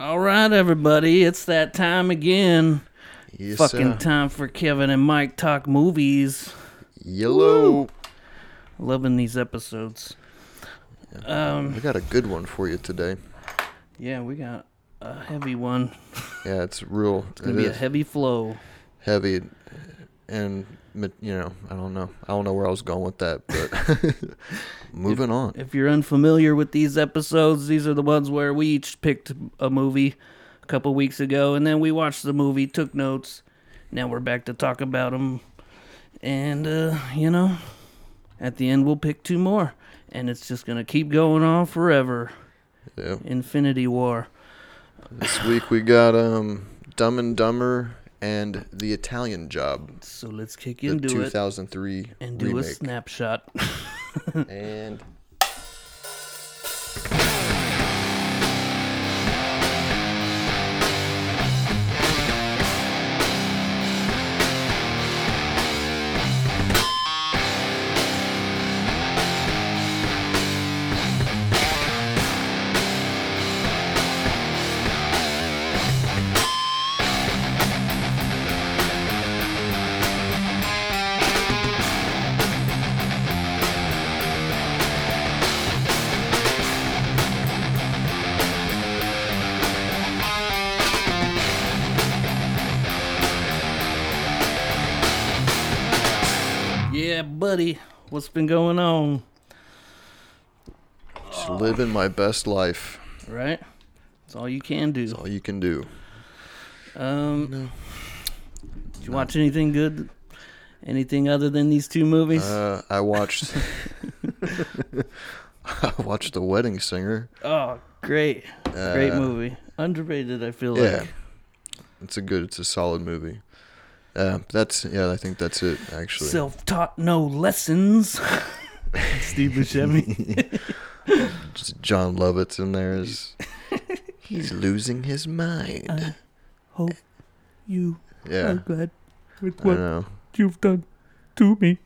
All right, everybody, it's that time again. Yes, Fucking sir. time for Kevin and Mike talk movies. Yellow. Loving these episodes. Um, I got a good one for you today. Yeah, we got a heavy one. Yeah, it's real. It's Gonna be a heavy flow. heavy, and ma- you know, I don't know. I don't know where I was going with that, but moving on. If you're unfamiliar with these episodes, these are the ones where we each picked a movie a couple weeks ago, and then we watched the movie, took notes. Now we're back to talk about them, and uh, you know, at the end we'll pick two more, and it's just gonna keep going on forever. Yeah. Infinity War. This week we got um Dumb and Dumber and The Italian Job, So let's kick the into it 2003 and do a remake, snapshot. and yeah, buddy, what's been going on, just living my best life. right? That's all you can do. All you can do. Um, Did you watch anything good? Anything other than these two movies? Uh, I watched. I watched The Wedding Singer. oh, great, great uh, movie. Underrated, I feel Yeah, like. it's a good. It's a solid movie. Uh, that's yeah. I think that's it actually. Self-taught, no lessons. Steve Buscemi. Just John Lovett's in there is. he's losing his mind. Uh, Hope you yeah, glad with I know. you've done to me.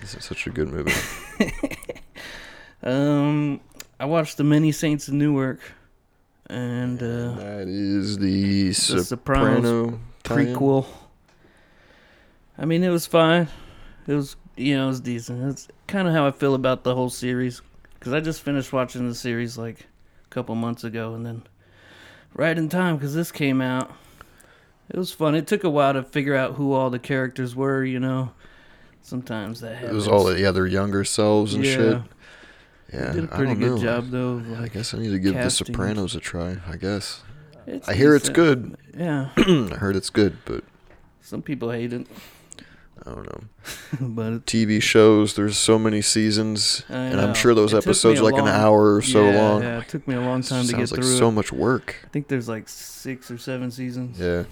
This is such a good movie. Um, I watched The Many Saints of Newark, and uh, that is the, Sopranos Soprano tie-in. prequel. I mean, it was fine. It was, you know, it was decent. That's kind of how I feel about the whole series. Because I just finished watching the series like a couple months ago, and then right in time because this came out. It was fun. It took a while to figure out who all the characters were, you know. Sometimes that It happens. was all yeah their younger selves and shit. Yeah, Did a I pretty don't good know. job, though. of, I Like, guess I need to give casting. The Sopranos a try. I guess it's I hear it's decent. good. Yeah. I heard it's good, but Some people hate it, I don't know. but it, TV shows. There's so many seasons, I and know. I'm sure those It took me episodes a are like long- an hour or so yeah, long. Yeah, it took me a long time Sounds to get like through so it. much work. I think there's like six or seven seasons. Yeah,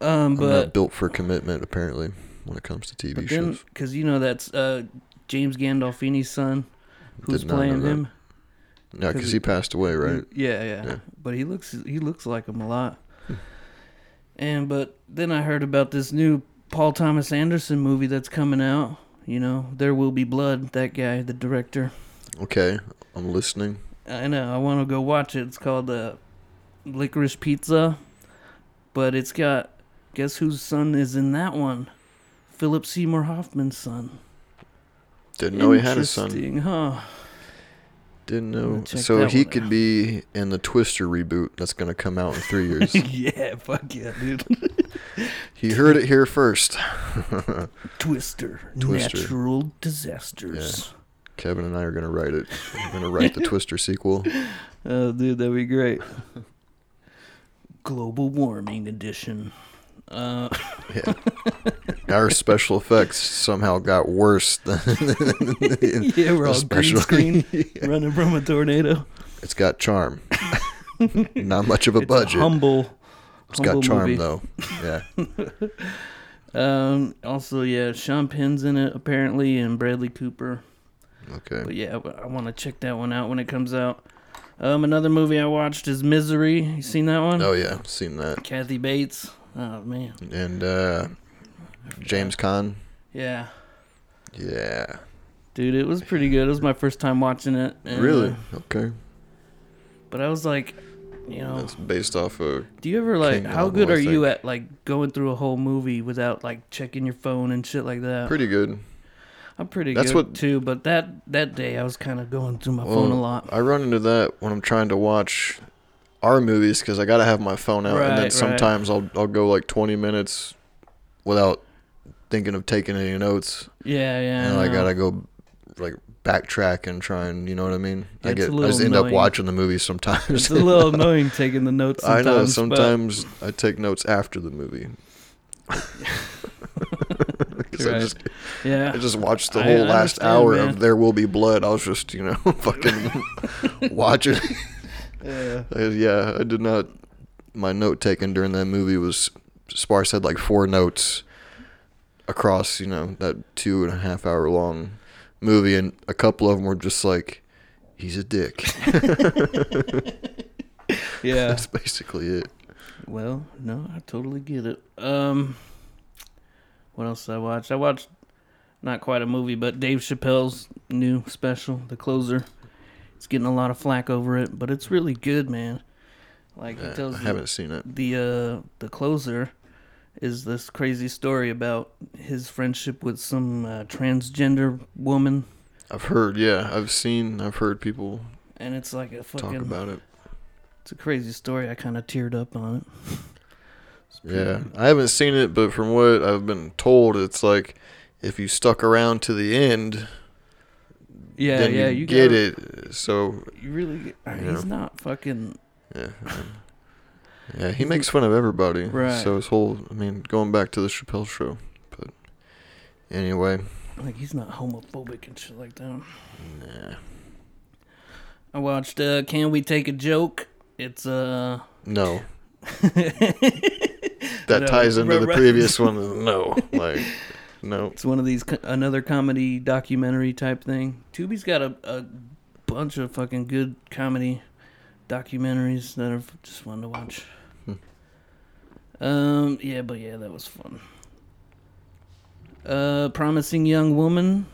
Um, I'm not but built for commitment apparently when it comes to TV but then shows. because you know that's uh James Gandolfini's son, who's Did not know playing that. him. No, 'cause because it- he passed away, right? Yeah, yeah, Yeah. Hmm. But he looks he looks like him a lot. and but then I heard about this new Paul Thomas Anderson movie that's coming out. You know, There Will Be Blood. That guy, the director. Okay, I'm listening. I know. I want to go watch it. It's called uh, Licorice Pizza, but it's got guess whose son is in that one? Philip Seymour Hoffman's son. Didn't know he had a son. Interesting, huh? Didn't gonna know. check So that he one could out. be in the Twister reboot that's going to come out in three years. yeah, fuck yeah, dude. he heard it here first. Twister, Twister. natural disasters. Kevin and I are going to write it. We're going to write the Twister sequel. Oh, dude, that'd be great. Global warming edition. Uh, Yeah. Our special effects somehow got worse than yeah, we're all green Especially- screen running from a tornado. It's got charm. Not much of a It's budget. a humble. it's got movie. charm though. Yeah. Um. Also, yeah, Sean Penn's in it apparently, and Bradley Cooper. But Okay. yeah, I- I want to check that one out when it comes out. Um, another movie I watched is Misery. You seen that one? Oh yeah, I've seen that. Kathy Bates. Oh man. And uh James Caan. Yeah, Yeah. dude, it was pretty good. It was my first time watching it. and, Really? uh, Okay. but I was like, you know. That's based off of Do you ever like King how Kong, good I are you think. at like going through a whole movie without like checking your phone and shit like that? pretty good. I'm pretty that's good what- too, but that that day I was kind of going through my phone a Well, lot. I run into that when I'm trying to watch our movies because I gotta have my phone out, and Right, then right. sometimes I'll I'll go like 20 minutes without thinking of taking any notes, Yeah, yeah. and I know. gotta go like backtrack and try and you know what I mean. Yeah, I it's get a I little just end up annoying. watching the movie sometimes. It's a little annoying taking the notes. I Sometimes, know. but- Sometimes I take notes after the movie. 'Cause I Right. just yeah, I just watched the I- whole I last understand, hour man. of There Will Be Blood. I was just, you know, fucking watching. yeah. I- yeah, I did not. My note taken during that movie was sparse. Had like four notes across, you know, that two and a half hour long movie, and a couple of them were just like, "He's a dick." yeah. That's basically it. Well, no, I totally get it. Um, what else did I watch? I watched not quite a movie, but Dave Chappelle's new special, The Closer. It's getting a lot of flack over it, but it's really good, man. Like he Uh, tells I the haven't seen it. the uh, the closer is this crazy story about his friendship with some uh, transgender woman, I've heard. Yeah, I've seen. I've heard people and it's like a talk fucking about it. it's a crazy story. I kind of teared up on it. It's pretty- Yeah, I haven't seen it, but from what I've been told, it's like if you stuck around to the end, yeah, then yeah. you, You, get gotta- it. So You really? get- I mean, Yeah. He's not fucking. yeah, um, yeah, he makes fun of everybody. Right. So his whole, I mean, going back to the Chappelle show, but anyway, Like he's not homophobic and shit like that. nah. I watched uh Can We Take a Joke? It's uh no, that No, ties into right, the right. previous one. No, like no, it's one of these co- another comedy documentary type thing. Tubi's got a, a bunch of fucking good comedy documentaries that are f- just fun to watch. Hmm. um yeah, but yeah, that was fun. Uh Promising Young Woman?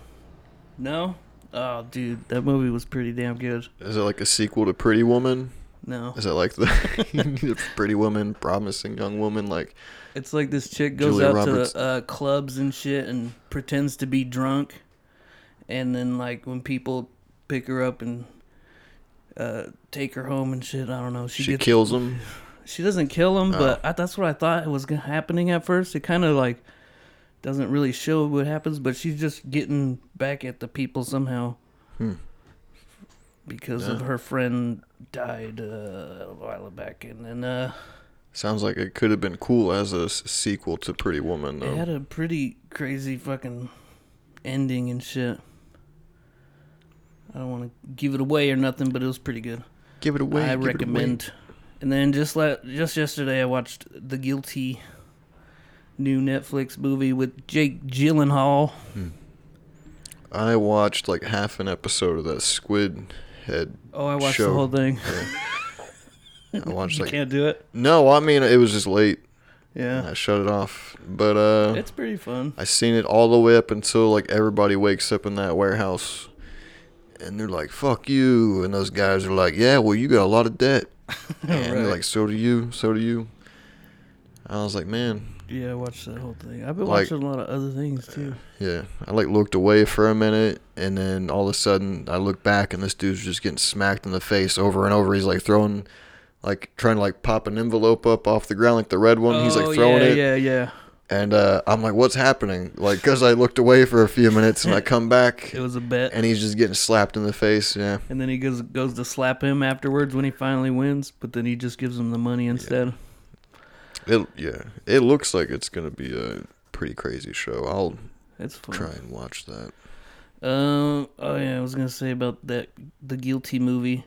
No? Oh dude, that movie was pretty damn good. is it like a sequel to Pretty Woman? No. Is it like the Pretty Woman, Promising Young Woman? Like It's like this chick goes Julia out Roberts. to uh, clubs and shit and pretends to be drunk, and then like when people pick her up and uh, take her home and shit, I don't know. She, she Oh. gets kills him. she doesn't kill him, but I, that's what I thought was g- happening at first. It kind of like doesn't really show what happens, but she's just getting back at the people somehow Hmm. because of Yeah. her friend died uh, a while back, and then uh, Sounds like it could have been cool as a s- sequel to Pretty Woman, It though. had a pretty crazy fucking ending and shit. I don't want to give it away or nothing, but it was pretty good. give it away. I give it away. recommend. And then just let just yesterday, I watched The Guilty, new Netflix movie with Jake Gyllenhaal. I watched like half an episode of that Squid Head. Oh, I watched Show. the whole thing. I watched You like can't do it. no, I mean it was just late. and Yeah, I shut it off, but uh, it's pretty fun. I seen it all the way up until like everybody wakes up in that warehouse, and they're like, "Fuck you," and those guys are like, "Yeah, well, you got a lot of debt," and they're Right. like, "So do you, so do you." I was like, "Man, Yeah, I watched that whole thing. I've been Like- watching a lot of other things too. Yeah, I like looked away for a minute, and then all of a sudden I look back, and this dude's just getting smacked in the face over and over. He's like throwing, like trying to like pop an envelope up off the ground, like the red one. He's Oh, like throwing yeah, it, Yeah, yeah. and uh, I'm like, "What's happening?" Like, cause I looked away for a few minutes, and I come back, It was a bet. and he's just getting slapped in the face. Yeah, And then he goes goes to slap him afterwards when he finally wins, but then he just gives him the money instead. it yeah, it looks like it's gonna be a pretty crazy show. I'll It's fun. try and watch that. Um. Oh yeah, I was gonna say about that the guilty movie.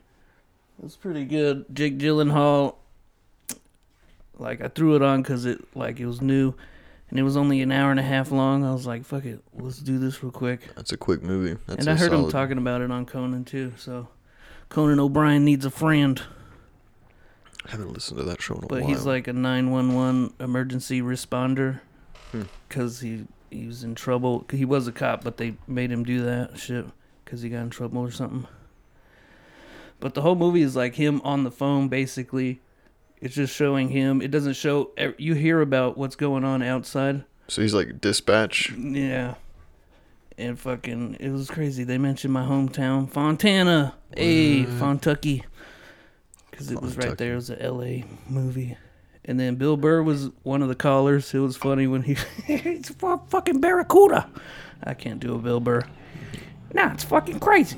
It's pretty good. Jake Gyllenhaal. Like I threw it on because it like it was new, and it was only an hour and a half long. I was like, "Fuck it, let's do this real quick." That's a quick movie. That's and a I heard him solid- talking about it on Conan too. So, Conan O'Brien needs a friend. I haven't listened to that show in a But while. he's like a 911 emergency responder Hmm. because he he was in trouble. He was a cop, but they made him do that shit because he got in trouble or something. But the whole movie is like him on the phone, basically It's just showing him. It doesn't show. e, You hear about what's going on outside. So he's like dispatch. Yeah. And fucking, it was crazy. They mentioned my hometown, Fontana. Hey, Fontucky. Because it was right Mm-hmm. Fontucky. there. It was a LA movie. And then Bill Burr was one of the callers. It was funny when he. it's a fucking Barracuda. I can't do a Bill Burr. Nah, it's fucking crazy.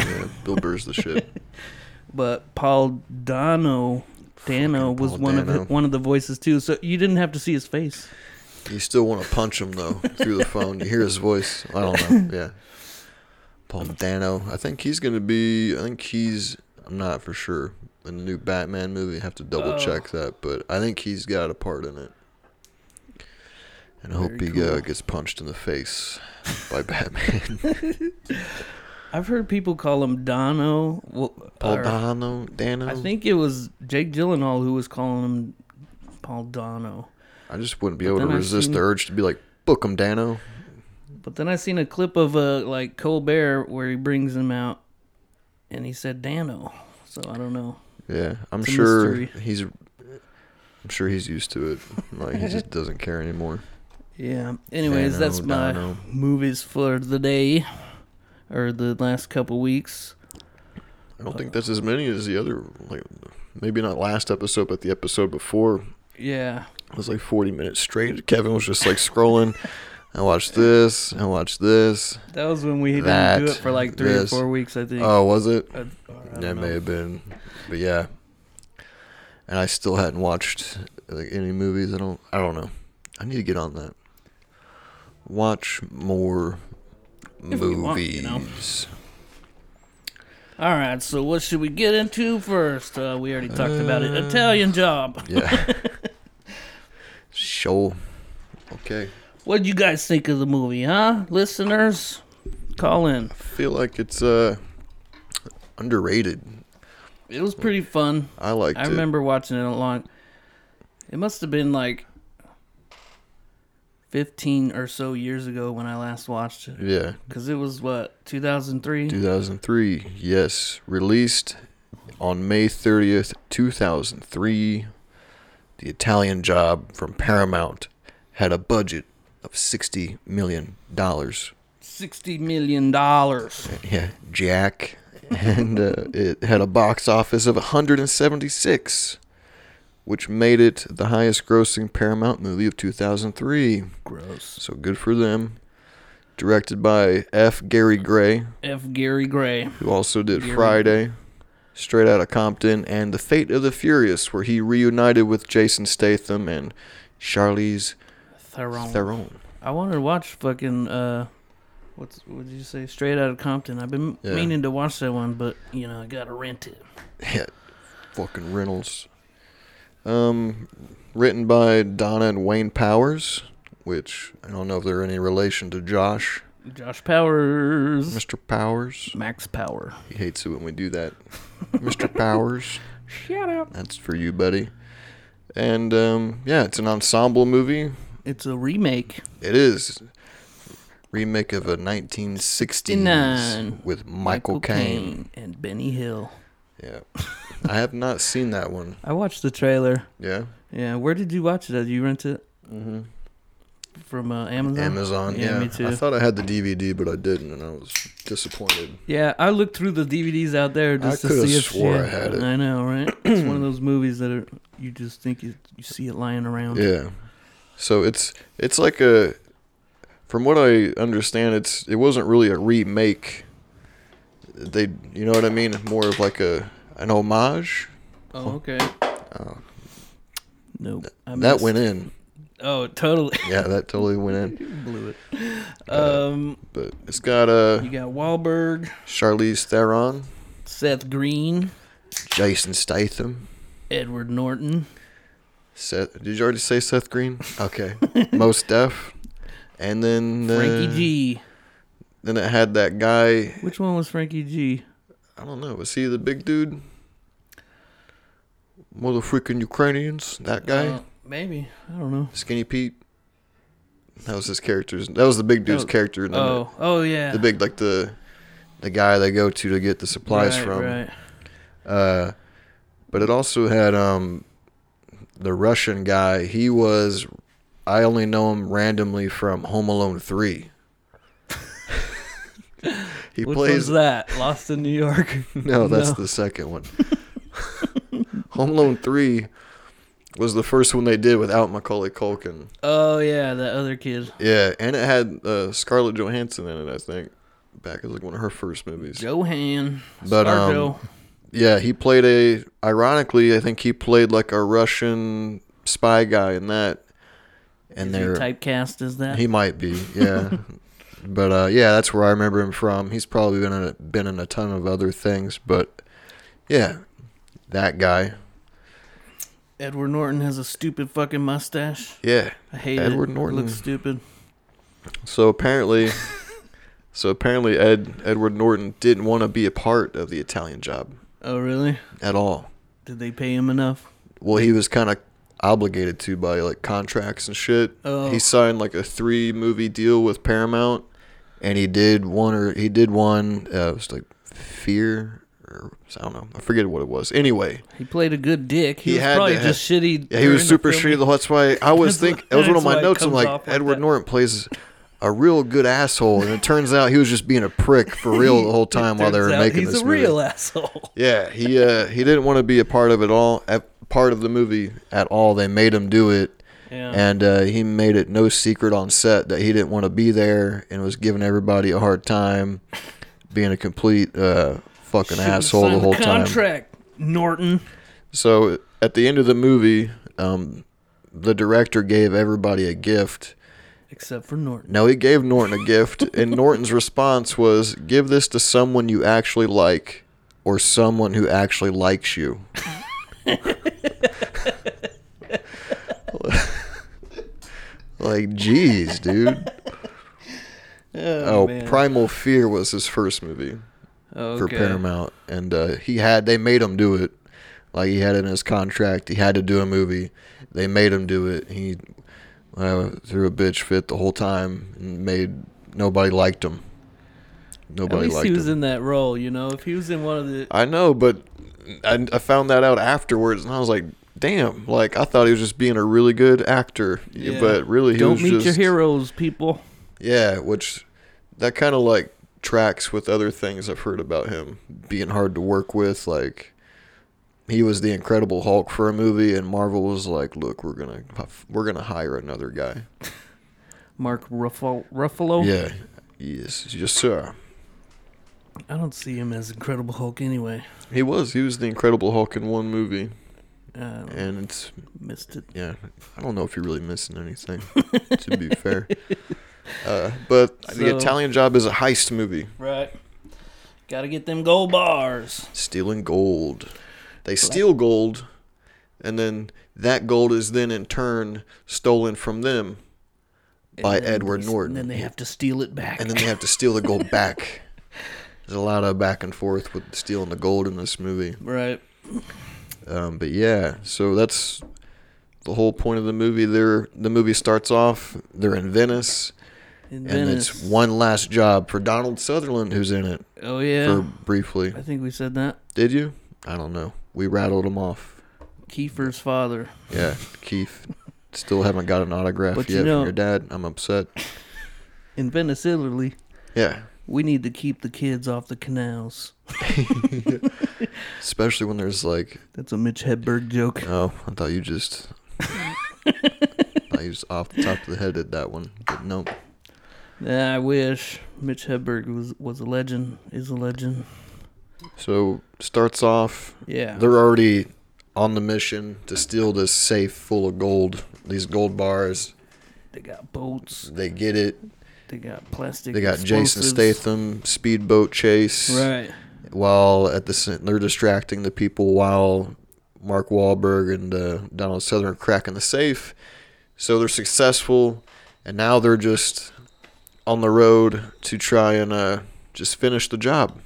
Yeah, Bill Burr's the shit. But Paul Dano. Dano was Paul one Dano. of the, one of the voices too, so you didn't have to see his face. You still want to punch him though through the phone. You hear his voice. I don't know. Yeah. Paul Dano. I think he's gonna be. I think he's. I'm not for sure in the new Batman movie. I have to double Oh. check that, but I think he's got a part in it. And I hope Very he uh, cool. gets punched in the face by Batman. I've heard people call him Dono. Well, Paul or- Dano. Dano. I think it was Jake Gyllenhaal who was calling him Paul Dano. I just wouldn't be But able to then I've resist the seen- urge to be like, book him, Dano. But then I seen a clip of uh, like Colbert where he brings him out, and he said Dano. So I don't know. Yeah, I'm It's a sure mystery. he's. I'm sure he's used to it. Like he just doesn't care anymore. Yeah. Anyways, Dano, that's my Dano. movies for the day, or the last couple weeks. I don't uh, think that's as many as the other. Like maybe not last episode, but the episode before Yeah. it was like 40 minutes straight. Kevin was just like scrolling. I watched this. I watched this. That was when we That, didn't do it for like three this. or four weeks, I think. Oh, was it? I- or I don't Yeah, it know. may have been, but yeah. And I still hadn't watched like any movies. I don't. I don't know. I need to get on that. Watch more If movies. you want, you know. All right. So what should we get into first? Uh, we already talked about it. Uh, Italian Job. Yeah. Show. Okay. What would you guys think of the movie, huh? Listeners, call in. Feel like it's uh underrated. It was pretty fun. I liked I remember watching it a long. It must have been like 15 or so years ago when I last watched it. it. Yeah. Because it was what, 2003? 2003. Yes. Released on May 30th, 2003. The Italian Job from Paramount had a budget of 60 million dollars. $60 million. dollars. Yeah, Jack. And uh, it had a box office of 176, which made it the highest grossing Paramount movie of 2003. Gross. So good for them. Directed by F. Gary Gray, F. Gary Gray. who also did Gary. Friday, Straight Outta Compton, and The Fate of the Furious, where he reunited with Jason Statham and Charlize Theron. Theron. I wanted to watch fucking. uh What's, what did you say? Straight out of Compton. I've been Yeah. meaning to watch that one, but, you know, I gotta rent it. Yeah, fucking Reynolds. Um, written by Donna and Wayne Powers, which I don't know if they're any relation to Josh, Josh Powers. Mr. Powers. Max Power. He hates it when we do that, Mr. Powers. Shout out. That's for you, buddy. And um, yeah, it's an ensemble movie. It's a remake. It is remake of a 1969 69 with Michael Caine. and Benny Hill. Yeah, I have not seen that one. I watched the trailer. Yeah, Yeah, where did you watch it? Did you rent it? Mm-hmm. From uh, Amazon. Amazon. Yeah, Yeah, me too. I thought I had the DVD, but I didn't, and I was disappointed. yeah, I looked through the DVDs out there I just to coulda see if swore I shit- had it. I know, right? it's one of those movies that are you just think you, you see it lying around. Yeah, so it's it's like a, from what I understand, it's it wasn't really a remake. They, you know what I mean, more of like a an homage. Oh, okay. Oh, Nope. I that missed- went in. Oh, totally Yeah, that totally went in. blew it. Uh. Um, But it's got uh, you got Wahlberg, Charlize Theron, Seth Green, Jason Statham. Edward Norton, Seth, did you already say Seth Green? Okay, Most Def, and then uh, Frankie G. Then it had that guy. Which one was Frankie G? I don't know. Was he the big dude? Mother freaking Ukrainians. That guy, Uh, maybe. I don't know. Skinny Pete. That was his character's. That was the big dude's Oh, character. And then Oh, oh yeah. the, the big like the the guy they go to to get the supplies Right, from. Right. Uh, But it also had um, the Russian guy. He was, I only know him randomly from Home Alone 3. he Which plays one's that? Lost in New York. No, that's No. the second one. Home Alone 3 was the first one they did without Macaulay Culkin. oh yeah, that other kid. Yeah, and it had uh, Scarlett Johansson in it, I think. Back as like one of her first movies. Johan. But, um, Scarjo. Yeah, he played a. Ironically, I think he played like a Russian spy guy in that. And Is he they're typecast as that. he might be, yeah. but uh, yeah, that's where I remember him from. He's probably been in a, been in a ton of other things, but yeah, that guy. Edward Norton has a stupid fucking mustache. Yeah. I hate it. Edward It Norton. looks stupid. So apparently, so apparently, Ed Edward Norton didn't want to be a part of the Italian job Oh really? at all. Did they pay him enough? Well, he was kind of obligated to by like contracts and shit. Oh. He signed like a three movie deal with Paramount, and he did one or he did one. Uh, it was like Fear. Or, I don't know. I forget what it was. Anyway, He played a good dick. He, He was had probably to have- just shitty. yeah, he was during super the shitty. filming. The that's why I always That's think that was one why- of that's why my it notes. I'm comes like, off like Edward that. Norton plays a real good asshole, and it turns out he was just being a prick for real the whole time while they Turns were out making he's this a movie. real asshole. Yeah, he uh, he didn't want to be a part of it all, a part of the movie at all. They made him do it, Yeah. and uh, he made it no secret on set that he didn't want to be there and was giving everybody a hard time, being a complete uh, fucking Should've asshole the signed whole time. contract, Norton. So at the end of the movie, um, the director gave everybody a gift. Except for Norton. No, he gave Norton a gift, and Norton's response was, "Give this to someone you actually like, or someone who actually likes you." like, geez, dude. Oh, man. Primal Fear was his first movie Oh, for Paramount, and uh, he had they made him do it. Like he had it in his contract, he had to do a movie. They made him do it. He uh, threw a bitch fit the whole time and made nobody liked him. At Nobody least liked he was him. in that role, you know. If he was in one of the I know, but I, I found that out afterwards, and I was like, "Damn!" Like I thought he was just being a really good actor, Yeah. but really he Don't was meet just your heroes, people. yeah, which that kind of like tracks with other things I've heard about him being hard to work with. Like he was the Incredible Hulk for a movie, and Marvel was like, "Look, we're gonna we're gonna hire another guy." Mark Ruffalo. Ruffalo. Yeah, yes, yes, sir. I don't see him as Incredible Hulk anyway. He was he was the Incredible Hulk in one movie, Uh, and it's missed it. yeah. I don't know if you're really missing anything, to be fair. Uh, but the So- Italian Job is a heist movie, Right. Got to get them gold bars. stealing gold. They steal gold, and then that gold is then in turn stolen from them, By And then Edward they- Norton. And then they have to steal it back. and then they have to steal the gold back. There's a lot of back and forth with stealing the gold in this movie. right. Um, but yeah, so that's the whole point of the movie. They're, the movie starts off, they're in Venice, In and Venice. it's one last job for Donald Sutherland, who's in it Oh yeah. for briefly. I think we said that. Did you? I don't know. We rattled him off. Kiefer's father. Yeah, Keith. Still haven't got an autograph But you yet know- from your dad. I'm upset. In Venice, Italy, Yeah. we need to keep the kids off the canals. Especially when there's like, That's a Mitch Hedberg joke. oh, I thought you just, I just off the top of the head at that one, but no. Nah, I wish Mitch Hedberg was was a legend. Is a legend. So starts off, Yeah. they're already on the mission to steal this safe full of gold, these gold bars. They got boats. They get it. They got plastic. They got Jason explosives. Statham speedboat chase. Right. while at the cen- they're distracting the people while Mark Wahlberg and uh, Donald Sutherland are cracking the safe. So they're successful, and now they're just on the road to try and uh, just finish the job.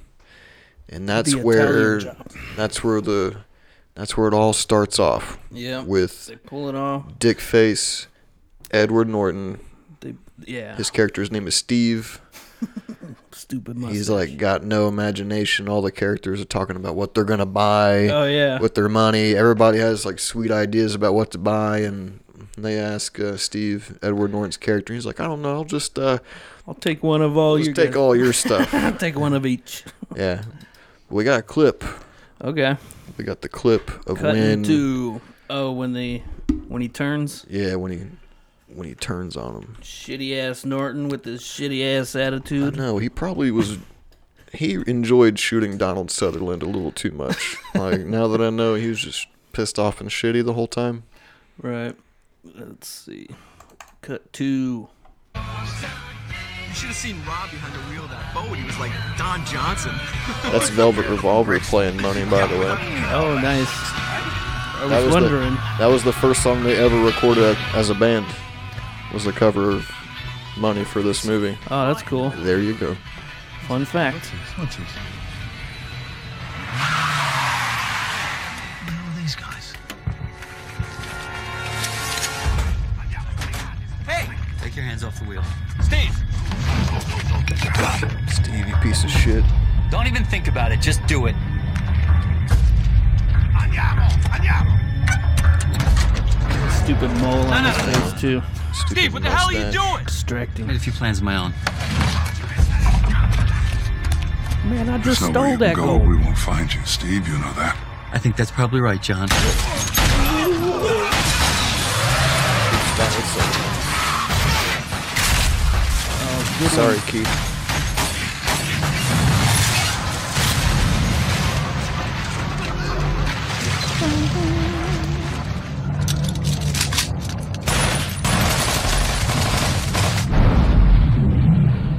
And that's The where Italian job. that's where the that's where it all starts off Yeah. with They pull it off. Dick Face, Edward Norton. They yeah. His character's name is Steve. stupid mustache. He's like got no imagination. All the characters are talking about what they're gonna buy oh yeah, with their money. Everybody has like sweet ideas about what to buy, and they ask uh, Steve Edward Norton's character. He's like, I don't know. I'll just uh, I'll take one of all your. just take guys. all your stuff. I'll take one of each. yeah, we got a clip. Okay, We got the clip of cut when. into oh when the when he turns Yeah, when he when he turns on him. shitty ass Norton with his shitty ass I attitude. know he probably was. He enjoyed shooting Donald Sutherland a little too much. like now that I know, he was just pissed off and shitty the whole time. Right. Let's see. Cut two. You should have seen Rob behind the wheel of that boat. He was like Don Johnson. That's Velvet Revolver playing "Money," by the way. Oh, nice. I was, That was the- wondering. That was the first song they ever recorded as a band. Was the cover of "Money" for this movie. Oh, that's cool. There you go. Fun fact. What's this? these guys? Hey! Take your hands off the wheel. Steve! Steve, you piece of shit. Don't even think about it. Just do it. Stupid mole on No, his no. face too. Stupid Steve, what the hell are you mustache. doing? Distracting. a few plans of my own. Man, I just There's nowhere stole you can that go. gold. We won't find you, Steve. You know that. I think that's probably right, John. That Oh, good was, uh, sorry, Keith.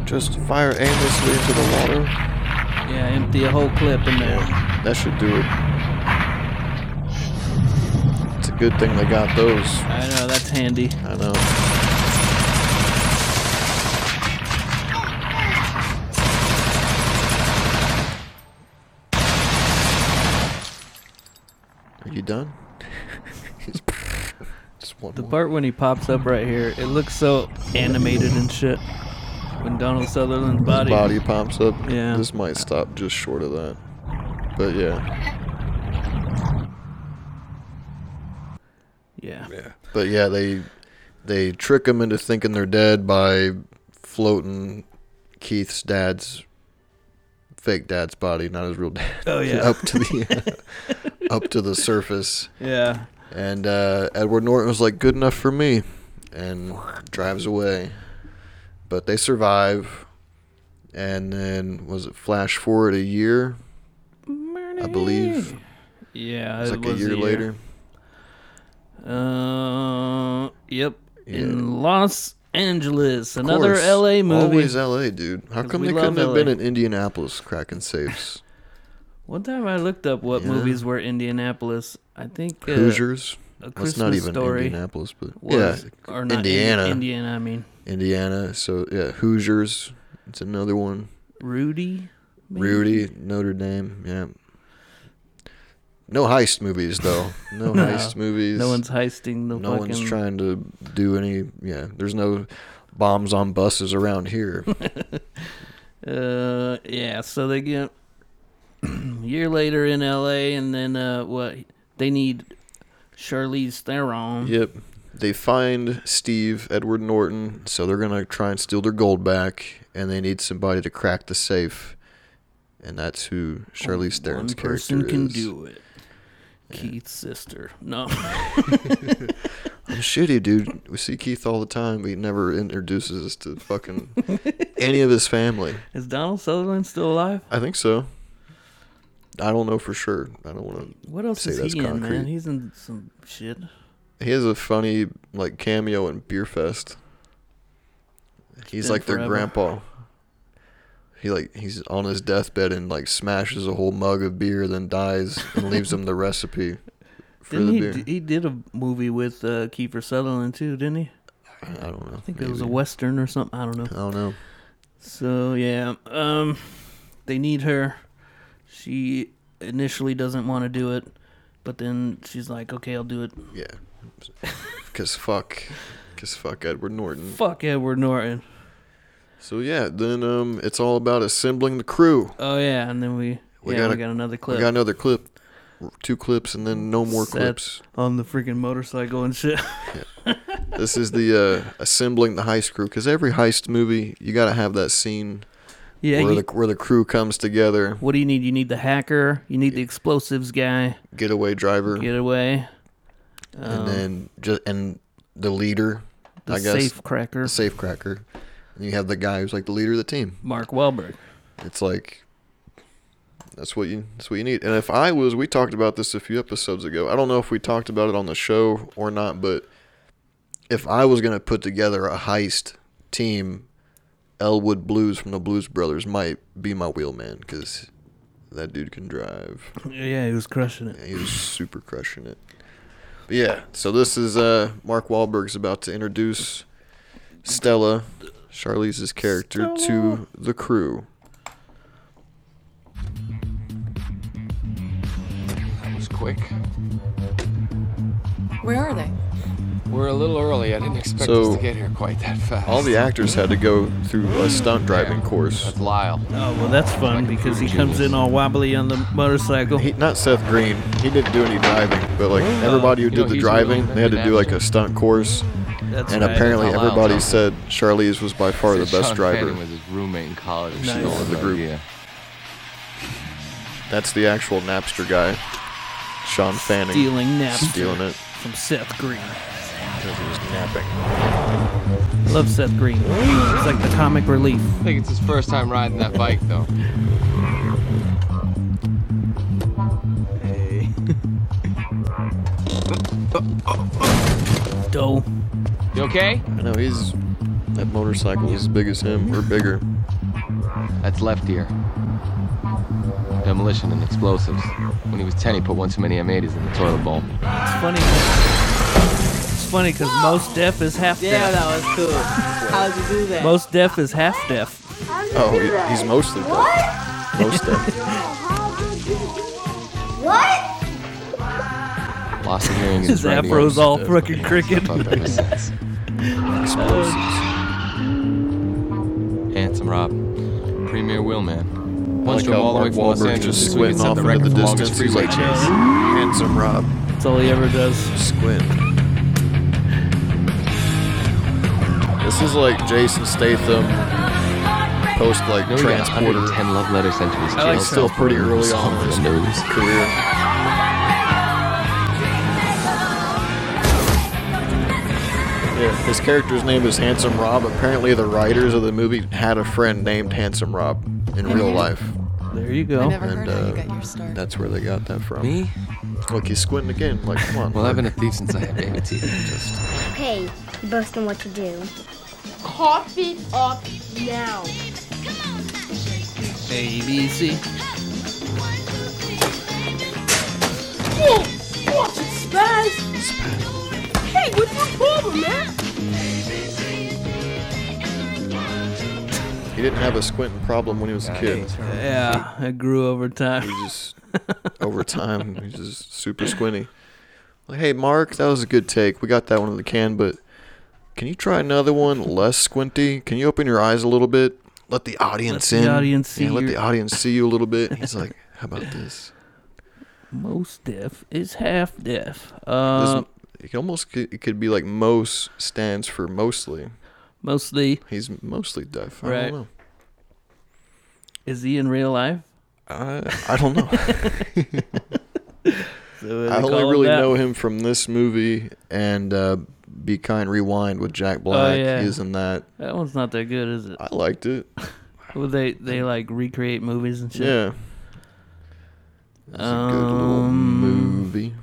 Just fire aimlessly into the water. one. Yeah, empty a whole clip in there. That should do it. It's a good thing they got those. I know that's handy. I know. Are you done? Just one The more. part when he pops up right here, it looks so animated and shit. When Donald Sutherland's His body. body pops up. Yeah. This might stop just short of that. But yeah. Yeah. But yeah, they they trick him into thinking they're dead by floating Keith's dad's fake dad's body, not his real dad. Oh yeah. up to the up to the surface. Yeah. And uh, Edward Norton was like, "Good enough for me," and drives away. But they survive. And then was it flash forward a year? I believe Yeah. it's it like a was year later. Uh, yep. Yeah. In Los Angeles, Of another course, LA movie. Always L.A., dude. How 'Cause come we they love couldn't have been LA. in Indianapolis cracking safes? One time I looked up what Yeah. movies were Indianapolis. I think uh, Hoosiers. A Well, Christmas it's not even Story Indianapolis, but was yeah, or not Indi- Indiana, Indiana, I mean Indiana. So yeah, Hoosiers. It's another one. Rudy. maybe? Rudy, Notre Dame, yeah. No heist movies though. No, No. heist movies. No one's heisting the no fucking. one's trying to do any. Yeah, there's no bombs on buses around here. Uh, yeah. So they get year later in L.A. and then uh, what? They need Charlize Theron. yep. They find Steve Edward Norton, so they're gonna try and steal their gold back, and they need somebody to crack the safe, and that's who Charlize Theron's One character person can is. do it. Keith's sister. No. I'm shitty, dude. We see Keith all the time, but he never introduces us to fucking any of his family. Is Donald Sutherland still alive? I think so. I don't know for sure. I don't want What else Say is that's he in, man? concrete. He's in some shit. to. He has a funny like cameo in Beerfest. He's been like their forever. grandpa. He like he's on his deathbed and like smashes a whole mug of beer, then dies and leaves them the recipe for Didn't the he? beer. d- He did a movie with uh, Kiefer Sutherland too, didn't he? I don't know. I think it was a maybe. western or something. I don't know. I don't know. So yeah, um, they need her. She initially doesn't want to do it, but then she's like, "Okay, I'll do it." Yeah, cause fuck, cause fuck Edward Norton. Fuck Edward Norton. So yeah, then um, it's all about assembling the crew. Oh yeah, and then we We yeah got we a- got another clip We got another clip, two clips, and then no more Set. clips. on the freaking motorcycle and shit. This is the uh, assembling the heist crew because every heist movie you gotta have that scene yeah. where you- the where the crew comes together, what do you need? You need the hacker. You need the explosives guy. getaway driver, Get away. Um, and then just and the leader, The I guess, safe cracker. the safe cracker. And you have the guy who's like the leader of the team. Mark Wahlberg. It's like that's what you that's what you need. And if I was, we talked about this a few episodes ago. I don't know if we talked about it on the show or not, but if I was gonna put together a heist team, Elwood Blues from the Blues Brothers might be my wheelman because that dude can drive. Yeah, he was crushing it. He was super crushing it. But yeah, so this is uh Mark Wahlberg's about to introduce Stella, Charlize's character, to the crew. That was quick. Where are they? We're a little early. I didn't expect So- us to get here quite that fast. All the actors had to go through a stunt driving course. That's Lyle. Oh well, that's fun because he comes in all wobbly on the motorcycle. He, not Seth Green. He didn't do any driving, but like everybody who You know, did the he's really driving, been they had to an do like a actor. stunt course. That's And right. apparently, That's how loud everybody it's said Charlize was by far the Said best Sean driver. Fanning was his roommate in college. Nice. Stole his The group. idea. That's the actual Napster guy, Sean Fanning, stealing naps stealing it from Seth Green. because he was napping. Love Seth Green. He's like the comic relief. I think it's his first time riding that bike, though. Doe. You okay? I know he's that motorcycle is as big as him or bigger. That's left ear. Demolition and explosives. When he was 10, he put one too many M80s in the toilet bowl. It's funny. It's funny because most deaf is half Yeah, deaf. that was cool. How'd you do that? Most deaf is half deaf. Oh, he- he's mostly deaf. Most deaf. What? Lost the hearing. and His right ear afro's was all dead. fucking crooked. Fucked up ever since. Explosives. Handsome Rob. Premier Wheelman. Punched like him how all the way Mark from Los Wahlberg Angeles just just so we could squinting set off the into record the for longest distance. He's freeway like, chase. handsome Rob, That's all he ever does. squint. This is like Jason Statham post like No, transporter. transporter. Ten love letters sent to his like jail Still cell pretty phone. early It's on all in his the news. career. Yeah, his character's name is Handsome Rob. Apparently, the writers of the movie had a friend named Handsome Rob in real life, There you I go. never and, heard how uh, you got your start. that's where they got that from. Me? Look, he's squinting again. Like, come on. Well, I've been a thief since I had baby teeth. Just Okay, you both know what to do. Cough it up now. A B C. Whoa! Oh, Watch it, Spaz! Hey, what's your problem, man? He didn't have a squinting problem when he was a kid. Yeah, I grew over He time. just over time he's just super squinty. Like, hey Mark, that was a good take. We got that one in the can, but can you try another one less squinty? Can you open your eyes a little bit? Let the audience the in. audience see yeah, let your- the audience see you a little bit. He's like, how about this? Most deaf is half deaf. This- Uh, it almost could, it could be like most stands for mostly. mostly. He's mostly deaf. I Right. don't know. Is he in real life? I, I don't know. So I they only call him really that? know him from this movie and uh, Be Kind Rewind with Jack Black. Oh, yeah. He's in that. That one's not that good, is it? I liked it. Well, they they like recreate movies and shit. Uh, Yeah. That's a good little Um, movie.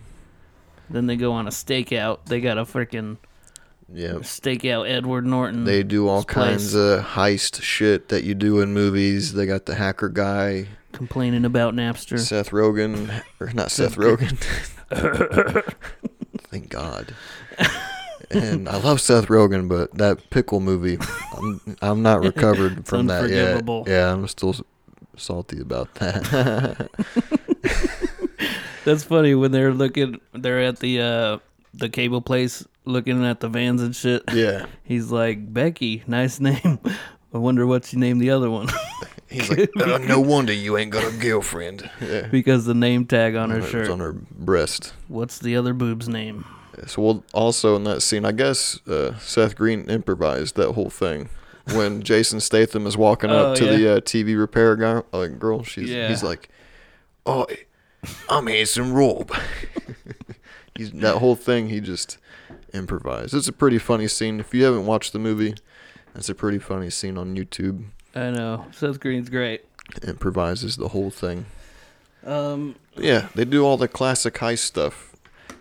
Then they go on a stakeout. They got a freaking Yeah. stakeout Edward Norton. They do all this place. kinds of heist shit that you do in movies. They got the hacker guy, complaining about Napster. Seth Rogen, or not Seth Rogen. Thank God. And I love Seth Rogen, but that pickle movie, I'm I'm not recovered from that yet. unforgivable. Yeah, I'm still s- salty about that. That's funny when they're looking. They're at the uh the cable place looking at the vans and shit. yeah, He's like Becky, nice name. I wonder what she named the other one He's like, "Uh, no wonder you ain't got a girlfriend. Yeah. because the name tag on her It was shirt. on her breast. What's the other boob's name? So well, also in that scene, I guess uh, Seth Green improvised that whole thing when Jason Statham is walking Oh, up to yeah. the uh, TV repair guy, uh, girl. She's Yeah. he's like, "Oh, I'm handsome Rob." he's, that whole thing he just improvised. It's a pretty funny scene. If you haven't watched the movie, it's a pretty funny scene on YouTube. I know Seth Green's great. Improvises the whole thing. Um, Yeah, they do all the classic heist stuff.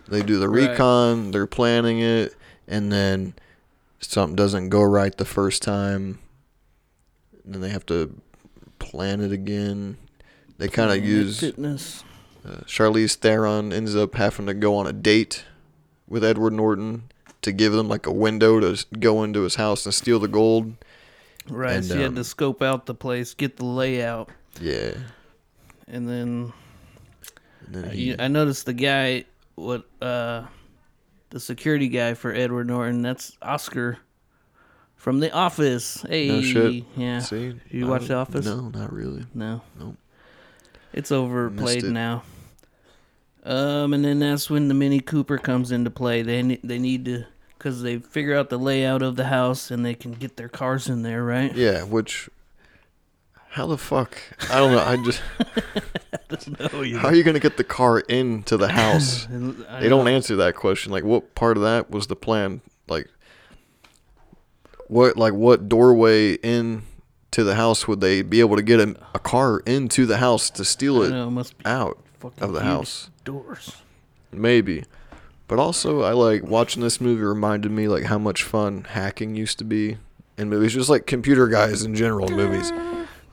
They do the Right. recon, they're planning it, and then something doesn't go right the first time. And then they have to plan it again. They kind of use uh, fitness. Charlize Theron ends up having to go on a date with Edward Norton to give them like a window to s- go into his house and steal the gold. Right, and, she had to um, scope out the place, get the layout, Yeah. and then And then he, Uh, you, I noticed the guy, what uh, the security guy for Edward Norton. That's Oscar from The Office. Hey, no shit. yeah. See? you I watch The don't- Office? No, not really. No. Nope. It's overplayed it. now. Um, and then that's when the Mini Cooper comes into play. They ne- they need to because they figure out the layout of the house and they can get their cars in there, right? Yeah, which how the fuck? I don't know. I just Oh, yeah. how are you gonna get the car into the house? I they don't answer that question. Like, what part of that was the plan? Like, what like what doorway in to the house would they be able to get a, a car into the house to steal I it know, it must be out fucking of the huge house? doors. Maybe. But also, I like watching this movie reminded me like how much fun hacking used to be in movies, just like computer guys in general in movies.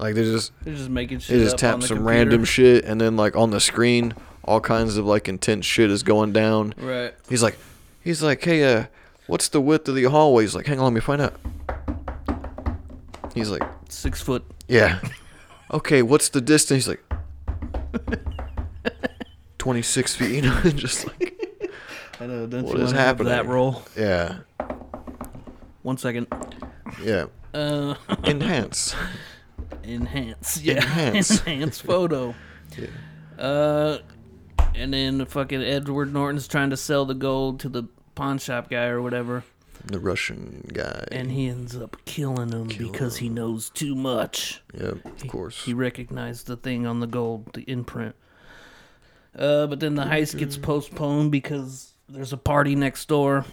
Like they just They're just making shit. They just up tap on the some computer. random shit, and then like on the screen, all kinds of like intense shit is going down. Right. He's like, he's like, hey, uh, what's the width of the hallway? He's like, hang on, let me find out. He's like, Six foot. yeah, okay, what's the distance? He's like, twenty six feet. You know, just like, I know. Don't What you is wanna have That happening? roll. yeah, One second. yeah, Uh, enhance. enhance. Yeah. Enhance. enhance photo. Uh, and then the fucking Edward Norton's trying to sell the gold to the pawn shop guy or whatever, The Russian guy. and he ends up killing him because he knows too much. yeah, of course. He recognized the thing on the gold, the imprint. Uh, but then the heist gets postponed because there's a party next door.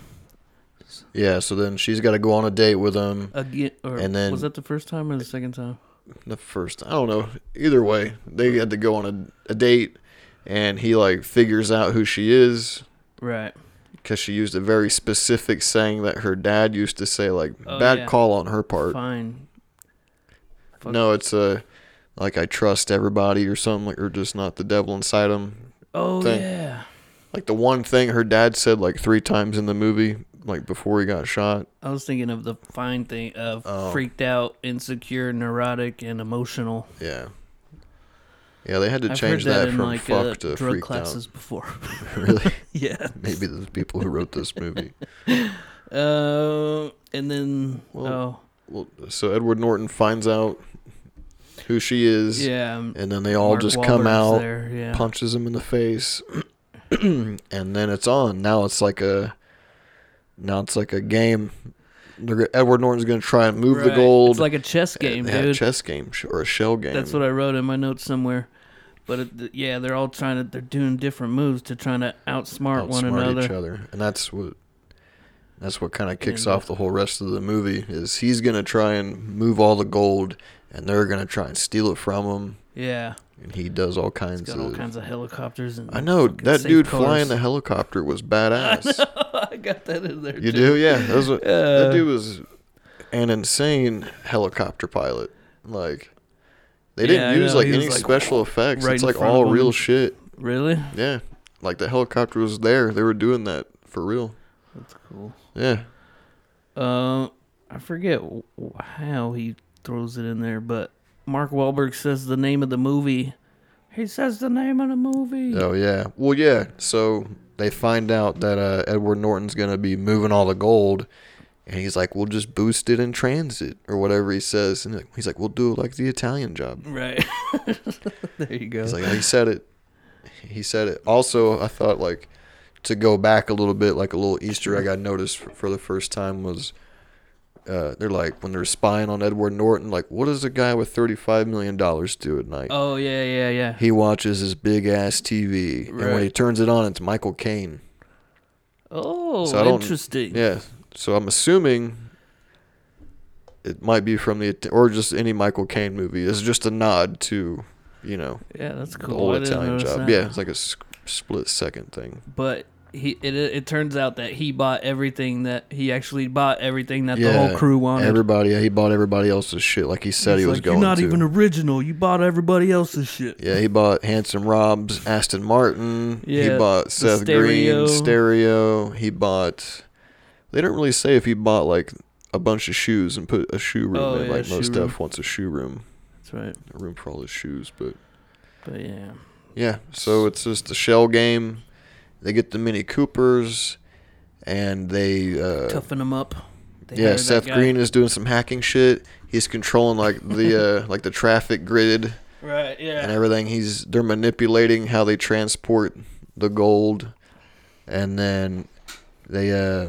Yeah, so then she's got to go on a date with him. Again, or And then- was that the first time or the second time? the first I don't know. Either way, they had to go on a, a date, and he like figures out who she is Right. because she used a very specific saying that her dad used to say. Like Oh, bad yeah. call on her part. Fine. fuck. No, it's a like I trust everybody or something, like, or just not the devil inside him. Oh Thing. yeah. Like the one thing her dad said like three times in the movie, like before he got shot. I was thinking of the fine thing of Oh. freaked out, insecure, neurotic, and emotional. Yeah. Yeah, they had to I've change heard that, that, in from like fuck uh, to drug freaked classes before. out. really? yeah. Maybe the people who wrote this movie. Uh, and then oh Well, so Edward Norton finds out who she is, yeah, um, and then they all Mark just come Wahlberg's out, there, yeah. punches him in the face, and then it's on. Now it's like a, now it's like a game. They're, go- Edward Norton's gonna try and move the Right. gold. It's like a chess They game, had a dude. chess game sh- or a shell game. That's what I wrote in my notes somewhere. But it, th- yeah, they're all trying to. They're doing different moves to trying to outsmart, one another. each other, and that's what. That's what kind of kicks And- off the whole rest of the movie is he's gonna try and move all the gold, and they're gonna try and steal it from him, Yeah, and he does all kinds got all kinds of helicopters and. I know fucking that safe dude cars. flying the helicopter was badass. I got that in there. you too. do, yeah. That, was a- that Uh. dude was an insane helicopter pilot. Like they Yeah, didn't I use know, like he was, any like, special effects. right it's in like front of all him. real shit. Really? Yeah, like the helicopter was there. They were doing that for real. That's cool. Yeah, Uh, I forget w- w- how he throws it in there, but Mark Wahlberg says the name of the movie. He says the name of the movie. Oh yeah. Well yeah. So they find out that uh, Edward Norton's gonna be moving all the gold, And he's like, "We'll just boost it in transit or whatever he says." And he's like, "We'll do it like the Italian job." Right. there you go. He's like, "He said it. He said it." Also, I thought like to go back a little bit, like a little Easter egg I noticed for, for the first time was uh, they're like when they're spying on Edward Norton, like, "What does a guy with thirty-five million dollars do at night?" oh yeah, yeah, yeah. He watches his big ass TV, and when he Right. turns it on, it's Michael Caine. Oh, So I don't- interesting. Yeah. So I'm assuming it might be from the or just any Michael Caine movie. It's just a nod to, you know, Yeah, that's the cool. I old didn't Italian notice job. that. Yeah, it's like a s- split second thing. but he it it turns out that he bought everything that he actually bought everything that yeah, the whole crew wanted. Everybody, he bought everybody else's shit. Like he said, It's he was like, going You're not to. even original. You bought everybody else's shit. yeah, he bought Handsome Rob's Aston Martin. he Yeah, bought the Seth stereo. Green stereo. He bought. They don't really say if he bought like a bunch of shoes and put a shoe room Oh, in. yeah, like shoe most room. stuff wants a shoe room, That's right. a room for all his shoes, but. But yeah, Yeah, so it's just a shell game. They get the Mini Coopers, and they uh, toughen him up. They yeah. hired that Seth guy. Green is doing some hacking shit. He's controlling like the uh, like the traffic grid Right. and Yeah. everything. He's they're manipulating how they transport the gold, and then they uh,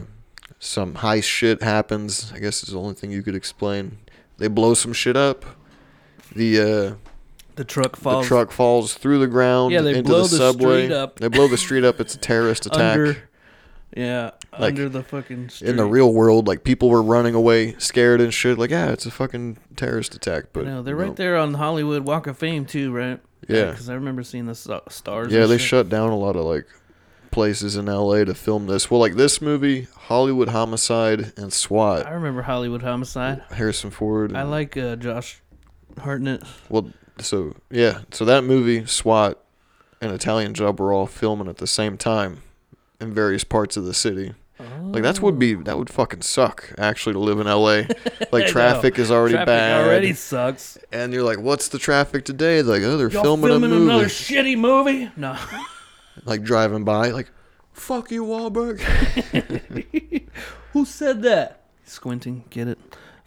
some heist shit happens. I guess is the only thing you could explain. They blow some shit up. The uh, The truck the falls truck falls through the ground Yeah, they into blow the the subway. street up. They blow the street up. It's a terrorist attack. under. Yeah, Like, under the fucking street. In the real world, like people were running away, scared and shit. Like, yeah, it's a fucking terrorist attack. But No, they're no. right there on the Hollywood Walk of Fame too, right? Yeah. Because I remember seeing the sta- stars. Yeah, and they shit. shut down a lot of like places in L.A. to film this. Well, like this movie, Hollywood Homicide and I SWAT. remember Hollywood Homicide. Harrison Ford. I and- like uh, Josh Hartnett. Well, so yeah, so that movie SWAT and Italian Job were all filming at the same time in various parts of the city. Like that's would be that would fucking suck actually to live in LA. Like traffic is already Traffic bad. already sucks. and you're like, what's the traffic today? They're like, oh, they're Y'all filming, filming, a movie. another shitty movie? No. like driving by, like, fuck you, Wahlberg. Who said that? Squinting, get it.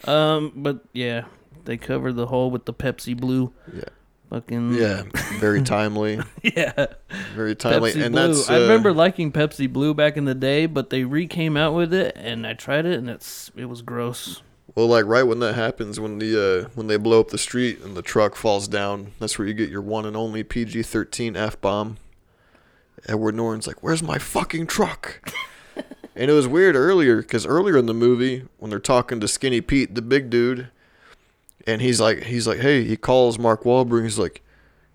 Um, but yeah, they covered the hole with the Pepsi Blue. Yeah. Fucking yeah, very timely, yeah. very timely. Pepsi and Blue. that's I uh, remember liking Pepsi Blue back in the day, but they re came out with it, and I tried it, and it's it was gross. Well, like right when that happens, when the uh, when they blow up the street and the truck falls down, that's where you get your one and only PG thirteen f bomb. Edward Norton's like, "Where's my fucking truck?" and it was weird earlier because earlier in the movie, when they're talking to Skinny Pete, the big dude, and he's like, he's like, "Hey," he calls Mark Wahlberg. He's like,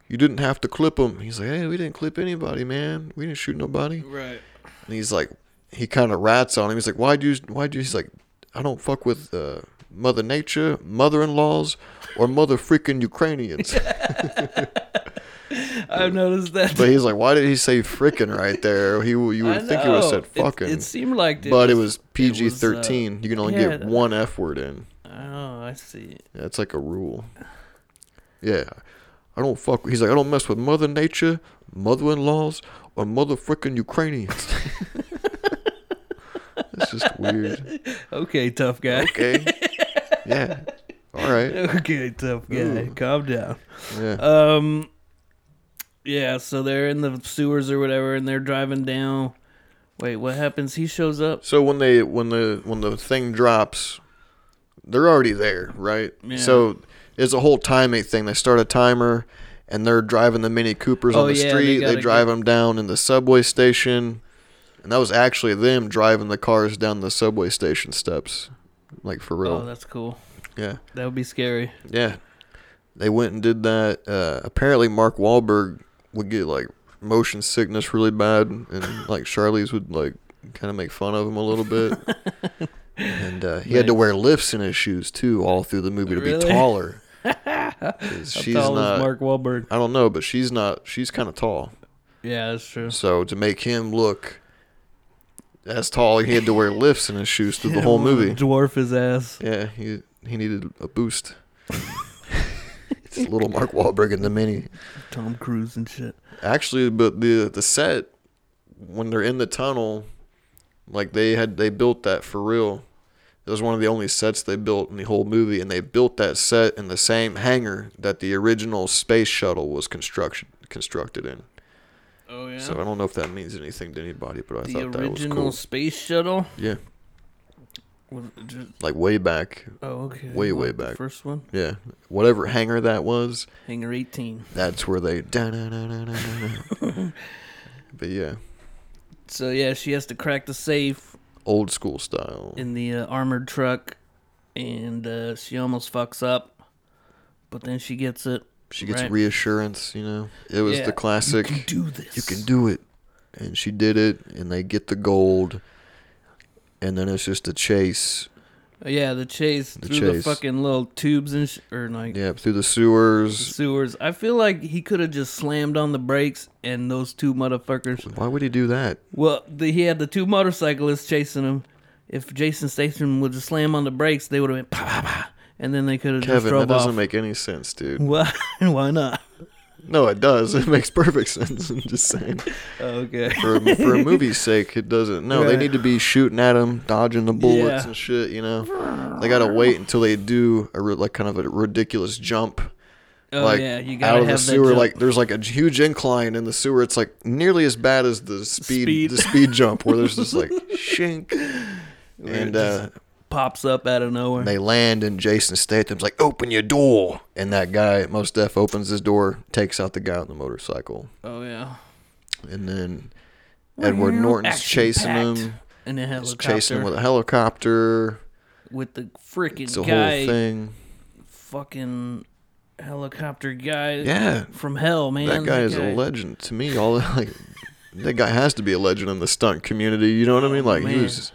"You didn't have to clip him." He's like, "Hey, we didn't clip anybody, man. We didn't shoot nobody." Right. And he's like, he kind of rats on him. He's like, why'd you, why'd you, he's like, I don't fuck with uh, Mother Nature, mother in laws, or mother freaking Ukrainians. I've noticed that. but he's like, why did he say freaking right there? He, You I would think he would have know. said fucking. It, it seemed like, it but it was, was PG 13. you can only get yeah. one F word in. Oh, I see. That's like a rule. Yeah. I don't fuck. He's like, I don't mess with Mother Nature, mother in laws, or mother freaking Ukrainians. it's just weird. Okay, tough guy. okay. yeah. All right. Okay, tough guy. Ooh. Calm down. Yeah. Um, yeah. So they're in the sewers or whatever, and they're driving down. Wait, what happens? He shows up. so when they when the when the thing drops, they're already there, right? Yeah. So it's a whole timing thing. They start a timer, and they're driving the Mini Coopers Oh, on the yeah, they street. They, gotta drive go- them down in the subway station, and that was actually them driving the cars down the subway station steps, like for Oh, real. that's cool. yeah. That would be scary. Yeah. They went and did that. Uh, apparently, Mark Wahlberg would get like motion sickness really bad, and like Charlie's would like kind of make fun of him a little bit. and uh, he had to Nice. wear lifts in his shoes too, all through the movie to be Really? taller. 'Cause How she's tall is not. Mark Wahlberg? I don't know, but she's not. She's kind of tall. Yeah, that's true. So to make him look as tall, he had to wear lifts in his shoes through the whole movie. Dwarf his ass. Yeah, he he needed a boost. it's little Mark Wahlberg in the mini. Tom Cruise and shit. Actually, but the the set when they're in the tunnel, like they had they built that for real. It was one of the only sets they built in the whole movie, and they built that set in the same hangar that the original space shuttle was construction constructed in. Oh yeah. So I don't know if that means anything to anybody, but I the thought that was original cool. space shuttle. Yeah, Was it just- like way back. Oh okay. Way, way Like the back. first one. Yeah, whatever hangar that was, Hangar 18. that's where they. da-na-na-na-na-na-na. but yeah, So yeah, she has to crack the safe old school style. in the uh, armored truck, and uh, she almost fucks up, but then she gets it. She gets right. reassurance. You know, it was Yeah. the classic. Do this. you can do it. And she did it, and they get the gold, and then it's just a chase. Uh, Yeah, the chase The through chase. the fucking little tubes and sh- or like Yeah, through the sewers. sewers. I feel like he could have just slammed on the brakes and those two motherfuckers. Why would he do that? Well, the, he had the two motorcyclists chasing him. If Jason Statham would just slam on the brakes, they would have been pa pa pa, and then they could have just Kevin, drove that doesn't off. make any sense, dude. Why? Why not? No, it does. It makes perfect sense. I'm just saying. Okay. For, for a movie's sake, it doesn't. No, they Right. need to be shooting at him, dodging the bullets Yeah. and shit, you know? They got to wait until they do a, ri- like kind of a ridiculous jump. Oh like yeah, you out gotta of the have that sewer. jump. Like there's like a huge incline in the sewer. It's like nearly as bad as the speed, Speed. the speed jump where there's this like shink, and uh, pops up out of nowhere. they land and Jason Statham's like, "Open your door," and that guy Most Def opens his door, takes out the guy on the motorcycle, oh yeah. and then Edward Norton's chasing him, in a he's helicopter chasing him with a helicopter. with the freaking It's a guy, whole thing. fucking helicopter guy. Yeah. from hell, man. That guy is a legend to me. All like, that guy has to be a legend in the stunt community. You know what I mean? Like he man. was.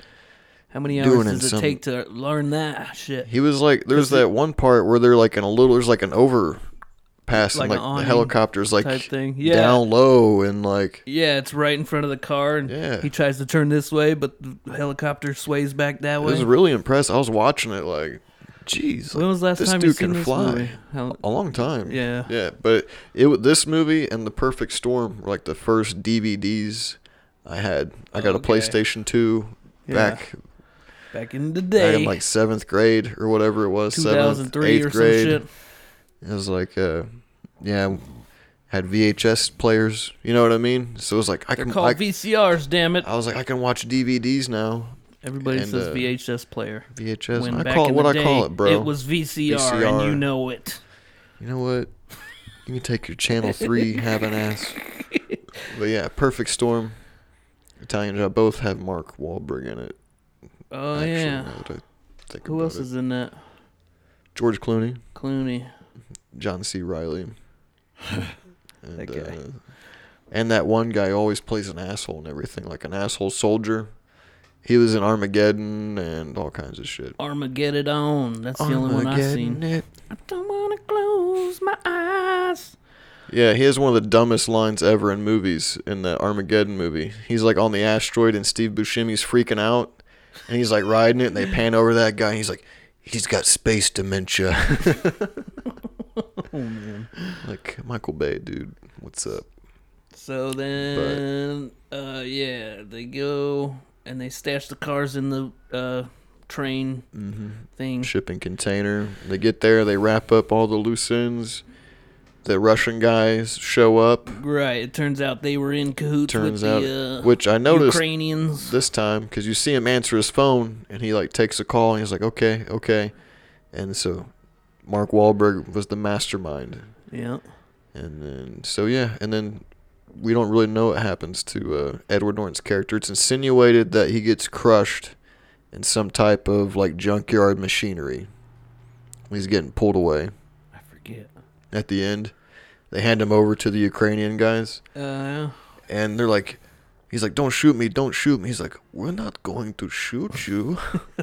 How many doing hours in does it some- take to learn that shit? He was like, there's that one part where they're like in a little, there's like an overpass, Like an and like the awning helicopters like type thing. Yeah. down low and like yeah, it's right in front of the car, and Yeah. he tries to turn this way, but the helicopter sways back that it way. was really impressed. I was watching it like, jeez, when like, was the last this time dude you seen can this fly. movie? How- A long time. Yeah. yeah. But it wa- this movie and The Perfect Storm were like the first DVDs I had. I got Okay. a PlayStation Two back back in the back in day, like seventh grade or whatever it was, seventh, 2003 eighth or some grade. shit. It was like, uh, yeah, had VHS players. You know what I mean? So it was like I They're can. called I, VCRs, damn it! I was like, I can watch DVDs now. Everybody and, says uh, VHS player. VHS. When I back call it in what the I call day, it, bro. It was VCR, and VCR. you know it. You know what? You can take your channel three, have an ass. But yeah, Perfect Storm, Italian Job both have Mark Wahlberg in it. Oh actually, yeah. now that I think Who about else it. is in that? George Clooney, Clooney. John C. Riley, and That guy. Uh, and that one guy who always plays an asshole and everything, like an asshole soldier. He was in Armageddon and all kinds of shit. Armageddon on. That's the only one I've Armageddon seen. it. I don't wanna close my eyes. Yeah, he has one of the dumbest lines ever in movies in the Armageddon movie. He's like on the asteroid and Steve Buscemi's freaking out and he's like riding it and they pan over that guy and he's like he's got space dementia. oh man. Oh, Like Michael Bay, dude. What's up? So then, uh, yeah, they go and they stash the cars in the uh, train Mm-hmm. thing. Shipping container. They get there, they wrap up all the loose ends. The Russian guys show up. Right. It turns out they were in cahoots Turns with out, the uh, which I noticed Ukrainians. this time because you see him answer his phone and he like takes a call and he's like, okay, okay, and so Mark Wahlberg was the mastermind, yeah. and then so yeah, and then we don't really know what happens to uh, Edward Norton's character. It's insinuated that he gets crushed in some type of like junkyard machinery. He's getting pulled away I forget. at the end. They hand him over to the Ukrainian guys Uh, and they're like he's like don't shoot me don't shoot me he's like we're not going to shoot you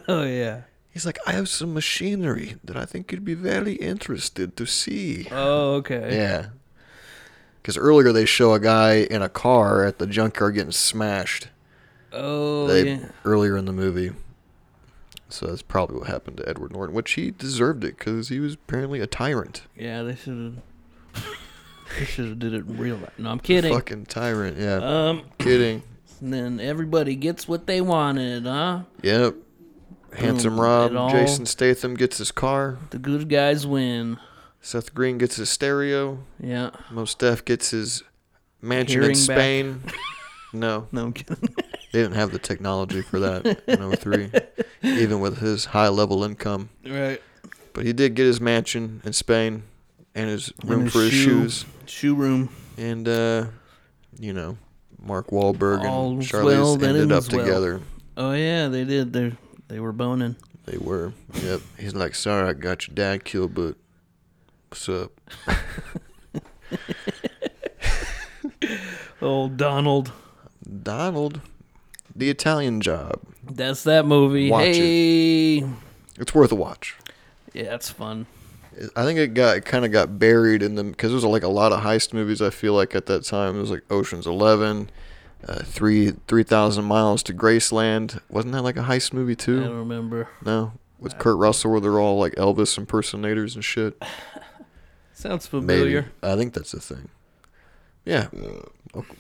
oh yeah. he's like i have some machinery that i think you'd be very interested to see Oh okay. yeah because earlier they show a guy in a car at the junkyard getting smashed Oh they, yeah. earlier in the movie so that's probably what happened to edward norton which he deserved it because he was apparently a tyrant Yeah, they should have. they should have did it in real life. No, I'm kidding. fucking tyrant yeah Um, kidding and then everybody gets what they wanted, huh? yep Handsome Boom. It all- Rob, Jason Statham gets his car, The good guys win. Seth Green gets his stereo, Yeah. Most Def gets his mansion Hearing in back. Spain. no, No, I'm kidding. they didn't have the technology for that in 03, even with his high level income. right. But he did get his mansion in Spain and his room his for his shoe. shoes. Shoe room. And, uh, you know, Mark Wahlberg and All's Charlize well that ended up ends well. together. Oh yeah, they did. They they were boning. They were. Yep. He's like, sorry, I got your dad killed, but what's up? Oh Donald. Donald, the Italian job. That's that movie. Watch it. hey. It's worth a watch. Yeah, it's fun. I think it got kind of got buried in them because there was like a lot of heist movies. I feel like at that time it was like Ocean's Eleven, uh, three three thousand miles to Graceland. Wasn't that like a heist movie I don't too? remember. No, with Kurt Russell, where they're all like Elvis impersonators and shit. Sounds Maybe familiar. I think that's the thing. Yeah, Okay.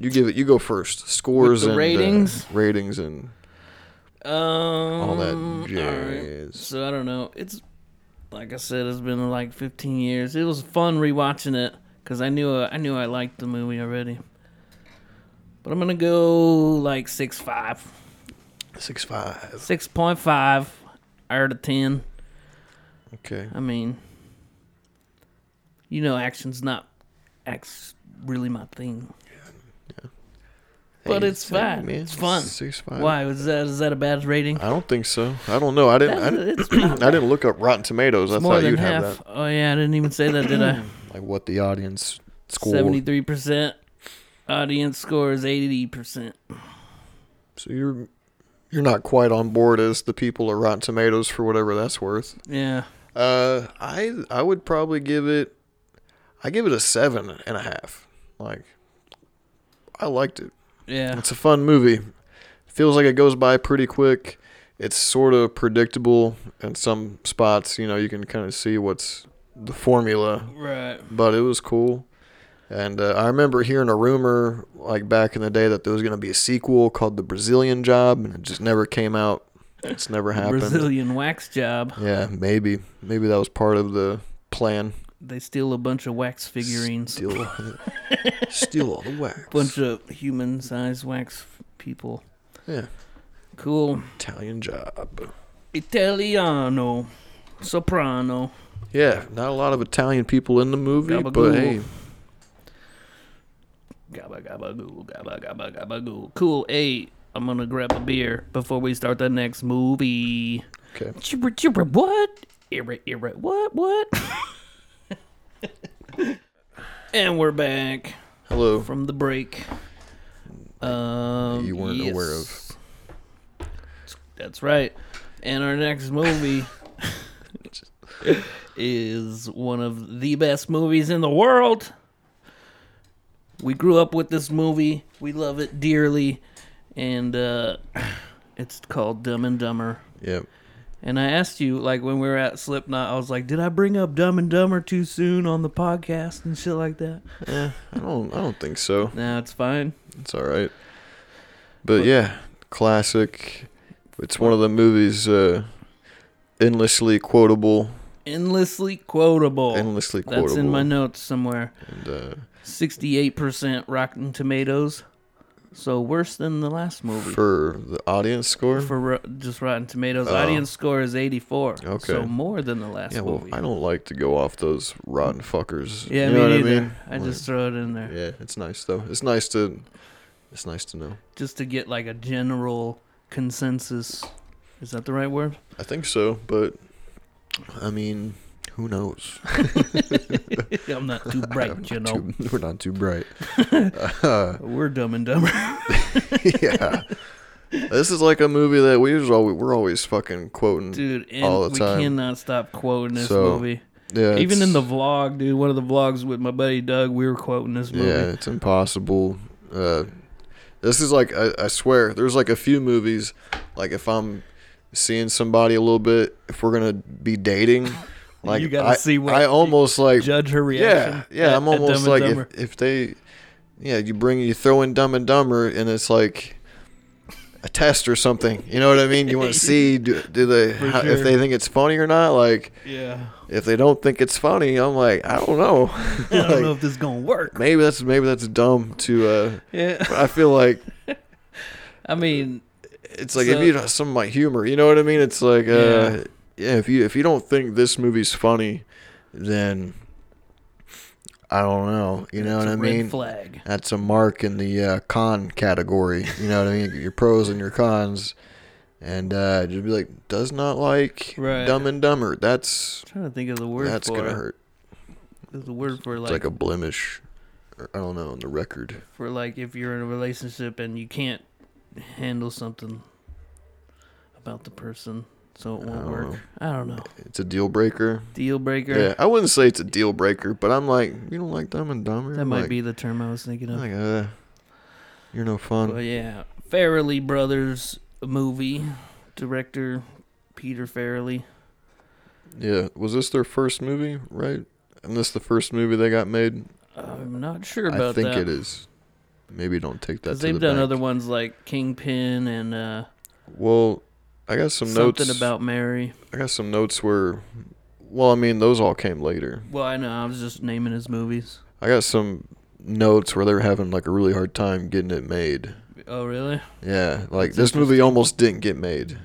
you give it. You go first. Scores the and uh, ratings? ratings and Um, all that Mm, jazz. So I don't know. It's like I said, it's been like 15 years. It was fun rewatching it because I knew I knew I liked the movie already. But I'm gonna go like six five, six five. six point five, out of ten. Okay. I mean, you know, action's not acts really my thing. But Hey, it's same, fun. man. It's fun. Six five. Why was that? Is that a bad rating? I don't think so. I don't know. I didn't. I, That- it's didn't- I didn't look up Rotten Tomatoes. I More thought than you'd half. have that. Oh yeah, I didn't even say that, did I? Like what the audience scored. Seventy-three percent. Audience score is eighty percent. So you're you're not quite on board as the people of Rotten Tomatoes for whatever that's worth. Yeah, Uh, I I would probably give it. I give it a seven and a half. Like, I liked it. yeah. It's a fun movie. Feels like it goes by pretty quick. It's sort of predictable in some spots. You know, you can kind of see what's the formula Right. but it was cool. And uh, I remember hearing a rumor like back in the day that there was going to be a sequel called The Brazilian Job, and it just never came out. It's never happened. Brazilian wax job. Yeah, maybe maybe that was part of the plan. They steal a bunch of wax figurines. Steal, steal all the wax. bunch of human-sized wax people. yeah, Cool. Italian job. Italiano, soprano. Yeah, not a lot of Italian people in the movie, but Gabagool. hey, Gabba gabba goo, gabba gabba gabba goo. Cool. Hey, I'm gonna grab a beer before we start the next movie. okay. Chibra chibra what? Ira ira what what? and we're back Hello. from the break. Um, You weren't aware of. yes. That's right. And our next movie is one of the best movies in the world. We grew up with this movie. We love it dearly, and uh, it's called Dumb and Dumber. Yep. And I asked you, like when we were at Slipknot, I was like, "Did I bring up Dumb and Dumber too soon on the podcast and shit like that?" I don't. I don't think so. No, it's fine. It's all right. But, yeah, classic. It's one of the movies uh, endlessly quotable, Endlessly quotable. endlessly That's quotable. in my notes somewhere. and, uh, Sixty-eight percent Rotten Tomatoes, so worse than the last movie. For, for the audience score. ro- just Rotten Tomatoes, audience score is eighty-four. Okay. so more than the last yeah, well, movie. I don't like to go off those rotten fuckers. yeah, you me know what neither. I mean. Like, just throw it in there yeah, it's nice though. It's nice to. It's nice to know. just to get like a general consensus. Is that the right word? I think so, but I mean, who knows? I'm not too bright, you know. Too- we're not too bright. We're dumb and dumber. yeah. This is like a movie that we usually always, we're always fucking quoting dude. And all the we time. cannot stop quoting this So, movie. Yeah, Even in it's- the vlog, dude, one of the vlogs with my buddy Doug, we were quoting this movie. yeah, it's impossible. Uh, this is like I, I swear, there's like a few movies. Like if I'm seeing somebody a little bit, if we're gonna be dating, like You gotta I, see what I almost like Judge her yeah, reaction. yeah. at- I'm at Dumb almost and like Dumber. if, if they, yeah, you bring you throw in Dumb and Dumber, and it's like a test or something. You know what I mean? You want to see do, do they For how, sure. if they think it's funny or not. Like Yeah. if they don't think it's funny, I'm like I don't know. I don't Like, know if this is gonna work. maybe that's maybe that's dumb to. Uh, Yeah. but I feel like I mean, it's like So- if you don't some of my humor, you know what I mean? It's like uh, Yeah. yeah. if you if you don't think this movie's funny, then I don't know. You know it's what a I red mean? flag. That's a mark in the uh, con category. You know what I mean? Your pros and your cons. And uh, just be like, does not like Right. Dumb and Dumber. That's I'm trying to think of the word that's for gonna it. hurt. There's a word for It's like, like a blemish. Or, I don't know on the record. for like if you're in a relationship and you can't handle something about the person, so it won't don't work. know. I don't know. It's a deal breaker. Deal breaker. Oh. Yeah, I wouldn't say it's a deal breaker, but I'm like, you don't like Dumb and Dumber. That I'm might like, be the term I was thinking of. Like, um, uh, you're no But fun. yeah, Farrelly Brothers movie director Peter Farrelly. Yeah, was this their first movie, right? And this the first movie they got made. I'm not sure about I think that. it is. Maybe don't take that. To Because the they've done bank. other ones like Kingpin and uh, Well, I got some something notes. about Mary. I got some notes where. Well, I mean, those all came later. Well, I know I was just naming his movies. I got some notes where they were having like a really hard time getting it made. Oh, really? Yeah, like this movie almost didn't get made.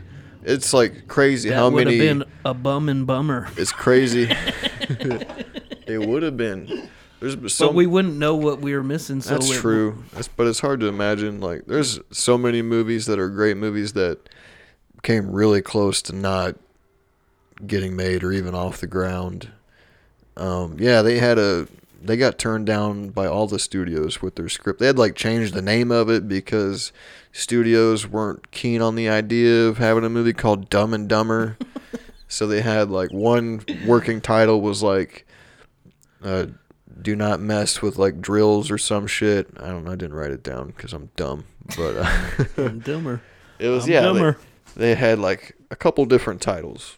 It's like crazy That how would many. have been a bum and bummer. It's crazy. it would have been. There's been so but we wouldn't know what we were missing. So That's it- true. That's, but it's hard to imagine. Like, there's so many movies that are great movies that came really close to not getting made or even off the ground. Um, yeah, they had a. They got turned down by all the studios with their script. They had like changed the name of it because studios weren't keen on the idea of having a movie called Dumb and Dumber. so they had like one working title was like uh, do not mess with like drills or some shit. I don't know. I didn't write it down because I'm dumb. But uh, And Dumber. it was I'm yeah. dumber. They, they had like a couple different titles,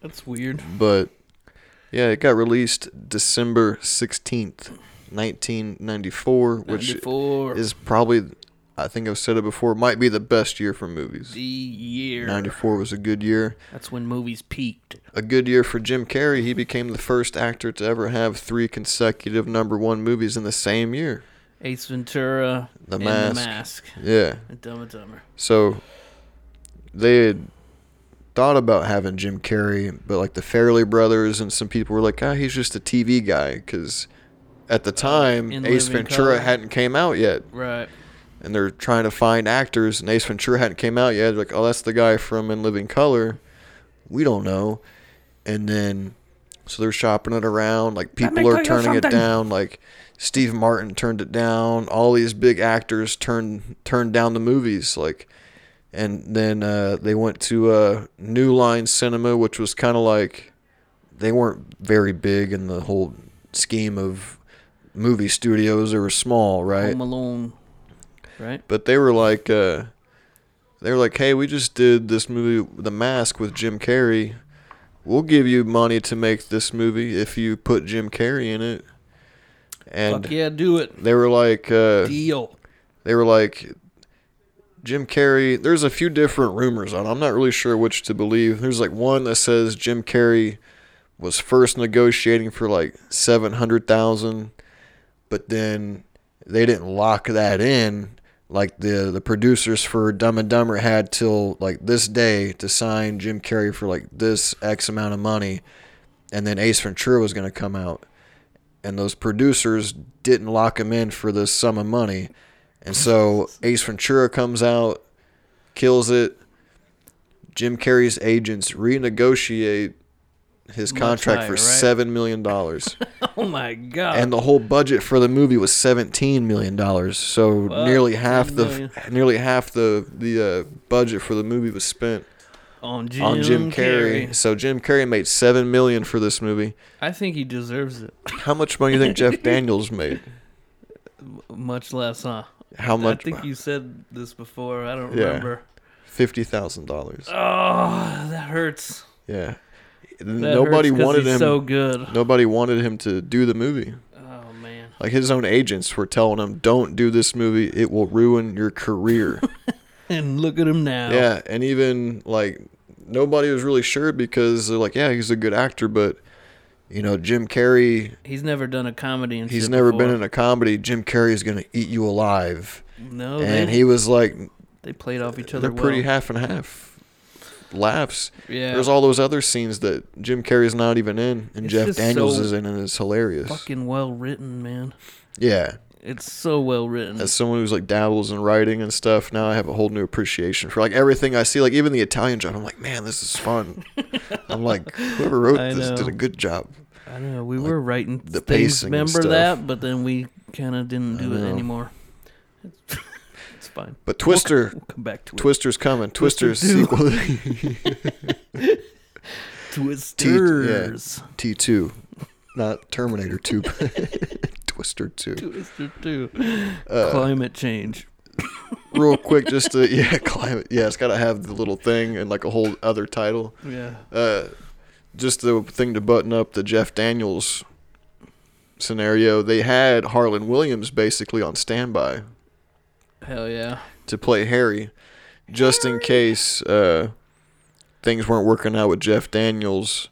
That's weird. but yeah, it got released December sixteenth, nineteen ninety four, which 94, is probably I think I've said it before. Might be the best year for movies. the year. Ninety four was a good year. That's when movies peaked. a good year for Jim Carrey. He became the first actor to ever have three consecutive number one movies in the same year. Ace Ventura, The and Mask. The Mask, Yeah. and Dumb and Dumber. So they had thought about having Jim Carrey, but like the Fairley brothers and some people were like, ah, he's just a TV guy because at the time In Ace Living Ventura Color. hadn't came out yet, Right. and they're trying to find actors, and Ace Ventura hadn't came out yet. They're like, oh, that's the guy from In Living Color. We don't know, and then so they're shopping it around. Like people are turning it down. Like Steve Martin turned it down. All these big actors turned turned down the movies. Like, and then uh, they went to uh, New Line Cinema, which was kind of like they weren't very big in the whole scheme of movie studios. They were small, right? Home Alone. Right. But they were like, uh, they were like, hey, we just did this movie, The Mask, with Jim Carrey. We'll give you money to make this movie if you put Jim Carrey in it. And Fuck yeah, do it. they were like, uh, Deal. they were like, Jim Carrey. There's a few different rumors on. it. I'm not really sure which to believe. There's like one that says Jim Carrey was first negotiating for like seven hundred thousand, but then they didn't lock that in. Like the the producers for Dumb and Dumber had till like this day to sign Jim Carrey for like this X amount of money, and then Ace Ventura was gonna come out, and those producers didn't lock him in for this sum of money, and so Ace Ventura comes out, kills it. Jim Carrey's agents renegotiate his Much contract higher, for right? seven million dollars Oh my god. and the whole budget for the movie was 17 million dollars so Fuck, nearly half the million. nearly half the the uh, budget for the movie was spent on Jim, on Jim Carrey. Carrey. so Jim Carrey made 7 million for this movie I think he deserves it. how much money do you think Jeff Daniels made Much less, huh? how much I think you said this before. I don't Yeah. remember. $50,000 Oh, that hurts. yeah That nobody hurts 'cause wanted he's him So good. nobody wanted him to do the movie Oh man. like his own agents were telling him don't do this movie it will ruin your career and look at him now. Yeah, and even like nobody was really sure because they're like, yeah, he's a good actor, but you know, Jim Carrey, He's never done a comedy and he's shit never been before. in a comedy. Jim Carrey is gonna eat you alive, No, and they, he was like, they played off each other. they're pretty well. half and half laughs. Yeah. There's all those other scenes that Jim Carrey's not even in, and It's Jeff just Daniels so is in, and it's hilarious. Fucking well written, man. yeah. It's so well written. As someone who's like dabbles in writing and stuff, now I have a whole new appreciation for like everything I see. Like even the Italian job, I'm like, man, this is fun. I'm like, whoever wrote I this did know. a good job. I know we were writing the things. pacing and Remember stuff. that, but then we kind of didn't do it know. anymore. it's fine. But Twister, We'll come back to it. Twister's coming. Twister Twister's two. sequel, Twisters. T two, not Terminator two, but Twister two. Twister two. Uh, Climate change. Real quick, just to yeah, climate. Yeah, it's gotta have the little thing and like a whole other title. Yeah. uh, just the thing to button up the Jeff Daniels scenario, they had Harlan Williams basically on standby Hell yeah. to play Harry, just in case uh, things weren't working out with Jeff Daniels.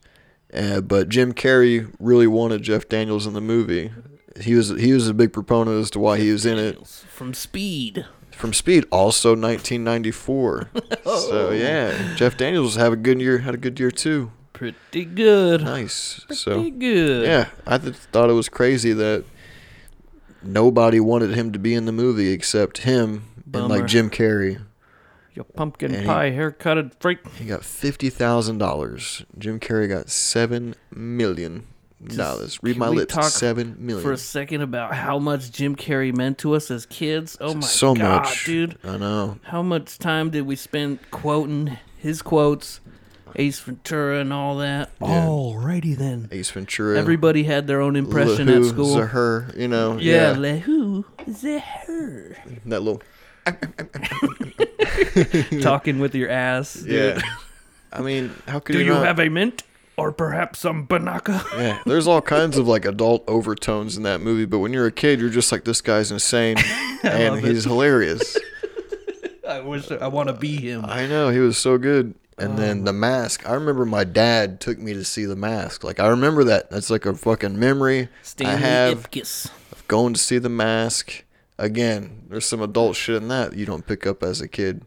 Uh, but Jim Carrey really wanted Jeff Daniels in the movie. He was he was a big proponent as to why he was in it. From Speed. From Speed, also 1994. Oh. So yeah, Jeff Daniels have a good year. Had a good year too. Pretty good. Nice. so Pretty good. yeah, I th- thought it was crazy that nobody wanted him to be in the movie except him and Bummer. like Jim Carrey. Your pumpkin And he- pie haircutted freak. He got fifty thousand dollars. Jim Carrey got seven million dollars. Just- Read can my we lips. talk Seven million. For a second about how much Jim Carrey meant to us as kids. Oh my so god, much, dude. I know. How much time did we spend quoting his quotes, Ace Ventura and all that? Yeah. Alrighty then. Ace Ventura. Everybody had their own impression at LaHoo, school. Zaher, you know. Yeah, Yeah. le who is it her? that little. Talking with your ass. Yeah. I mean, how could Do you not- have a mint? Or perhaps some banaka? Yeah, there's all kinds of like adult overtones in that movie, but when you're a kid, you're just like this guy's insane and he's hilarious. I wish I want to be him. I know he was so good. And Um, then the mask. I remember my dad took me to see the mask. Like I remember that. That's like a fucking memory I Stanley have Ipkiss. of going to see the mask. Again, there's some adult shit in that you don't pick up as a kid.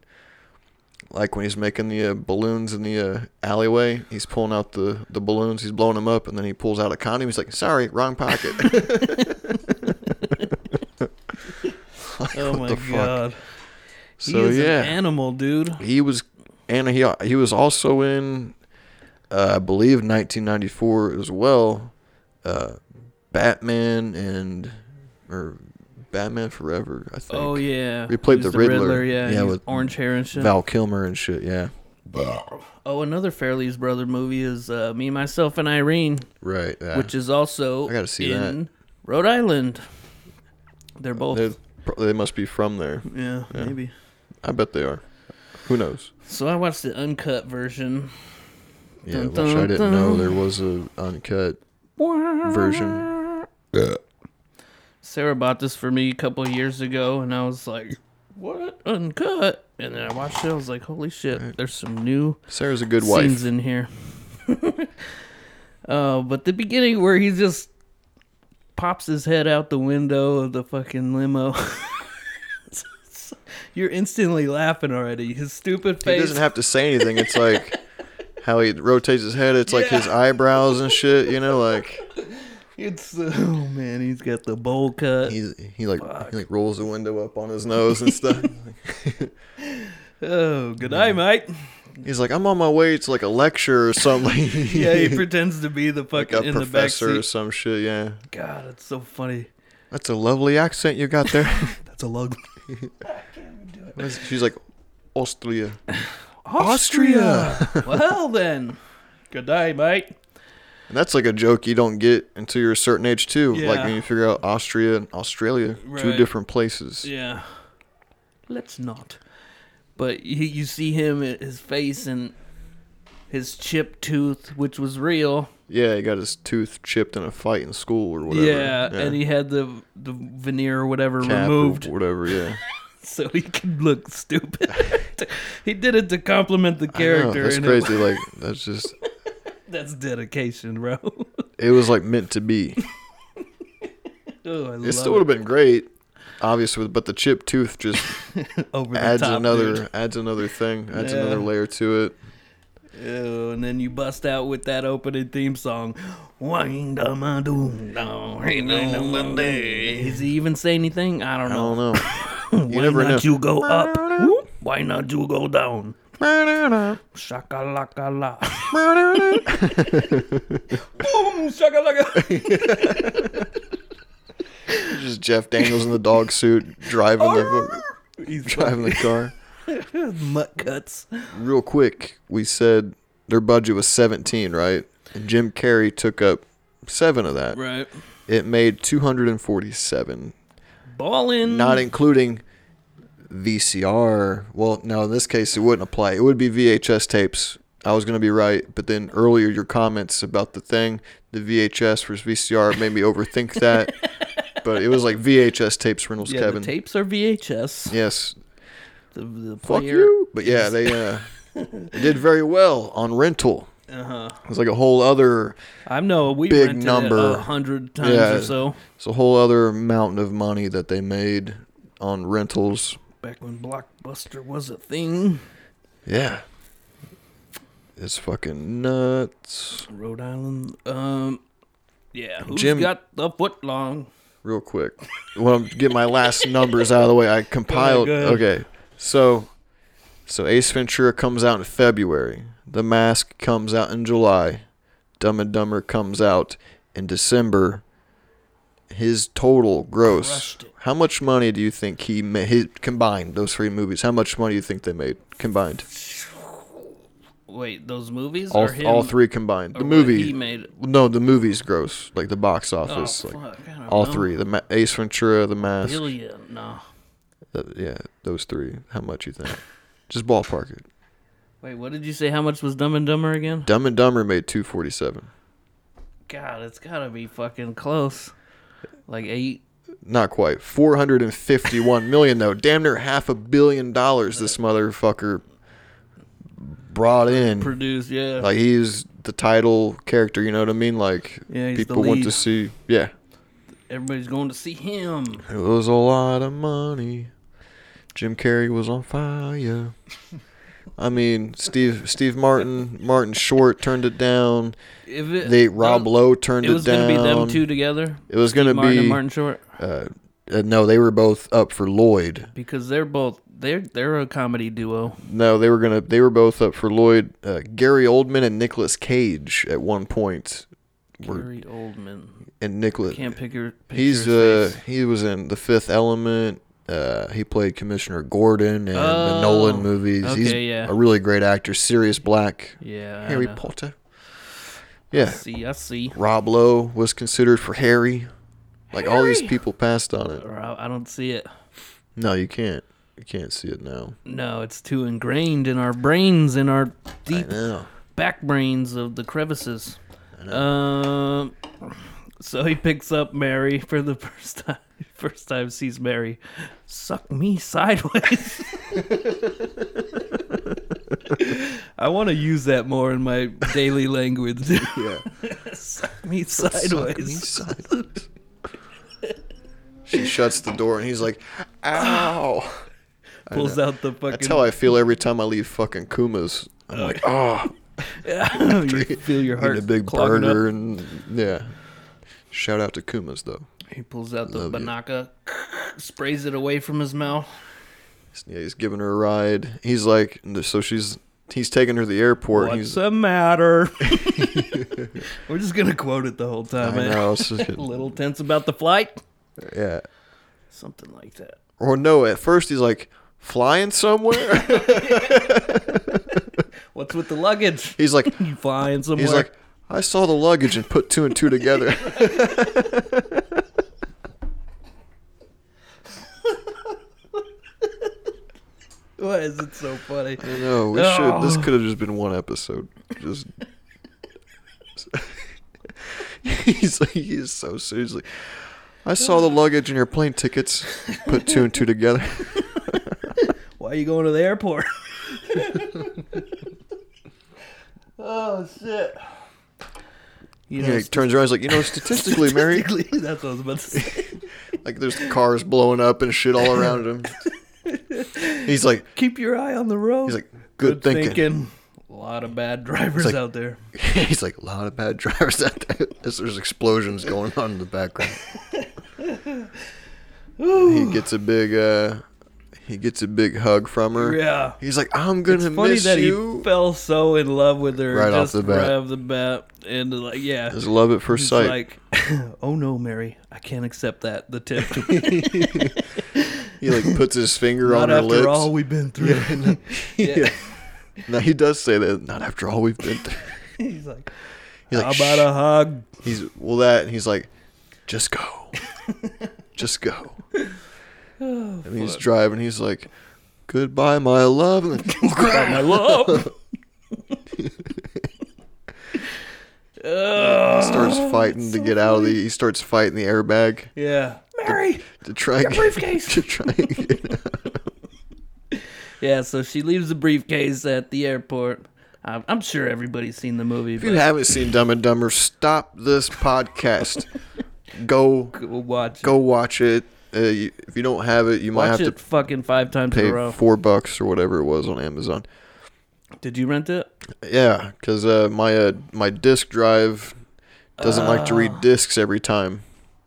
Like when he's making the uh, balloons in the uh, alleyway, he's pulling out the, the balloons, he's blowing them up, and then he pulls out a condom. He's like, "Sorry, wrong pocket." Oh my the fuck? god. So, he is yeah. an animal, dude. he was and he he was also in uh, I believe 1994 as well uh, Batman and or Batman Forever I think Oh yeah. He played He's the Riddler. yeah. Yeah, he's with orange hair and shit. Val Kilmer and shit yeah oh, another Fairley's brother movie is uh, Me, Myself and Irene, right yeah. which is also I gotta see that. Uh, in Rhode Island. They're both they they must be from there yeah, maybe. I bet they are who knows So I watched the uncut version. yeah Dun, which I dun, didn't dun. know there was a uncut version Sarah bought this for me a couple years ago, and I was like, "What uncut?" And then I watched it. I was like, "Holy shit! There's some new Sarah's a good scenes wife in here." uh, but the beginning where he just pops his head out the window of the fucking limo. You're instantly laughing already. His stupid he face. doesn't have to say anything it's like how he rotates his head it's like his Yeah. eyebrows and shit you know like it's oh man, he's got the bowl cut. He's, he like he like rolls the window up on his nose and stuff. oh, good eye, mate. He's like, I'm on my way to like a lecture or something. Yeah, he pretends to be the like fucking a in the back professor or seat. some shit. Yeah, God, it's so funny. that's a lovely accent you got there. That's a lug. She's like, Austria. Austria. well then, good day, mate. And that's like a joke you don't get until you're a certain age too. Like Yeah. when you figure out Austria and Australia, two Right. different places. Yeah. Let's not. But you, you see him, his face, and his chipped tooth, which was real. Yeah, he got his tooth chipped in a fight in school or whatever. Yeah, and he had the the veneer or whatever Cap or removed. whatever. Yeah, so he could look stupid. he did it to compliment the character. That's and it- crazy. like that's just that's dedication, bro. it was like meant to be. oh, I It love still would have been great, obviously, but the chip tooth just over the adds top, another dude. adds another thing, adds Yeah. another layer to it. Ew, and then you bust out with that opening theme song. Wang da ma doom dong, hey, no, no, no. Does he even say anything? I don't I know. don't know. Why never not know. you go up? Whoop. Why not you go down? Shakalaka la. Boom shakalaka. just Jeff Daniels in the dog suit driving the driving the car. Mutt cuts. Real quick, we said their budget was 17, right? And Jim Carrey took up 7 of that. Right. It made 247, Ballin. not including VCR. Well, no, in this case it wouldn't apply. It would be VHS tapes. I was going to be right, but then earlier your comments about the thing, the VHS versus VCR made me overthink that. but it was like VHS tapes Reynolds yeah, Kevin. the tapes are VHS. Yes, The, the fuck player- you. But yeah, they uh, did very well on rental. It was like a whole other, I know we Big rented it number. a hundred times Yeah. or so. it's a whole other mountain of money that they made on rentals. Back when Blockbuster was a thing. Yeah, it's fucking nuts. Rhode Island. Um, yeah. Who's Jim- got the foot long? Real quick, when I'm getting my last numbers out of the way, I compiled. go ahead. okay, so so Ace Ventura comes out in February. The Mask comes out in July. Dumb and Dumber comes out in December. His total gross. Crushed it. How much money do you think he made? His, combined those three movies. How much money do you think they made combined? Wait, those movies All, or him? all three combined. or The what movie. he made? No, the movie's gross. Like the box Oh, office. fuck, like I don't all know. three. The Ma- Ace Ventura, The Mask. Billion. No. the- yeah, those three. How much you think? Just ballpark it. Wait, what did you say? How much was Dumb and Dumber again? Dumb and Dumber made two forty seven. God, it's gotta be fucking close. Like eight. Not quite. Four hundred and fifty one million though. Damn near half a billion dollars this motherfucker brought in. Produced, yeah. Like he's the title character, you know what I mean? Like Yeah, he's the people want to lead. see Yeah. Everybody's going to see him. It was a lot of money. Jim Carrey was on fire. I mean, Steve Steve Martin Martin Short turned it down. If it, They Rob that- Lowe turned It it, was down. gonna be them two together. It was gonna Martin be and Martin Short. Uh, uh, no, they were both up for Lloyd. Because they're both they're they're a comedy duo. No, they were gonna. They were both up for Lloyd. Uh, Gary Oldman and Nicolas Cage at one point, Gary Oldman. and Nicolas. Can't pick your picture He's uh his face. he was in The Fifth Element. Uh, he played Commissioner Gordon in the Nolan Oh, movies. He's okay, yeah. a really great actor. Sirius Black, Yeah. I Harry know. Potter. Yeah, See, I see. Rob Lowe was considered for Harry. Like all these people passed on it. Or I I don't see it. No, you can't. You can't see it now. No, it's too ingrained in our brains, in our deep No. back brains of the crevices. Um, so he picks up Mary for the first time. First time sees Mary, suck me sideways. I want to use that more in my daily language. Yeah. suck me Suck me sideways. sideways. she shuts the door and he's like, "Ow." Pulls out the fucking. That's how I feel every time I leave fucking Kuma's. I'm Uh, like, "Oh, you feel your heart eating a big clogging up. burger and yeah." Shout out to Kuma's though. He pulls out the Love you. banaka, sprays it away from his mouth. Yeah, he's giving her a ride. He's like, so she's he's taking her to the airport. and What's he's the matter? We're just gonna quote it the whole time. I man. know, it's just- a little tense about the flight, yeah. something like that. Or no, at first he's like flying somewhere. What's with the luggage? he's like You flying somewhere? he's like I saw the luggage and put two and two together. why is it so funny? No, we should. Oh. This could have just been one episode. Just. he's like, he's so seriously. I saw the luggage and your plane tickets. Put two and two together. Why are you going to the airport? oh shit. You Yeah, he turns around. He's like, you know, statistically, Mary, statistically- that's what I was about to say. like there's cars blowing up and shit all around him. He's like, Keep your eye on the road. he's like, good, thinking. A lot of bad drivers like- out there. He's like, a lot of bad drivers out there. There's there's explosions going on in the background. he gets a big, uh, he gets a big hug from her. Yeah. He's like, I'm gonna It's funny miss that you. he fell so in love with her Right off just the bat. right off the bat, and like yeah, Just love at first He's sight. like, oh no, Mary, I can't accept that. The tip. he like puts his finger Not on her after lips. all we've been through. yeah. No, he does say that. Not after all we've been through. He's like, He's how like, about "Shh." a hug? He's well that and he's like, just go, just go. Oh, and he's driving. He's like, goodbye, my love. And then, My love. Ugh. starts fighting to get out of the. He starts fighting the airbag yeah, Mary. to try and briefcase. to try and get out. Yeah, so she leaves the briefcase at the airport. I'm, I'm sure everybody's seen the movie. If you haven't seen Dumb and Dumber, stop this podcast. Go but we'll watch. go watch it. Uh, you, if you don't have it, you it. might Watch have it to fucking five times in a pay row. four bucks or whatever it was on Amazon. Did you rent it? Yeah, because uh, my uh, my disk drive doesn't like to read discs every time.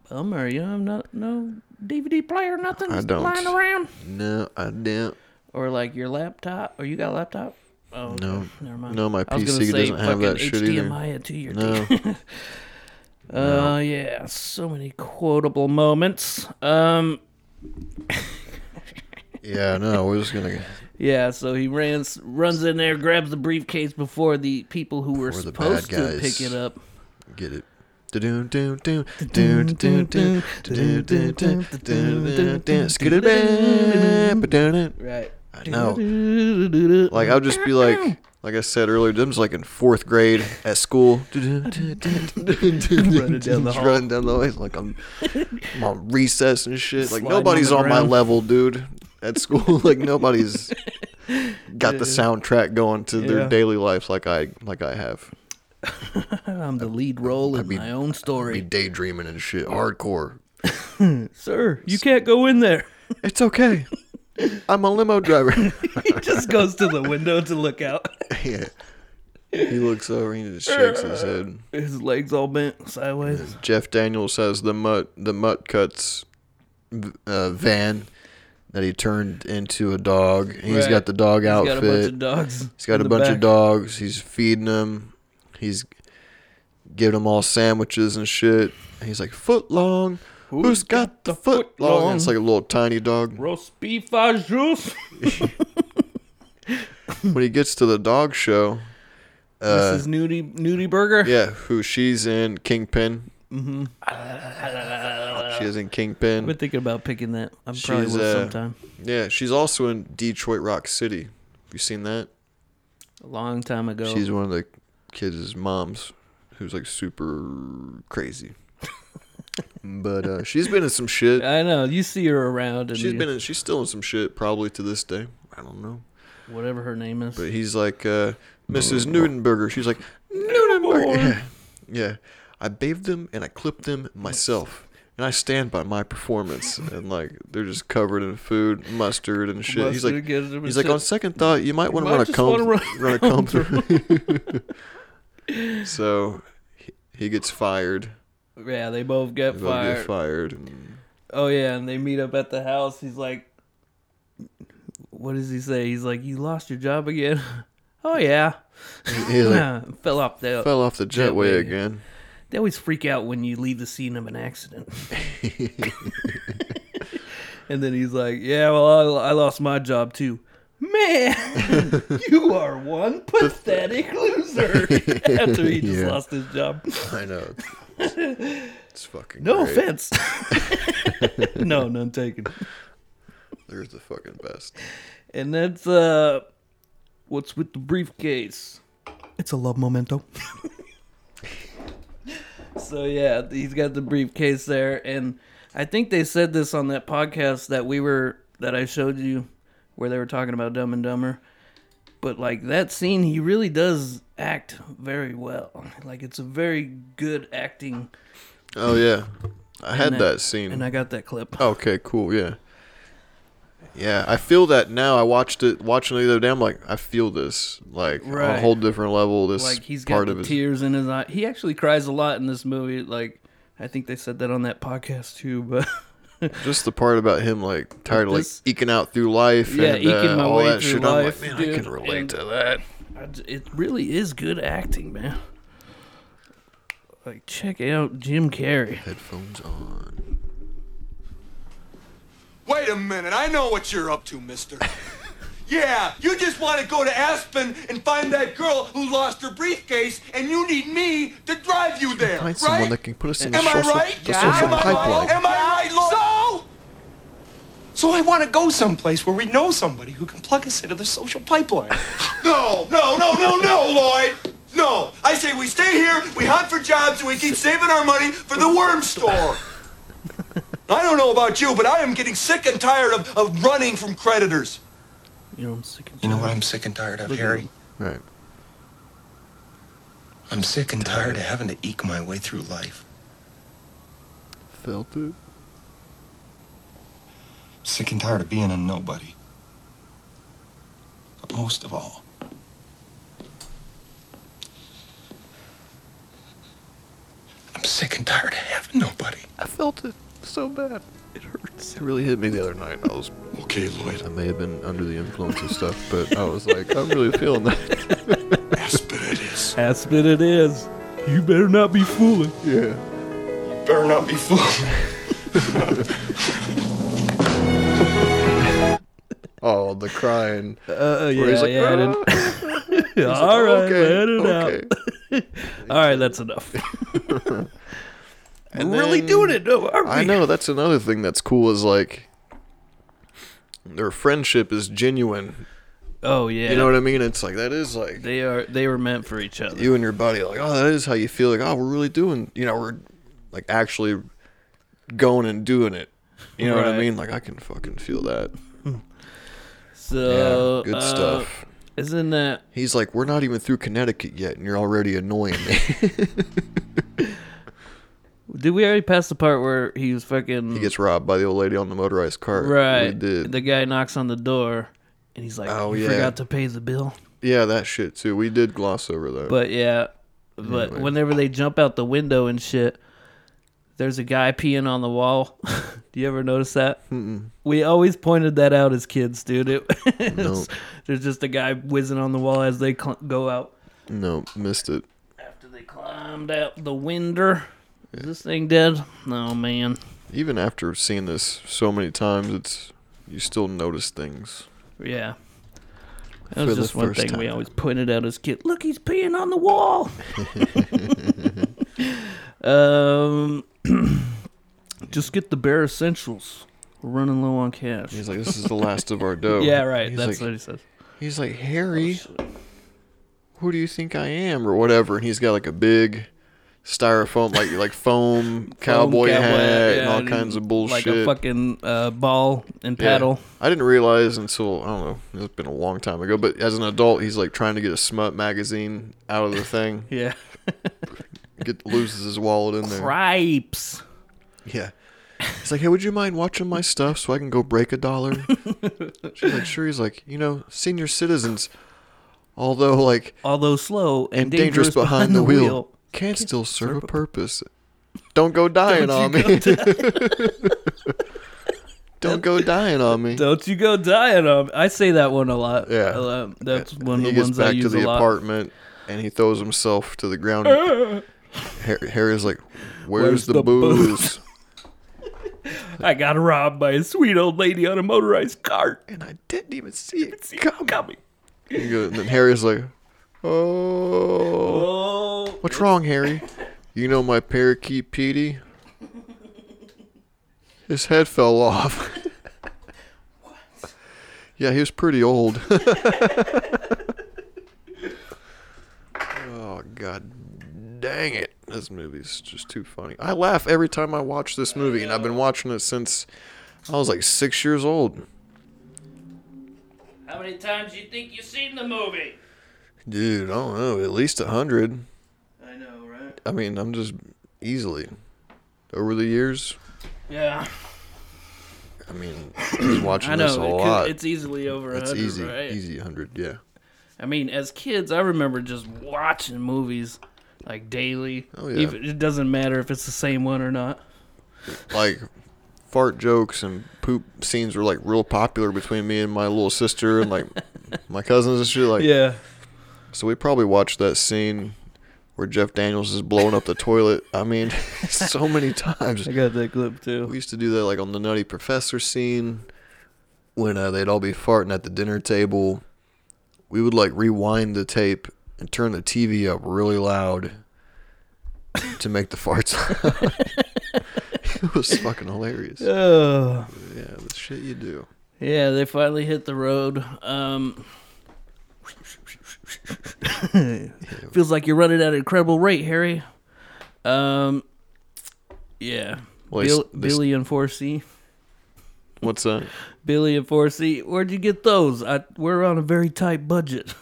Bummer. You have not no DVD player, nothing I just don't. lying around, No, I didn't. or like your laptop. Or you got a laptop? Oh okay. No. never mind. No, my I was gonna PC say doesn't have that fucking shit either. HDMI it to your No. TV. Uh, yeah, so many quotable moments. Um, Yeah, no, we're just gonna yeah, so he runs runs in there, grabs the briefcase before the people who were Before the bad supposed to pick guys. it up. get it. Do do do do do do do do do do Skidabam. Right. I know. Like I'll just be like, like I said earlier, Dim's like in fourth grade at school, running down the hall. running down the hall. Like I'm, I'm on recess and shit. Like Sliding on nobody's the on my ground. level, dude. At school, like nobody's got the soundtrack going to Yeah. their daily life like I like I have. I'm the lead role in be- my own Be story. daydreaming and shit, hardcore. Sir, you can't go in there. It's okay. I'm a limo driver. He just goes to the window to look out. yeah. He looks over and he just shakes his head. His legs all bent sideways. Jeff Daniels has the mutt the mutt cuts v- uh, van that he turned into a dog. He's Right. got the dog He's outfit. got a bunch of dogs. He's got in a the bunch of back. dogs. He's feeding them. He's giving them all sandwiches and shit. And he's like foot long. Who's got the foot long? And It's like a little tiny dog. Roast beef au jus. When he gets to the dog show, this is nudie nudie burger. Uh, yeah, who she's in Kingpin. Mm-hmm. She is in Kingpin. I've been thinking about picking that. I'm probably She's, will uh, sometime. Yeah, she's also in Detroit Rock City. Have you seen that? A long time ago. She's one of the kids' moms who's like super crazy. but uh, she's been in some shit. I know. You see her around and She's you- been in, she's still in some shit probably to this day. I don't know. whatever her name is. But he's like uh, Mrs. Newdenberger. She's like Newdenberger. Yeah. yeah. I bathed them and I clipped them myself. And I stand by my performance. and like they're just covered in food, mustard and shit. he's Mustard like gives them he's a like on shit. second thought, you might want to might run a just comb wanna run a comb through. so he, he gets fired. yeah, they both get He'll fired. get fired. and- Oh yeah, and they meet up at the house. He's like, "What does he say?" He's like, "You lost your job again." oh yeah, He's like fell off the. fell off the jetway Jetway. again. They always freak out when you leave the scene of an accident. and then he's like, "Yeah, well, I, I lost my job too." Man, you are one pathetic loser. After he just Yeah. lost his job. I know. It's, it's fucking No great. offense. no, none taken. There's the fucking best. And that's uh, what's with the briefcase? It's a love memento. so yeah, he's got the briefcase there, and I think they said this on that podcast that we were that I showed you where they were talking about Dumb and Dumber. But like that scene, he really does act very well. Like it's a very good acting. Oh yeah, I had and that scene. and I got that clip. Okay, cool. Yeah. Yeah, I feel that now. I watched it watching it the other day. I'm like, I feel this like on Right. a whole different level. This like he's got part the of his tears in his eye. He actually cries a lot in this movie. Like I think they said that on that podcast too. But just the part about him like tired of like this- eking out through life Yeah, and eking uh, my all way that through shit. life, I'm like, man, I dude, can relate and- to that. I j- it really is good acting, man. Like check out Jim Carrey. Headphones on. Wait a minute, I know what you're up to, mister. yeah, you just want to go to Aspen and find that girl who lost her briefcase, and you need me to drive you there, Find right? someone that can put us in the Am I social, right? the social Am I pipeline. right? Am I right? So I want to go someplace where we know somebody who can plug us into the social pipeline. So? No, no, no, no, no, Lloyd. No, I say we stay here, we hunt for jobs, and we keep saving our money for the worm store. I don't know about you, but I am getting sick and tired of, of running from creditors. You know I'm sick of You know what I'm sick and tired of, Look at Harry? him. Right. I'm sick and tired of having to eke my way through life. Felt it. Sick and tired of being a nobody. But most of all, I'm sick and tired of having nobody. I felt it so bad. It hurts. It really hit me the other night. I was Okay, Lloyd, I may have been under the influence of stuff, but I was like, I'm really feeling that. Aspen it is. Aspen it is. You better not be fooling. Yeah. Better not be fooled. Oh, the crying. Uh, yeah, he's like, "Ah." yeah. I didn't- All right, let it out. All right, that's enough. We're really then- doing it, though, aren't we? I know that's another thing that's cool is like their friendship is genuine. Oh yeah, You know what I mean? It's like that is like they are. They were meant for each other. you and your buddy like, oh, that is how you feel. Like, oh, we're really doing. You know, we're like actually going and doing it. You know what I Right. mean? Like I can fucking feel that. so yeah, good uh, stuff. Isn't that He's like, we're not even through Connecticut yet, and you're already annoying me. Did we already pass the part where he was fucking he gets robbed by the old lady on the motorized cart. right? We did. The guy knocks on the door, and he's like, Oh, "You yeah. forgot to pay the bill." yeah, that shit too. We did gloss over that. But yeah, but Anyway. whenever they jump out the window and shit, there's a guy peeing on the wall. Do you ever notice that? Mm-mm. We always pointed that out as kids, dude. It, it's- There's just a guy whizzing on the wall as they cl- go out no, missed it. after they climbed out the window. Is this thing dead? No, man. Even after seeing this so many times, it's you still notice things. Yeah. For That was the just one first thing we time. always pointed out as kid. Look, he's peeing on the wall. um, just get the bare essentials. We're running low on cash. He's like, "This is the last of our dough." yeah, right. He's That's what like, Oh, he says. he's like Harry. who do you think I am, or whatever? And he's got like a big styrofoam, like like foam cowboy, Foam hat and yeah, all kinds of bullshit. Like a fucking uh, ball and Yeah. paddle. I didn't realize until I don't know. It's been a long time ago, but as an adult, he's like trying to get a smut magazine out of the thing. Yeah. Get loses his wallet in there. Cripes. Yeah. He's like, hey, would you mind watching my stuff so I can go break a dollar? She's like, sure. He's like, you know, senior citizens, although like Although slow and, and dangerous, behind, the, wheel, can still serve a purpose. Don't go dying on you me. Don't go dying on me. Don't you go dying on. I say that one a lot. Yeah. Uh, that's one he of the gets ones I back to use the a lot. apartment and he throws himself to the ground. Har- Harry's like, where's, Where's the, the booze? I got robbed by a sweet old lady on a motorized cart. and I didn't even see it Come, coming. You go- And then Harry's like, "Oh, Oh, what's wrong, Harry? You know my parakeet Petey? His head fell off. Yeah, he was pretty old. oh god, dang it! This movie's just too funny. I laugh every time I watch this movie, and I've been watching it since I was like six years old. How many times do you think you've seen the movie? Dude, I don't know. At least a hundred. I know, right? I mean, I'm just easily over the years. Yeah. I mean, just watching I know, this a it could- lot. it's easily over It's 100, easy, right? easy hundred. Yeah. I mean, as kids, I remember just watching movies like daily. Oh, yeah. Even- it doesn't matter if it's the same one or not. like fart jokes and poop scenes were like real popular between me and my little sister and like my cousins and shit. Like, Yeah. So we probably watched that scene where Jeff Daniels is blowing up the toilet. I mean, so many times. I got that clip too. We used to do that like on the Nutty Professor scene when uh, they'd all be farting at the dinner table. We would like rewind the tape and turn the TV up really loud to make the farts. loud. it was fucking hilarious. Oh. Yeah, the shit you do. Yeah, they finally hit the road. Um, feels like you're running at an incredible rate, Harry. Um, yeah. Well, they s- Bill, they s- Billy and 4C. What's that? Billy and 4C. Where'd you get those? I, we're on a very tight budget.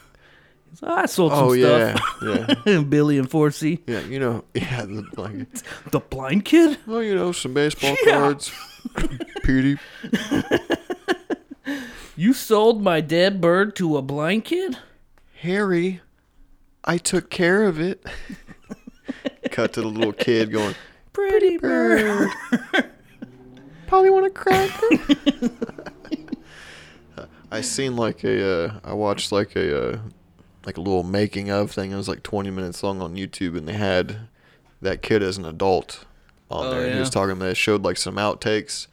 He's like, I sold some Oh, yeah, stuff. yeah. Billy and 4C. Yeah, you know, yeah, the, like The blind kid? Well, you know, some baseball Yeah. cards, Petey. You sold my dead bird to a blind kid? Harry, I took care of it. Cut to the little kid going, Pretty bird. Polly want a cracker? I seen like a, uh, I watched like a, uh, like a little making of thing. It was like 20 minutes long on YouTube, and they had that kid as an adult on Oh, there. And he yeah. was talking. They showed like some outtakes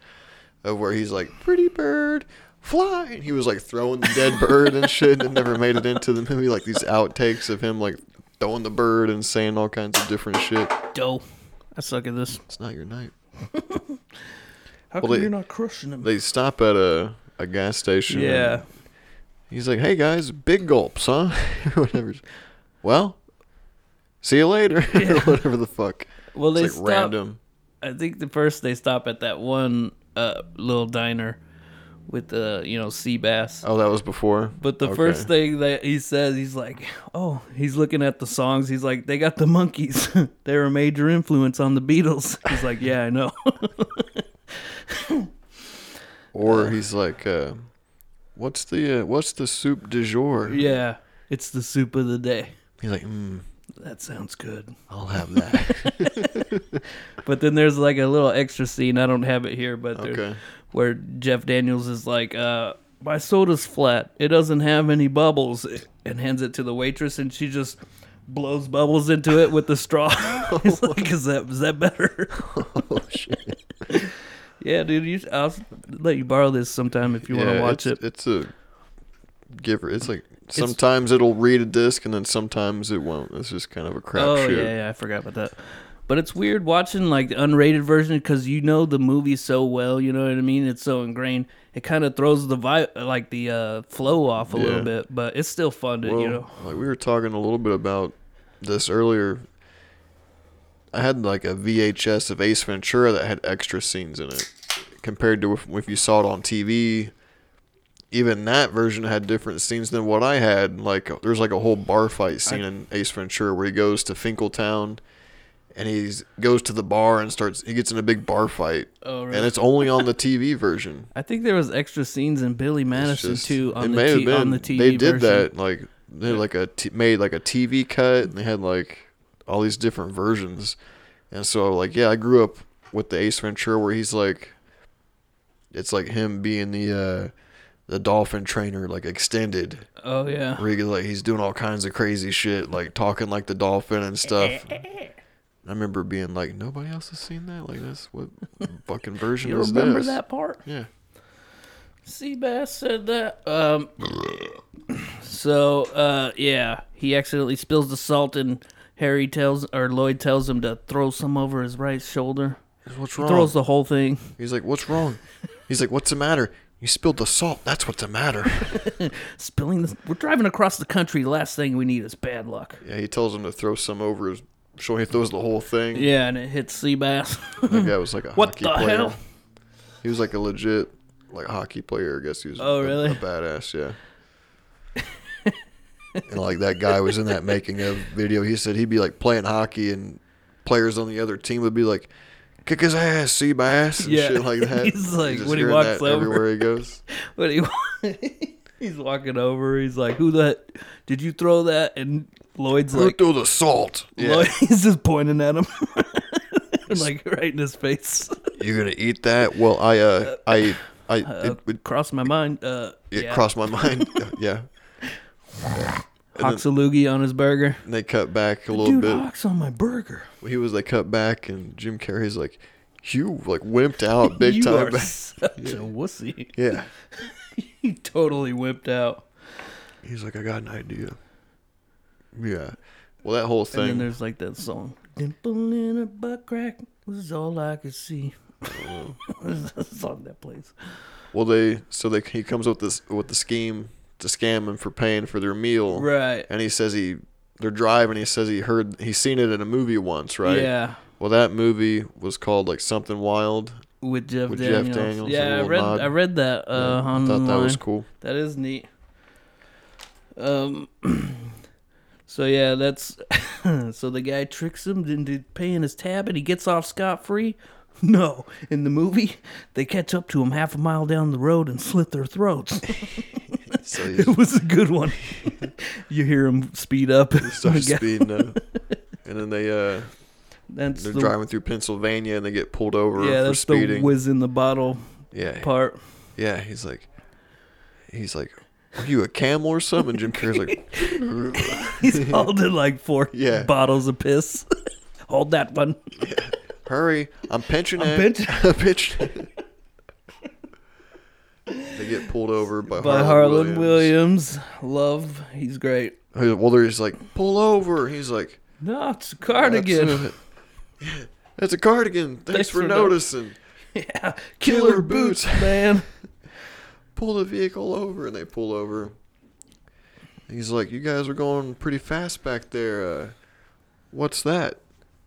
of where he's like, "Pretty bird, fly," and he was like throwing the dead bird and shit, and it never made it into the movie. Like these outtakes of him like throwing the bird and saying all kinds of different shit. Doe. I suck at this. It's not your night. How Well, come they- you're not crushing him? They stop at a, a gas station. and Yeah. He's like, hey guys, big gulps, huh? Or Whatever. Well, see you later. Or Whatever the fuck. Well, they it's like stop- random. I think the first they stop at that one uh, little diner with the you know sea bass. Oh, that was before. But the Okay. first thing that he says, he's like, "Oh, he's looking at the songs. He's like, they got the monkeys. they were a major influence on the Beatles." He's like, "Yeah, I know." Or he's like, uh, what's the uh, what's the soup du jour? yeah, it's the soup of the day. He's like, mm, That sounds good. I'll have that. But then there's like a little extra scene. I don't have it here, but there- Okay. where Jeff Daniels is like, uh, "My soda's flat. It doesn't have any bubbles," and hands it to the waitress, and she just blows bubbles into it with the straw. He's like, "Is that is that better?" oh shit. yeah, dude. You, I'll s- let you borrow this sometime if you want to Yeah, watch it's, it. It's a giver. It's like sometimes it'll read a disc and then sometimes it won't. It's just kind of a crap Oh shoot. yeah, yeah, I forgot about that. But it's weird watching like the unrated version because you know the movie so well. You know what I mean? It's so ingrained. It kind of throws the vi- like the uh, flow off a Yeah. little bit, but it's still fun to you know. Like we were talking a little bit about this earlier. I had like a VHS of Ace Ventura that had extra scenes in it, compared to if, if you saw it on TV. Even that version had different scenes than what I had. Like there's like a whole bar fight scene in Ace Ventura where he goes to Finkeltown, and he goes to the bar and starts. He gets in a big bar fight, Oh, and really? it's only on the TV version. I think there was extra scenes in Billy It's Madison just- too it on may the, have t- on been. the TV They version. did that like they had like a t- made like a TV cut and they had like all these different versions. And so like yeah, I grew up with the Ace Ventura where he's like it's like him being the uh the dolphin trainer like extended. Oh yeah, Where he, like he's doing all kinds of crazy shit like talking like the dolphin and stuff. I remember being like nobody else has seen that like that's what fucking version you is remember this? that part? Yeah. Seabass said that. Um, so uh, yeah, he accidentally spills the salt, and Harry tells or Lloyd tells him to throw some over his right shoulder. What's He wrong? throws the whole thing. He's like, "What's wrong?" He's like, "What's the matter?" You spilled the salt. That's what's the matter. Spilling this. We're driving across the country. Last thing we need is bad luck. yeah, he tells him to throw some over his shoulder. He throws the whole thing. Yeah, and it hits Seabass. that guy was like a What hockey the player. hell? He was like a legit like hockey player. I guess he was. Oh, a- really? A badass. Yeah. and like that guy was in that making of video. He said he'd be like playing hockey and players on the other team would be like, kick his ass, see my ass, and Yeah. shit like that. He's like, just when he hearing walks that over. everywhere he goes. But he he's walking over. He's like, "Who the did you throw that?" And Lloyd's Who like, threw the salt? Yeah. Lloyd, he's just pointing at him, and like right in his face. You're gonna eat that? Well, I, uh, I, I, Uh, it, it, crossed my mind. Uh, it yeah. crossed my mind. Uh, yeah. Hawks a loogie on his burger. And they cut back a little Dude, bit. Hawks on my burger. He was like cut back, and Jim Carrey's like, you like wimped out big you time. are such a wussy. yeah. He totally whipped out. He's like, I got an idea. Yeah. Well, that whole And then thing. there's like that song. Dimple in a butt crack was all I could see. There's a song that plays. Well, they so they he comes up with this with the scheme to scam him for paying for their meal. Right. And he says he they're driving. He says he heard he's seen it in a movie once, right? Yeah. Well, that movie was called like something wild. With Jeff With Jeff Daniels. Daniels, a Yeah, I little read nod. I read that uh I thought online. that was cool. That is neat. Um so yeah, that's so the guy tricks him into paying his tab and he gets off scot free. No, in the movie, they catch up to him half a mile down the road and slit their throats. So he it was a good one. you hear him speed up. starts speeding up, and then they uh That's they're the, driving through Pennsylvania and they get pulled over yeah, for that's the speeding. whiz in the bottle yeah. part. Yeah. He's like, he's like, are you a camel or something? And Jim Carrey's like. He's hauled in like four Yeah. bottles of piss. Hold that one. Hurry! I'm pinching it. pinching- I'm pinching it. they get pulled over by, By Harlan Williams. Love. He's great. Williams. Well, they're just like, pull over. He's like, No, it's a "That's cardigan. a- yeah, That's a cardigan. Thanks, Thanks for, for no- noticing. yeah. Killer Killer boots, boots. man. Pull the vehicle over, and they pull over. And he's like, you guys are going pretty fast back there. Uh, what's that?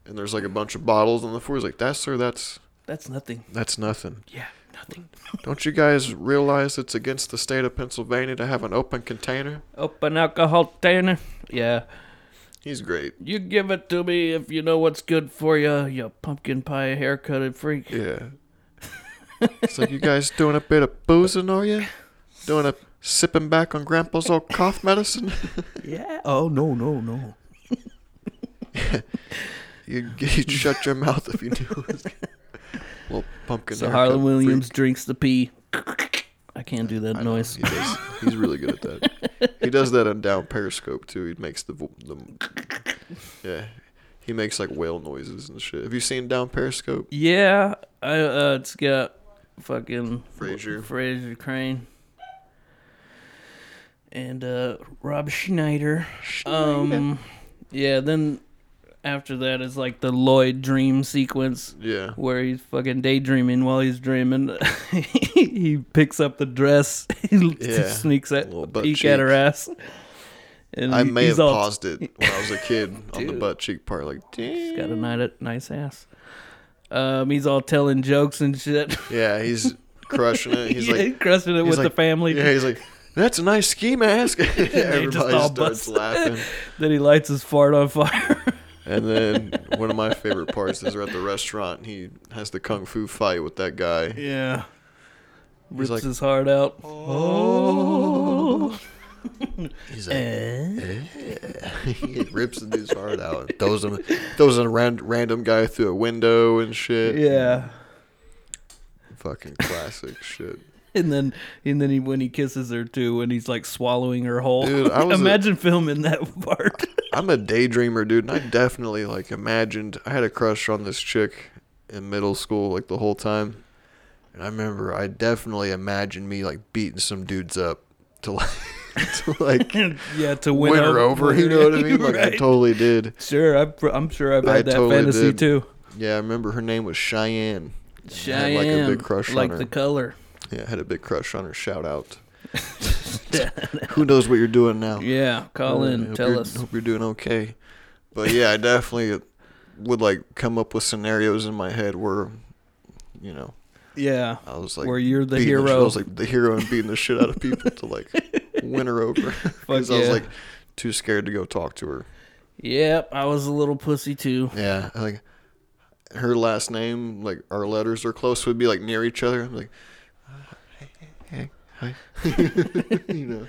And there's like a bunch of bottles on the floor. He's like, that's sir, that's That's nothing. that's nothing. Yeah, nothing. Don't you guys realize it's against the state of Pennsylvania to have an open container? Open alcohol tanner. Yeah. He's great. You give it to me if you know what's good for you, you pumpkin pie haircutted freak. Yeah. it's like you guys doing a bit of boozing, are you? Doing a sipping back on Grandpa's old cough medicine? Yeah. Oh, no, no, no. you'd, you'd shut your mouth if you knew. It was little pumpkin. So haircut Harlan Williams freak. drinks the pee. I can't do that noise. He does. He's really good at that. He does that on Down Periscope too. He makes the, vo- the yeah. He makes like whale noises and shit. Have you seen Down Periscope? Yeah, I uh, it's got fucking Frasier. Fraser Crane, and uh, Rob Schneider. Um, yeah. Then after that is like the Lloyd dream sequence Yeah. where he's fucking daydreaming while he's dreaming. he picks up the dress, he Yeah, sneaks at little butt peek at her cheek. ass. And I he- may he's have all- paused it when I was a kid on the Dude. butt cheek part. Like, damn. Got a nice, nice ass. Um, he's all telling jokes and shit. Yeah, he's crushing it. He's yeah, like, crushing it he's with like- the family. Yeah, he's like, that's a nice ski mask. Everybody just all starts bust. laughing. then he lights his fart on fire. And then one of my favorite parts is they're at the restaurant and he has the kung fu fight with that guy. yeah. Rips like- "Oh." his heart out. He's like, "Eh." he rips the dude's heart out, and throws him, throws a ran- random guy through a window and shit. Yeah. Fucking classic shit. And then and then he when he kisses her too, and he's like swallowing her whole. Dude, I was a- Imagine filming that part. I'm a daydreamer, dude, and I definitely like imagined I had a crush on this chick in middle school like the whole time. And I remember I definitely imagined me like beating some dudes up to like to like win yeah, to win, her over, you know what I mean? Like right. I totally did. Sure, I've, pr- I'm sure I've had I that totally fantasy did. too. Yeah, I remember her name was Cheyenne. I Cheyenne, had, like, a big crush on like her. the color. Yeah, I had a big crush on her. Shout out. Who knows what you're doing now? Yeah, call Uh, in, hope tell you're- us. Hope you're doing okay. But yeah, I definitely would like come up with scenarios in my head where, you know, Yeah, I was like, where you're the beating hero. shit- I was like the hero and beating the shit out of people to like win her over. Because I was yeah. like too scared to go talk to her. Yep, I was a little pussy too. Yeah, I like her last name, like our letters are close, so we'd be like near each other. I'm like, hey, hey, hey, hi. you know,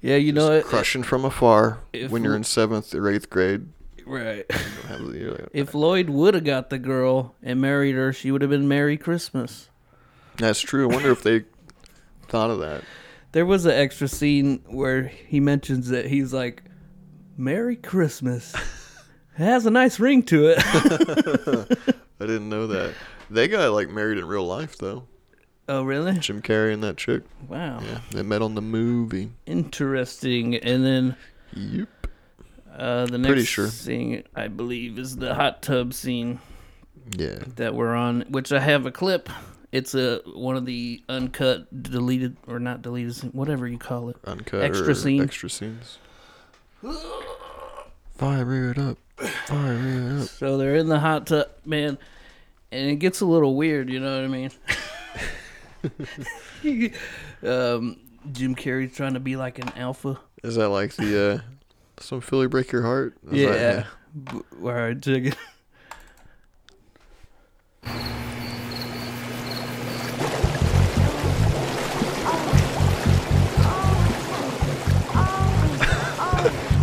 Yeah, you know it. crushing from afar If when you're in seventh or eighth grade. Right. you know, have the- you're like, If Lloyd would have got the girl and married her, she would have been Merry Christmas. That's true. I wonder if they thought of that. There was an extra scene where he mentions that he's like, Merry Christmas. It has a nice ring to it. I didn't know that. They got like married in real life though. oh, really? Jim Carrey and that chick. Wow. Yeah, they met on the movie. Interesting. And then Yep. uh, the next Pretty sure. scene, I believe, is the hot tub scene. Yeah. that we're on, which I have a clip. It's a one of the uncut, deleted or not deleted, scene- whatever you call it. Uncut Extra or scene. Extra scenes. Fire it up. Fire it up. So they're in the hot tub, man, and it gets a little weird. You know what I mean? um, Jim Carrey's trying to be like an alpha. Is that like the uh some Philly break your heart? Is that- B- All right, check it.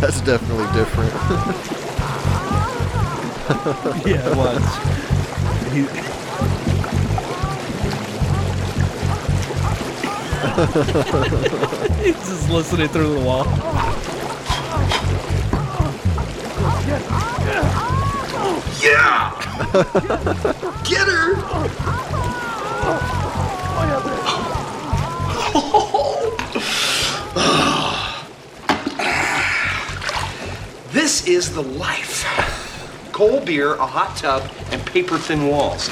That's definitely different. Yeah, watch. He, He's just listening through the wall. Get her! this is the life. Cold beer, a hot tub, and paper thin walls.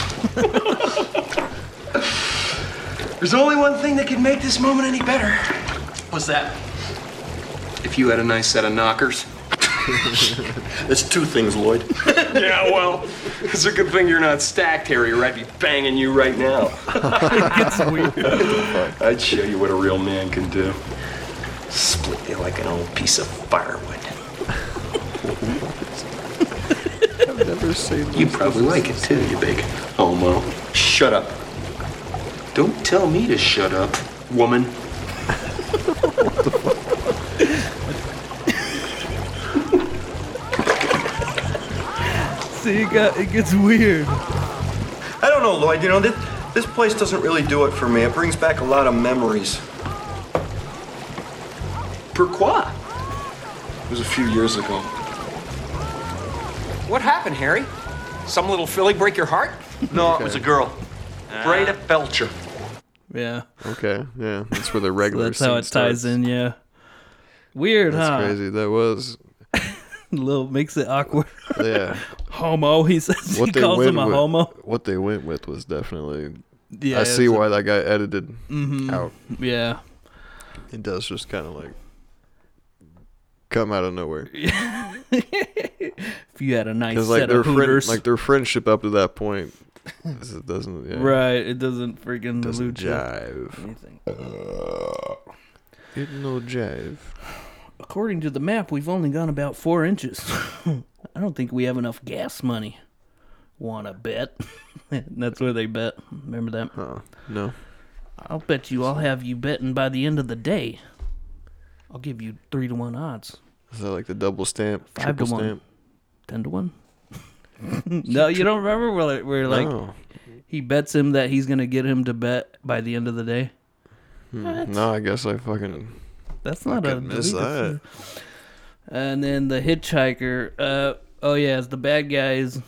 There's only one thing that could make this moment any better. What's that? If you had a nice set of knockers. That's two things, Lloyd. yeah, well, it's a good thing you're not stacked, Harry, or I'd be banging you right now. I'd show you what a real man can do. Split you like an old piece of firewood. I've never seen You probably like it too, you big homo. Shut up. Don't tell me to shut up, woman. See, it, got, it gets weird. I don't know, Lloyd. You know, this, this place doesn't really do it for me. It brings back a lot of memories. Pourquoi? It was a few years ago. What happened, Harry? Some little filly break your heart? No, it was a girl. Ah. Breda Belcher. Yeah, Okay, yeah. That's where the regular that's how it scene ties starts. in. Yeah, weird, That's huh? crazy. That was Little makes it awkward. yeah. homo, he says. What he they calls went him a with, homo. What they went with was definitely Yeah, I see it's a- why that guy edited out. Yeah, It does just kind of like come out of nowhere. if you had a nice Because set like their of friend, hooters, like their friendship up to that point, is- it doesn't yeah, right? It doesn't freaking doesn't elude jive. anything. Uh, It no jive. According to the map, we've only gone about four inches. I don't think we have enough gas money. Wanna bet? That's where they bet. Remember that? Huh? No. I'll bet you I'll have you betting by the end of the day. I'll give you three to one odds. Is that like the double stamp, Five to triple one. stamp? Ten to one. no, you don't remember where where like no, he bets him that he's gonna get him to bet by the end of the day. no. I guess I fucking That's not a fucking missed deleted scene. that. And then the hitchhiker. Uh, oh yeah, it's the bad guys.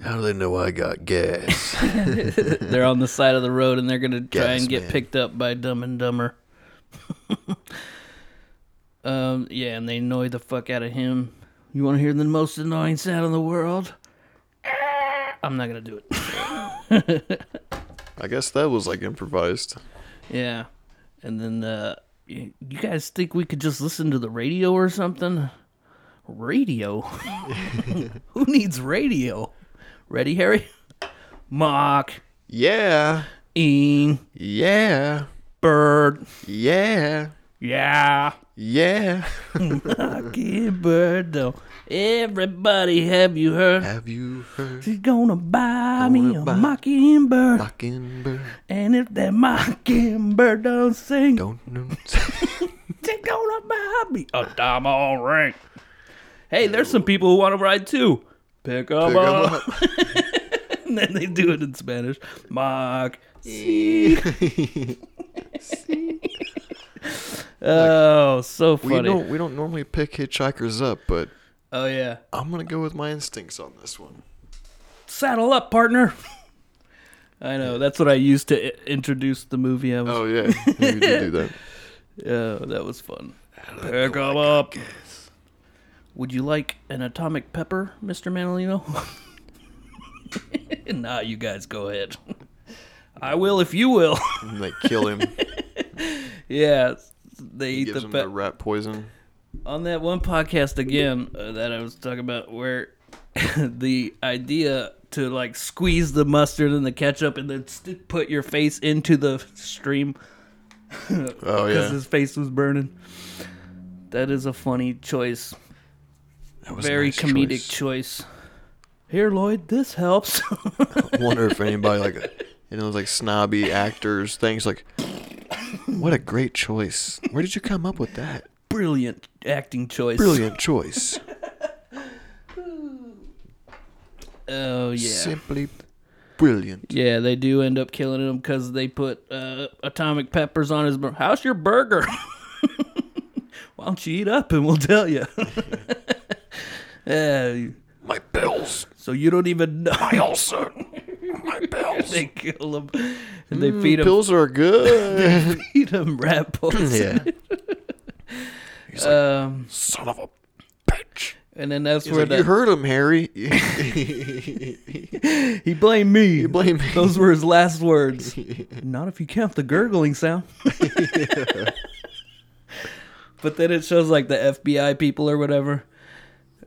How do they know I got gas? They're on the side of the road and they're gonna try Gas and get man. picked up by Dumb and Dumber. um, yeah, and they annoy the fuck out of him. You want to hear the most annoying sound in the world? I'm not gonna do it. I guess that was like improvised. Yeah, and then uh, you you guys think we could just listen to the radio or something? Radio? Who needs radio? Ready, Harry? Mock. Yeah, Ing. yeah. bird. Yeah. Yeah. Yeah. Lucky bird, though. Everybody, have you heard? Have you heard? She's gonna buy me a mockingbird. Mockingbird. And if that mockingbird don't sing, don't, she's gonna buy me Oh, a diamond ring. Hey, there's some people who want to ride too. Pick 'em Pick 'em up. and then they do it in Spanish. Mock. Oh, so We funny. don't we don't normally pick hitchhikers up, but Oh, yeah. I'm gonna go with my instincts on this one. Saddle up, partner. I know. That's what I used to i- introduce the movie. I was, Oh yeah, you did do that. Yeah, that was fun. Pick 'em up. Would you like an atomic pepper, Mr. Manolino? nah, you guys go ahead. I will if you will. And they kill him. yeah, they He eat gives the him pe- the rat poison. on that one podcast again uh, that I was talking about, where the idea to like squeeze the mustard and the ketchup and then st- put your face into the stream Oh because yeah, his face was burning. That is a funny choice. that was a Very nice comedic choice. Here, Lloyd, this helps. I wonder if anybody like you know like snobby actors things like. What a great choice! Where did you come up with that? Brilliant acting choice. Brilliant choice. Oh yeah. Simply brilliant. Yeah, they do end up killing him because they put uh, atomic peppers on his. Bur- How's your burger? Why don't you eat up and we'll tell you. Yeah, My bills. so you don't even know. also. My bills. Hmm, they kill him and they feed him Pills are good. feed him rat poison. yeah. Um, Son of a bitch. and then that's He's where like, you the, heard him, Harry. he blamed me. you blame me. Those were his last words. Not if you count the gurgling sound. but then it shows like the FBI people or whatever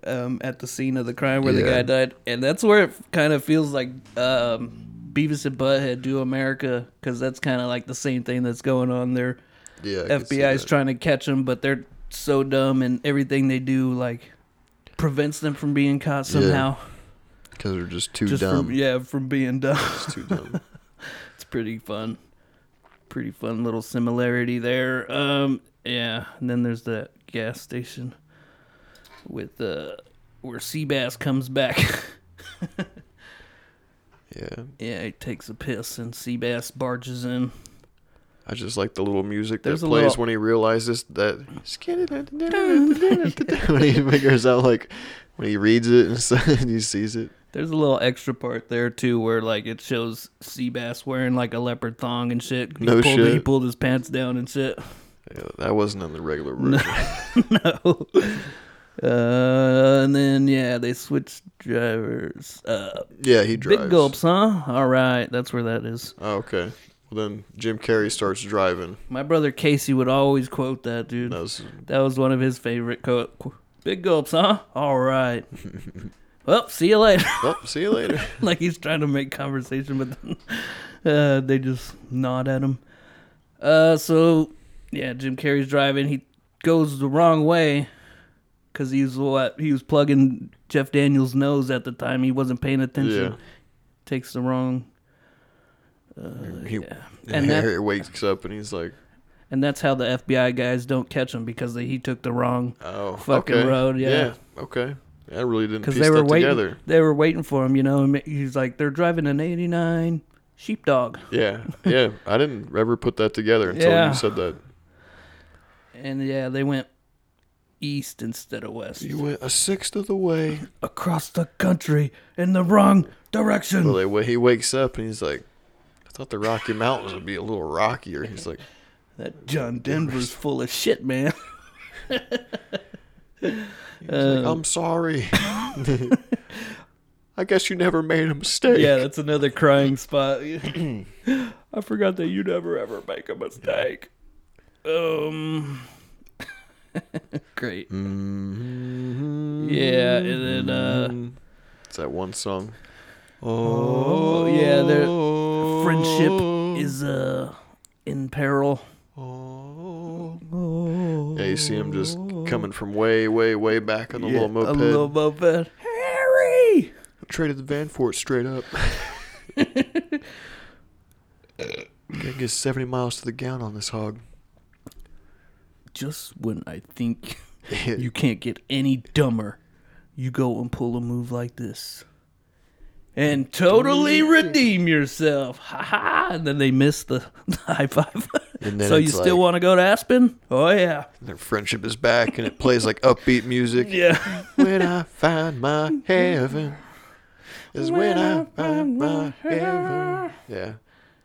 um, at the scene of the crime where the guy Yeah. died, and that's where it kind of feels like um, Beavis and Butthead do America because that's kind of like the same thing that's going on there. Yeah, I could see FBI's that. trying to catch them, but they're so dumb, and everything they do like prevents them from being caught somehow. Because they're just too Just dumb. from yeah, from being dumb. It's too dumb. It's pretty fun. Pretty fun little similarity there. Um, yeah. And then there's that gas station with uh where Seabass comes back. Yeah. yeah, he takes a piss and Seabass barges in. I just like the little music There's a that plays little- when he realizes that. when he figures out, like, when he reads it and, stuff, and he sees it. There's a little extra part there too where like it shows Seabass wearing like a leopard thong and shit. He No pulled, He shit. pulled his pants down and shit. Yeah, that wasn't in the regular version. no. Uh, and then yeah, they switch drivers. Uh, Yeah, he drives. big gulps, huh? All right, that's where that is. Oh, okay. Well, then Jim Carrey starts driving. My brother Casey would always quote that, dude. That was That was one of his favorite quote. qu- Big gulps, huh? All right. well, see you later. Oh, see you later. like he's trying to make conversation, but then, uh, they just nod at him. Uh, so yeah, Jim Carrey's driving. He goes the wrong way because he was what he was plugging Jeff Daniels' nose at the time. He wasn't paying attention. Yeah. Takes the wrong, He, And and that- Harry wakes up and he's like, and that's how the FBI guys don't catch him because they, he took the wrong. "Oh, Fucking okay. road, yeah. okay." I really didn't piece because they were that waiting. together. They were waiting for him, you know. And he's like, they're driving an '89 sheepdog, Yeah, yeah. I didn't ever put that together until Yeah. you said that. and yeah, they went east instead of west, You went a sixth of the way. across the country in the wrong direction. Well, they, wa- he wakes up and he's like, "I thought the Rocky Mountains would be a little rockier." He's like, that John Denver's full of shit, man. he's like, Um, "I'm sorry." I guess you never made a mistake. yeah, that's another crying spot. I forgot that you never ever make a mistake. Um, great. Mm-hmm. Yeah, and then uh. It's that one song. Oh yeah, their friendship is uh in peril. Oh. Yeah, you see him just coming from way, way, way back on the little Yeah, moped. A little moped. Harry! Traded the van for it straight up. Gonna get 70 miles to the gallon on this hog. Just when I think you can't get any dumber, you go and pull a move like this. And totally redeem yourself. Ha ha! And then they miss the, the high five. And then so you it's still like- want to go to Aspen? Oh, yeah. Their friendship is back and it plays like upbeat music. Yeah. When I find my heaven is when, I find my heaven. Yeah.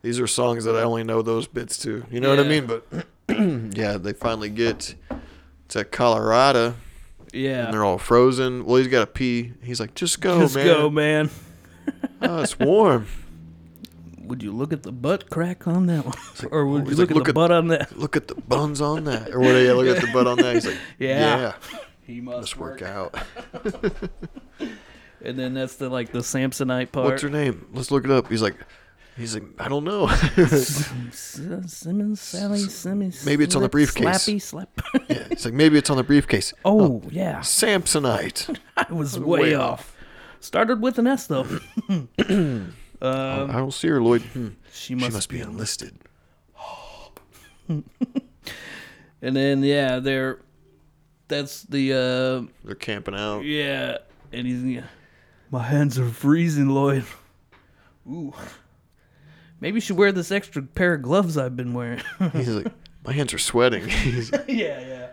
These are songs that I only know those bits to. You know what I Yeah. mean? But yeah, they finally get to Colorado. Yeah. And they're all frozen. Well, he's got to pee. He's like, just go, Let's man. go, man. Oh, it's warm. Would you look at the butt crack on that one? or would you He's look, like, at the butt on that? Look at the buns on that. Or what? Yeah, look at the butt on that. He's like, Yeah. yeah. He must Let's work out. And then that's the like the Samsonite part. What's her name? Let's look it up. He's like, he's like, I don't know. S- Simmons, Sally, Simmons. Maybe it's on the Slip, briefcase. Slappy, slap. yeah, it's like maybe it's on the briefcase. Oh, yeah. Samsonite. I was way, Way off. Started with an S though. I don't see her, Lloyd. Hmm. She Um. must, she must be enlisted. And then yeah, they're that's the They're camping out. uh yeah, and he's yeah. My hands are freezing, Lloyd. Ooh. Maybe you should wear this extra pair of gloves I've been wearing. He's like, my hands are sweating. He's like, yeah, yeah.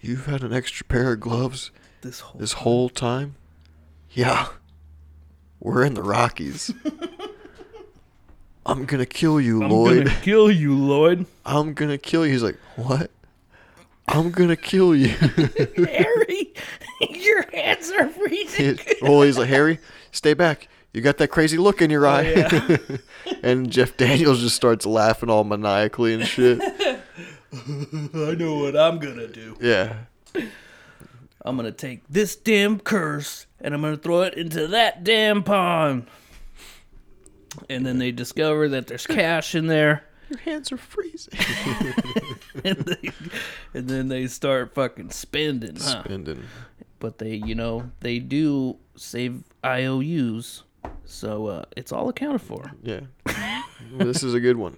You've had an extra pair of gloves This whole this whole time? Yeah. We're in the Rockies. I'm gonna kill you, I'm Lloyd. gonna kill you, Lloyd. I'm gonna kill you. He's like, what? I'm gonna kill you. Harry, your hands are freezing. well, Oh, he's like, Harry, stay back. You got that crazy look in Oh, your eye. and Jeff Daniels just starts laughing all maniacally and shit. I know what I'm gonna do. Yeah. I'm gonna take this damn curse and I'm gonna throw it into that damn pond. And then they discover that there's cash in there, Your hands are freezing. and, they, and then they start fucking spending, huh? Spending. But they, you know, they do save IOUs, so uh, it's all accounted for. Yeah. this is a good one.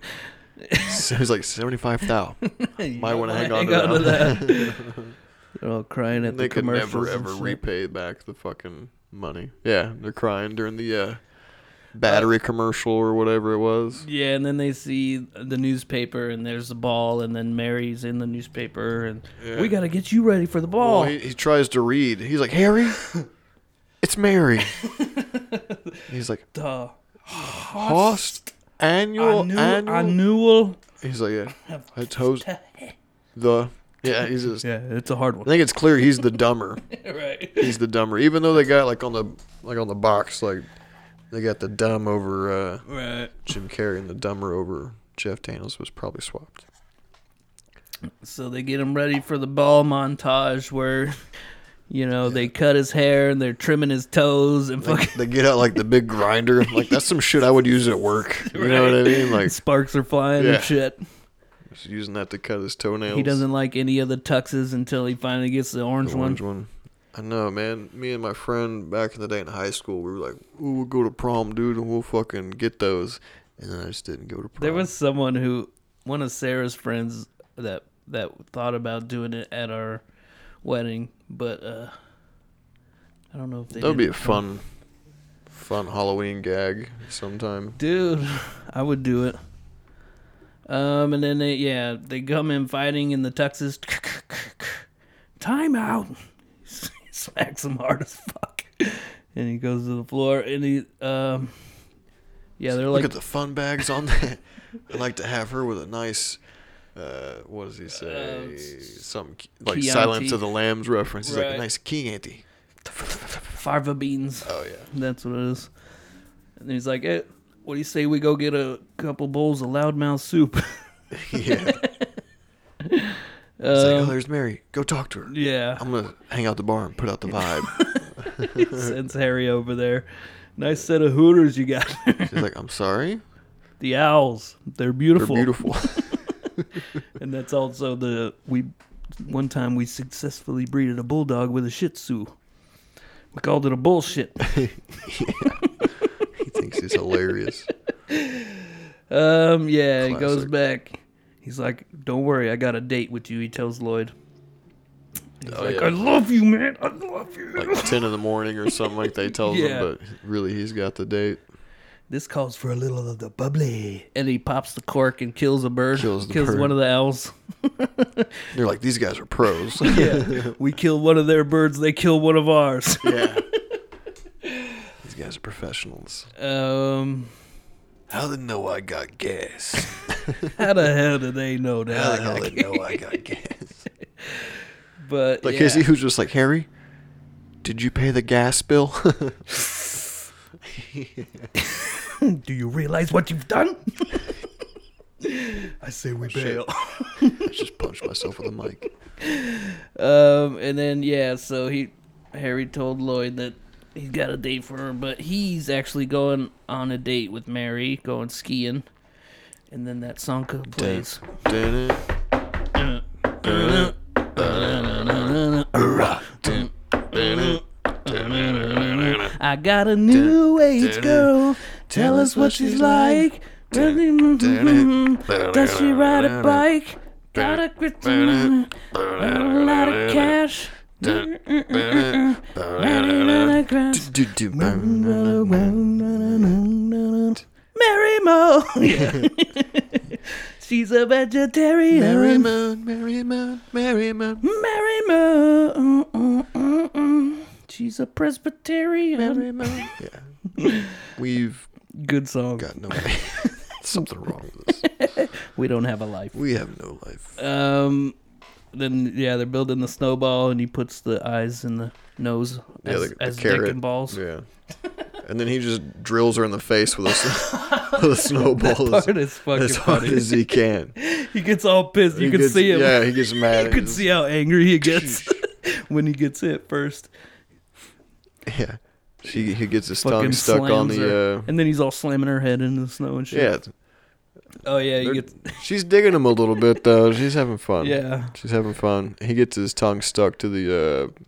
So it's like 75 thou. Might want to hang on hang to that. on to They're all crying at they the could commercials. never and ever shit. repay back the fucking money. Yeah, they're crying during the uh, battery commercial or whatever it was. Yeah, and then they see the newspaper, and there's the ball, and then Mary's in the newspaper, and we gotta get you ready for the ball. Well, he, he tries to read. He's like, Harry, it's Mary. He's like, the host annual annual, annual. annual. He's like, yeah, it's host the. Yeah, he's just. Yeah, it's a hard I one. think it's clear he's the dumber. right. He's the dumber. Even though they got like on the like on the box, like they got the dumb over uh, Right. Jim Carrey and the dumber over Jeff Daniels was probably swapped. So they get him ready for the ball montage where, you know, they cut his hair and they're trimming his toes and fucking They get out like the big grinder. Like that's some shit I would use at work. You know what I mean? Like sparks are flying Yeah. and shit. just using that to cut his toenails. He doesn't like any of the tuxes until he finally gets the orange, the orange one. one. I know, man. Me and my friend back in the day in high school, we were like, Ooh, "We'll go to prom, dude, and we'll fucking get those." And then I just didn't go to prom. There was someone who, one of Sarah's friends that that thought about doing it at our wedding, but uh I don't know if they that would did be it. a fun, fun Halloween gag sometime. dude i would do it um and then they yeah they come in fighting in the texas time out smacks him hard as fuck and he goes to the floor and he um yeah they're Look like at the fun bags on that. I'd like to have her with a nice. Uh, what does he say? Something ki- like Chianti. Silence of the Lambs reference. He's like Uh, Right. a nice Chianti. farva beans Oh yeah. that's what it is and he's like eh, what do you say we go get a couple bowls of loudmouth soup Yeah. It's like, oh, there's Mary. Go talk to her. Um, yeah I'm gonna hang out the bar and put out the vibe. sends harry over there nice set of hooters you got She's like, I'm sorry. the owls they're They're beautiful beautiful. and that's also the we one time we successfully breeded a bulldog with a Shih Tzu. We called it a bullshit. he thinks he's hilarious. Um, yeah, he goes back. He's like, "Don't worry, I got a date with you." He tells Lloyd. He's Oh, like, yeah. "I love you, man. I love you." Like ten in the morning or something like they tells Yeah. him, but really he's got the date. This calls for a little of the bubbly. And he pops the cork and kills a bird. Kills, the bird. one of the owls. They're like these guys are pros. yeah. We kill one of their birds, they kill one of ours. yeah. These guys are professionals. Um How they know I got gas? how the hell do they know that? How the hell they know I got gas? But Like yeah. is he who's just like Harry? Did you pay the gas bill? Do you realize what you've done? I say we Oh, Shit. bail. I just punched myself with a mic. Um, and then yeah, so he Harry told Lloyd that he's got a date for her, but he's actually going on a date with Mary, going skiing. And then that song co- plays. Did it? I got a new age girl. Tell us what she's like. Does she ride a bike? Got a grit- a lot of cash. Mary Mo. Yeah. She's a vegetarian. Mary Moon, Mary Moon, Mary Moon. Mary Mo. mm, mm, mm. She's a Presbyterian. Mary Moon. Yeah. We've Good song. got no Something wrong with us. We don't have a life. We have no life. Um, then yeah, they're building the snowball, and he puts the eyes and the nose as, as dick and balls. Yeah. And then he just drills her in the face with a, s- with a snowball as, Part is fucking as hard funny. as he can. He gets all pissed. You He can gets- see him. Yeah, he gets mad. you He can just- see how angry he gets when he gets hit first. Yeah. She, he gets his Fucking tongue stuck on slams the. her. Uh, and then he's all slamming her head into the snow and shit. yeah. Oh yeah, he They're- gets. She's digging him a little bit though. She's having fun. Yeah. She's having fun. He gets his tongue stuck to the uh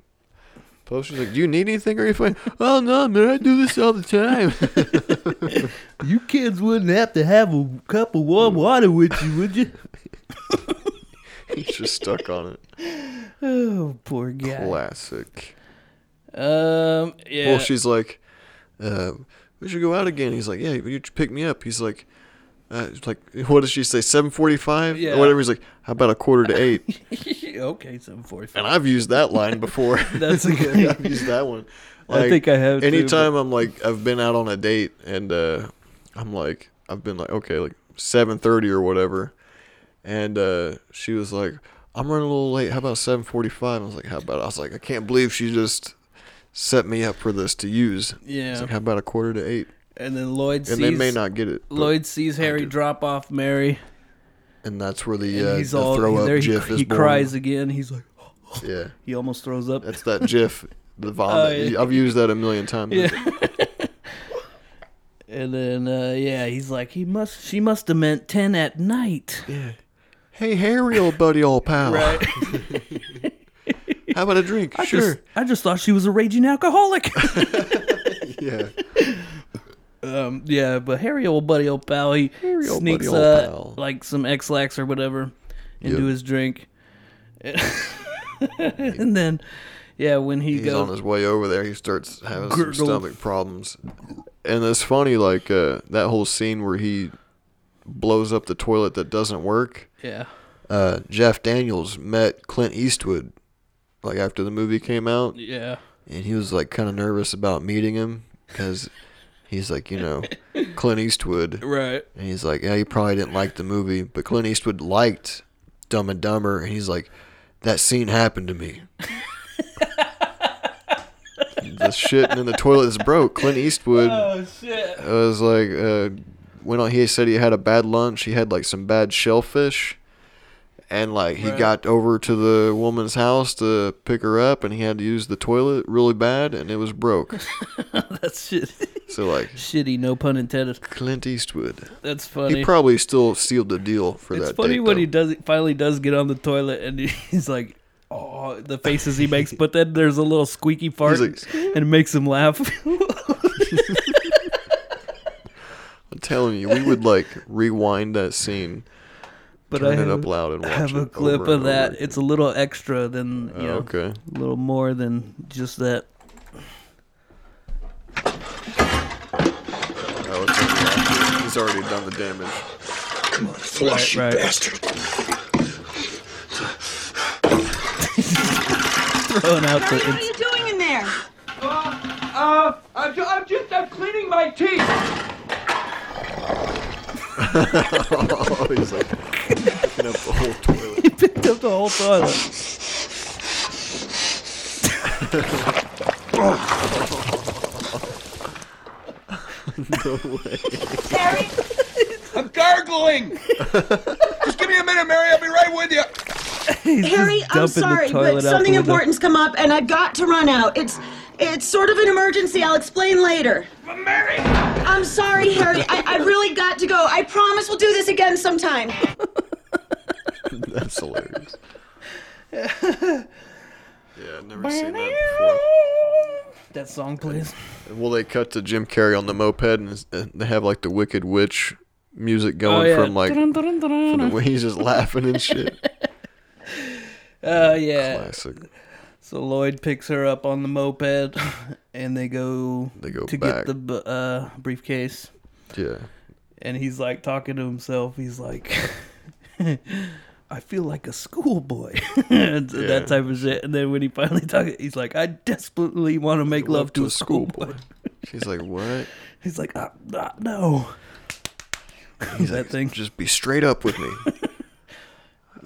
post. She's like, Do you need anything? Are you fine? oh no, man, I do this all the time. You kids wouldn't have to have a cup of warm water with you, would you? He's just stuck on it. Oh, poor guy. Classic. Um, yeah. Well she's like, uh, we should go out again. He's like, Yeah, you should pick me up. He's like uh, it's like what does she say? Seven forty-five, Yeah. or whatever. He's like, "How about a quarter to eight? okay, seven forty-five. And I've used that line before. That's a good- I've used that one. I think I have too, Anytime I'm like, I've been out on a date and uh, I'm like, I've been like, okay, like seven thirty or whatever, and uh, she was like, I'm running a little late. How about seven forty-five? I was like, how about? I was like, I can't believe she just set me up for this to use. I Yeah. was like, how about a quarter to eight? And then Lloyd sees And they may not get it. but- Lloyd sees Harry drop off Mary. and that's where the, and uh, he's the all throw up there. He, gif is he born. cries again. He's like, Yeah. he almost throws up. That's that GIF, the vomit. Oh, yeah. I've used that a million times. Yeah. and then uh, yeah, he's like, he must. She must have meant ten at night. Hey, Harry, old buddy, old pal. Right. How about a drink? I sure. Just, I just thought she was a raging alcoholic. Yeah. Um, yeah, but Harry, old buddy, old pal, he Harry, old sneaks buddy, old uh, pal. like some X-Lax or whatever into Yep. his drink, and then yeah, when he He's goes, on his way over there. He starts having Gurgle. some stomach problems. And it's funny, like uh, that whole scene where he blows up the toilet that doesn't work. yeah, Uh, Jeff Daniels met Clint Eastwood, like after the movie came out. yeah, and he was like kind of nervous about meeting him because he's like you know clint eastwood right, and he's like yeah he probably didn't like the movie but clint eastwood liked dumb and dumber and he's like that scene happened to me the shit in the toilet is broke clint eastwood Oh, shit, I was like, uh, went on. He said he had a bad lunch. He had like some bad shellfish, and like he Right. got over to the woman's house to pick her up, and he had to use the toilet really bad, and it was broke. that shit, So like shitty, no pun intended. Clint Eastwood. That's funny. He probably still sealed the deal for it's that. funny date, when though. he does finally does get on the toilet and he's like, "Oh, the faces he makes," but then there's a little squeaky fart like- and it makes him laugh. I'm telling you, we would like rewind that scene, but turn I have, it up loud, and I watch have it a clip over of and that. over. It's a little extra than you Oh, know, okay. a little more than just that. Oh, it's already out. He's already done the damage. Come on, flush, Right, you right. bastard. Throwing out the. What are you doing in there? Uh, I'm, ju- I'm just I'm cleaning my teeth. oh, he's like picking up the whole toilet. he picked up the whole toilet. no way. Mary, I'm gargling. just give me a minute, Mary. I'll be right with you. Harry, just I'm dumping the sorry, toilet out but the something window. important's come up and I've got to run out. It's it's sort of an emergency. I'll explain later. Mary. I'm sorry, Harry. I, I really got to go. I promise we'll do this again sometime. That's hilarious. Yeah, I've never seen that That song, please. before. Well, they cut to Jim Carrey on the moped, and it's- and they have like the Wicked Witch music going Oh, yeah. from like from the way he's just laughing and shit. Oh yeah. Classic. So Lloyd picks her up on the moped, and they go. They go to back. get the bu- uh, briefcase, Yeah. and he's like talking to himself. He's like, "I feel like a schoolboy," and Yeah. that type of shit. And then when he finally talks, he's like, "I desperately want to make love, to a schoolboy." She's like, what? He's like, ah, ah, "No." He's That like, thing. just be straight up with me.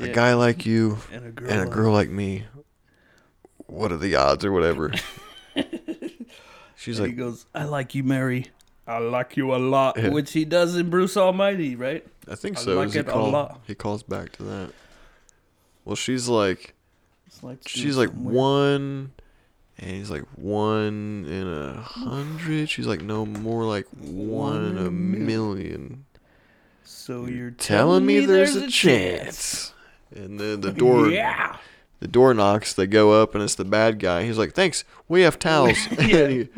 A Yeah. guy like you And a girl and a like- girl like me. What are the odds or whatever? She's And like, he goes, "I like you, Mary. I like you a lot," Yeah. which he does in Bruce Almighty, right? I think I so. like Is he it a call- lot. He calls back to that. Well, she's like, It's like she's like one, and he's like one in a hundred. She's like, no more like one in a million. So you're Telling me there's a chance. And then the door, Yeah. the door knocks. They go up, and it's the bad guy. He's like, thanks. We have towels. and,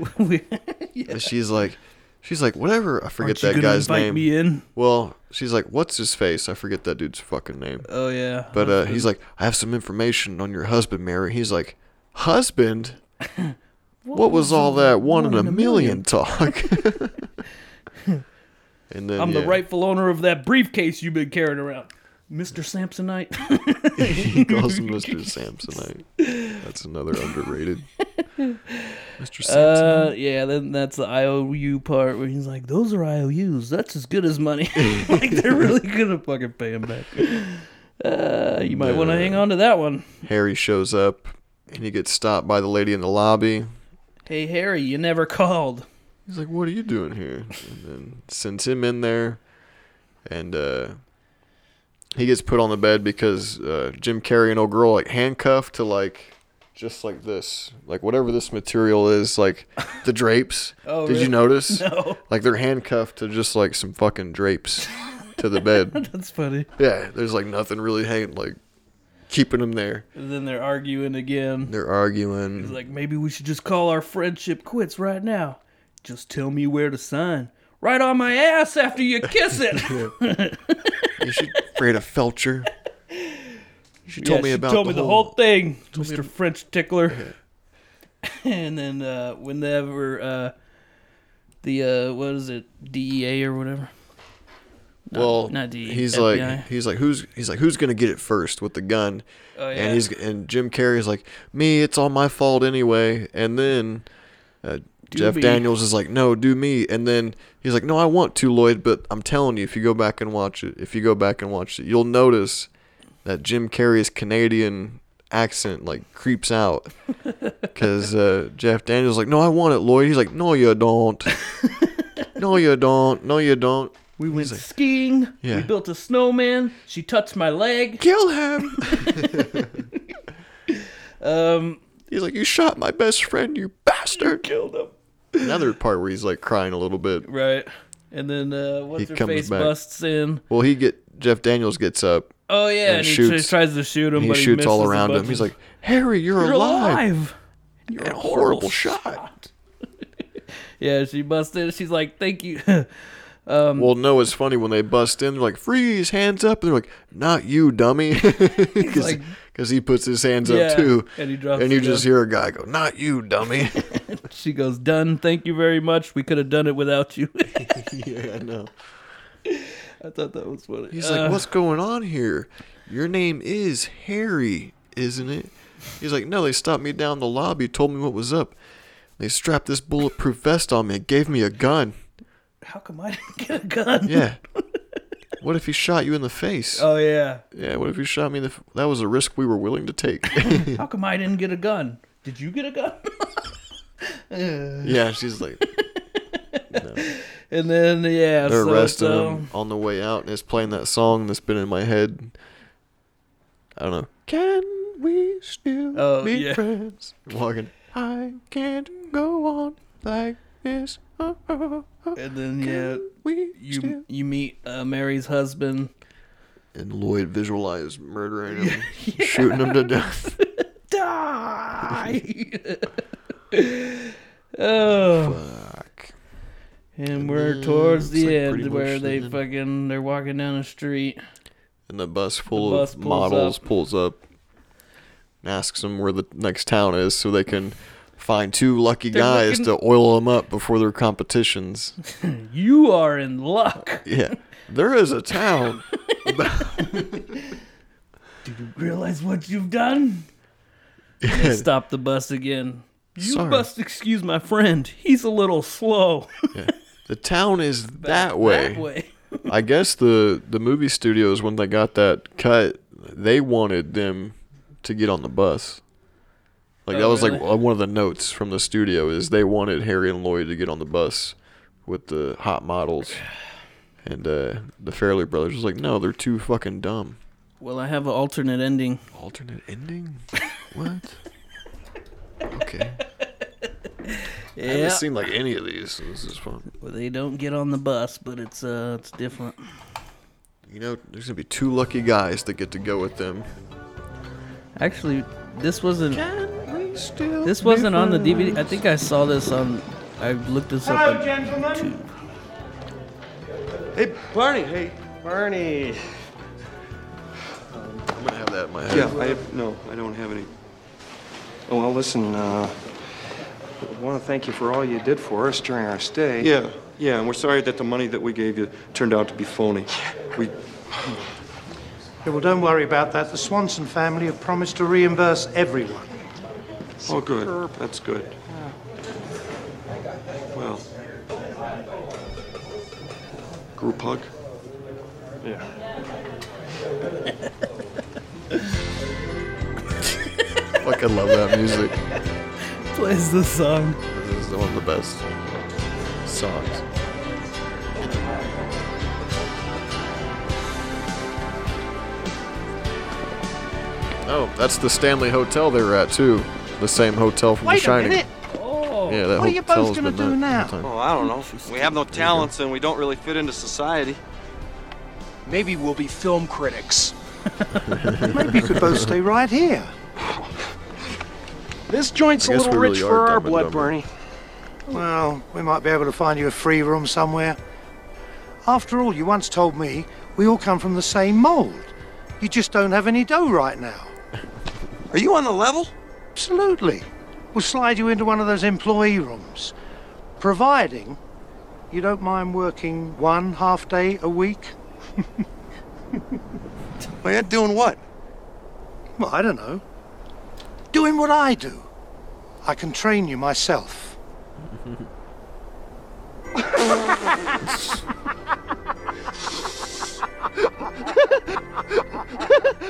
he- and she's like, she's like, whatever. I forget Aren't you that gonna guy's invite name. me in? Well, she's like, what's his face? I forget that dude's fucking name. Oh yeah. But uh, he's like, I have some information on your husband, Mary. He's like, husband? What, was all that one, in a million, talk? and then I'm the yeah, rightful owner of that briefcase you've been carrying around. Mr. Samsonite. He calls him Mr. Samsonite. That's another underrated. Mr. Samsonite. Uh, yeah, then that's the IOU part where he's like, those are IOUs. That's as good as money. like, they're really going to fucking pay him back. Uh, you might want to hang on to that one. Harry shows up and he gets stopped by the lady in the lobby. Hey, Harry, you never called. He's like, "What are you doing here?" And then sends him in there, and uh, he gets put on the bed because uh, Jim Carrey and old girl like handcuffed to like just like this, like whatever this material is, like the drapes. Oh, Did really? you notice? No. Like they're handcuffed to just like some fucking drapes to the bed. That's funny. Yeah, there's like nothing really hanging, like keeping them there. And then they're arguing again. They're arguing. He's like, maybe we should just call our friendship quits right now. Just tell me where to sign. Right on my ass after you kiss it. you should create a felcher. She Yeah, told me she about told the me the whole thing, Mr. French Tickler. and then uh, whenever uh, the uh, what is it DEA or whatever? Well, not E DE, he's FBI. like he's like who's he's like who's gonna get it first with the gun, Oh, yeah. and he's and Jim Carrey's like me, it's all my fault anyway, and then uh, Jeff me. Daniels is like no, do me, and then he's like no, I want to Lloyd, but I'm telling you, if you go back and watch it, if you go back and watch it, you'll notice that Jim Carrey's Canadian accent like creeps out because uh, Jeff Daniels is like no, I want it, Lloyd. He's like no, you don't, no, you don't, no, you don't. We went like- skiing. Yeah. We built a snowman. She touched my leg. Kill him! Um, He's like, You shot my best friend, you bastard! killed him. Another part where he's like crying a little bit. Right. And then uh, what's her face busts in. Well, he get Jeff Daniels gets up. Oh yeah, and, he tr- tries to shoot him, and He but he shoots all misses a around him. bunch He's of- like, "Harry, you're, You're alive! alive. You're And a horrible horrible shot." yeah, she busts in. She's like, "Thank you." um, well, no, it's funny when they bust in. They're like, "Freeze, hands up!" And they're like, "Not you, dummy," because like- he puts his hands Yeah, up too. and he drops And you the just gun. hear a guy go, "Not you, dummy." she goes, "Done. Thank you very much. We could have done it without you." yeah, I know. I thought that was funny. He's Uh, like, "What's going on here? Your name is Harry, isn't it?" He's like, "No, they stopped me down in the lobby, told me what was up. They strapped this bulletproof vest on me, and gave me a gun. How come I didn't get a gun? Yeah. what if he shot you in the face? Oh yeah. yeah. What if he shot me? In the f- that was a risk we were willing to take. How come I didn't get a gun? Did you get a gun? yeah, she's like, And then yeah, they're so, arresting so- him on the way out, and it's playing that song that's been in my head. I don't know. Can we still Oh, be yeah. friends? Walking. I can't go on like this. Oh, oh, oh. And then yeah, we you you meet uh, Mary's husband. And Lloyd visualized murdering him, shooting him to death. Die. oh. Fuck. And, And we're then towards it's the like pretty end much where the they end. fucking they're walking down the street. And the bus full The bus of pulls models up. pulls up and asks them where the next town is so they can find two lucky They're guys looking- to oil them up before their competitions. You are in luck. yeah. There is a town. Realize what you've done. And they stop the bus again. You Sorry. must excuse my friend. He's a little slow. Yeah. The town is that way. That way. I guess the, the movie studios, when they got that cut, they wanted them to get on the bus. Like, Oh, that was really? like one of the notes from the studio is they wanted Harry and Lloyd to get on the bus with the hot models. And uh, the Fairley brothers was like, no, they're too fucking dumb. Well, I have an alternate ending. Alternate ending? What? Okay. I Yeah. haven't seen like any of these. So this is fun. Well, they don't get on the bus, but it's uh it's different. You know, there's gonna be two lucky guys that get to go with them. Actually, this wasn't Still this wasn't on the DVD. I think I saw this on. I looked this up. Hello, on gentlemen. YouTube. Hey, Barney. Hey, Barney. I'm gonna have that in my head. Yeah, I have, no, I don't have any. Oh, well, listen, uh, I want to thank you for all you did for us during our stay. Yeah, yeah, and we're sorry that the money that we gave you turned out to be phony. We, Yeah, well, don't worry about that. The Swanson family have promised to reimburse everyone. oh, good. That's good. Well, group hug. Yeah. Fucking love that music. Plays the song. This is one of the best songs. Oh, that's the Stanley Hotel they were at too. The same hotel from Wait The a Shining. minute. Yeah, that What are you hotel's both gonna been do that now? whole time. Oh, I don't know. We have no talents and we don't really fit into society. Maybe we'll be film critics. Maybe you could both stay right here. This joint's I a guess little we rich really are for our dumb and blood, dumber. Bernie. Well, we might be able to find you a free room somewhere. After all, you once told me we all come from the same mold. You just don't have any dough right now. Are you on the level? Absolutely. We'll slide you into one of those employee rooms, providing you don't mind working one half day a week. Well, you're doing what? Well, I don't know. Doing what I do. I can train you myself.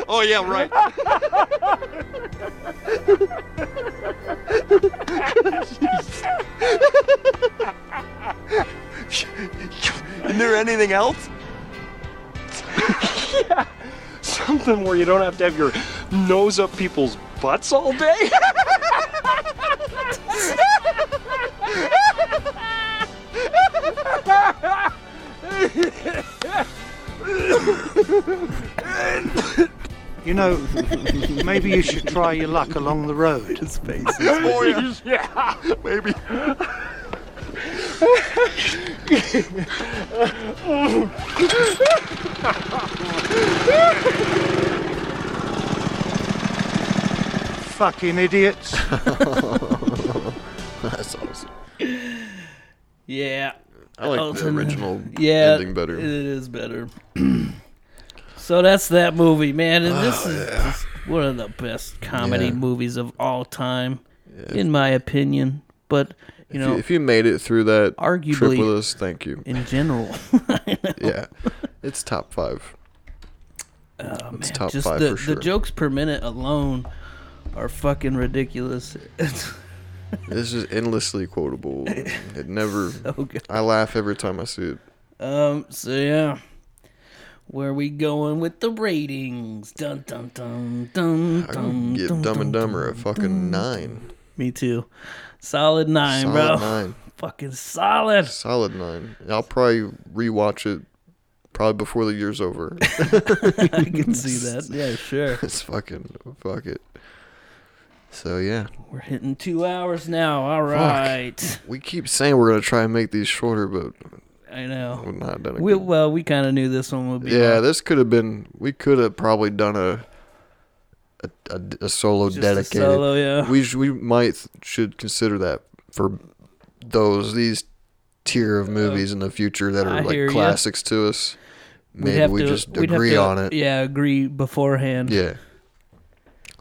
Oh, yeah, right. Is there anything else? yeah. Something where you don't have to have your nose up people's butts all day. You know, maybe you should try your luck along the road. His face yeah, maybe. Fucking idiots. That's awesome. Yeah. I like the Elton- original yeah, uh, ending better. It is better. so that's that movie, man. And this is just one of the best comedy Oh, Yeah. movies of all time, in my opinion. But you if, know, you, if you made it through that trip arguably with us, thank you. in general, yeah, it's top five. it's top Oh, just five the, for sure. the jokes per minute alone are fucking ridiculous. this is endlessly quotable. It never. good. I laugh every time I see it. um. So yeah. Where we going with the ratings? Dun dun dun dun I dun. can get dun, Dumb dun, and Dumber a fucking nine. Me too. Solid nine, Solid bro. nine. Fucking solid. Solid nine. I'll probably rewatch it probably before the year's over. I can see that. Yeah, sure. It's fucking fuck it. So yeah. We're hitting two hours now. All right. We keep saying we're gonna try and make these shorter, but I know. we've not done it. We, well, we kind of knew this one would be. Yeah, this could have been. We could have probably done a a, a, a solo Just a dedicated. solo, yeah. We sh- we might should consider that for those these tier of movies in the future that are Uh, I hear like ya. classics to us. We'd Maybe have we to- just we'd have agree to, on it. Yeah, agree beforehand. Yeah.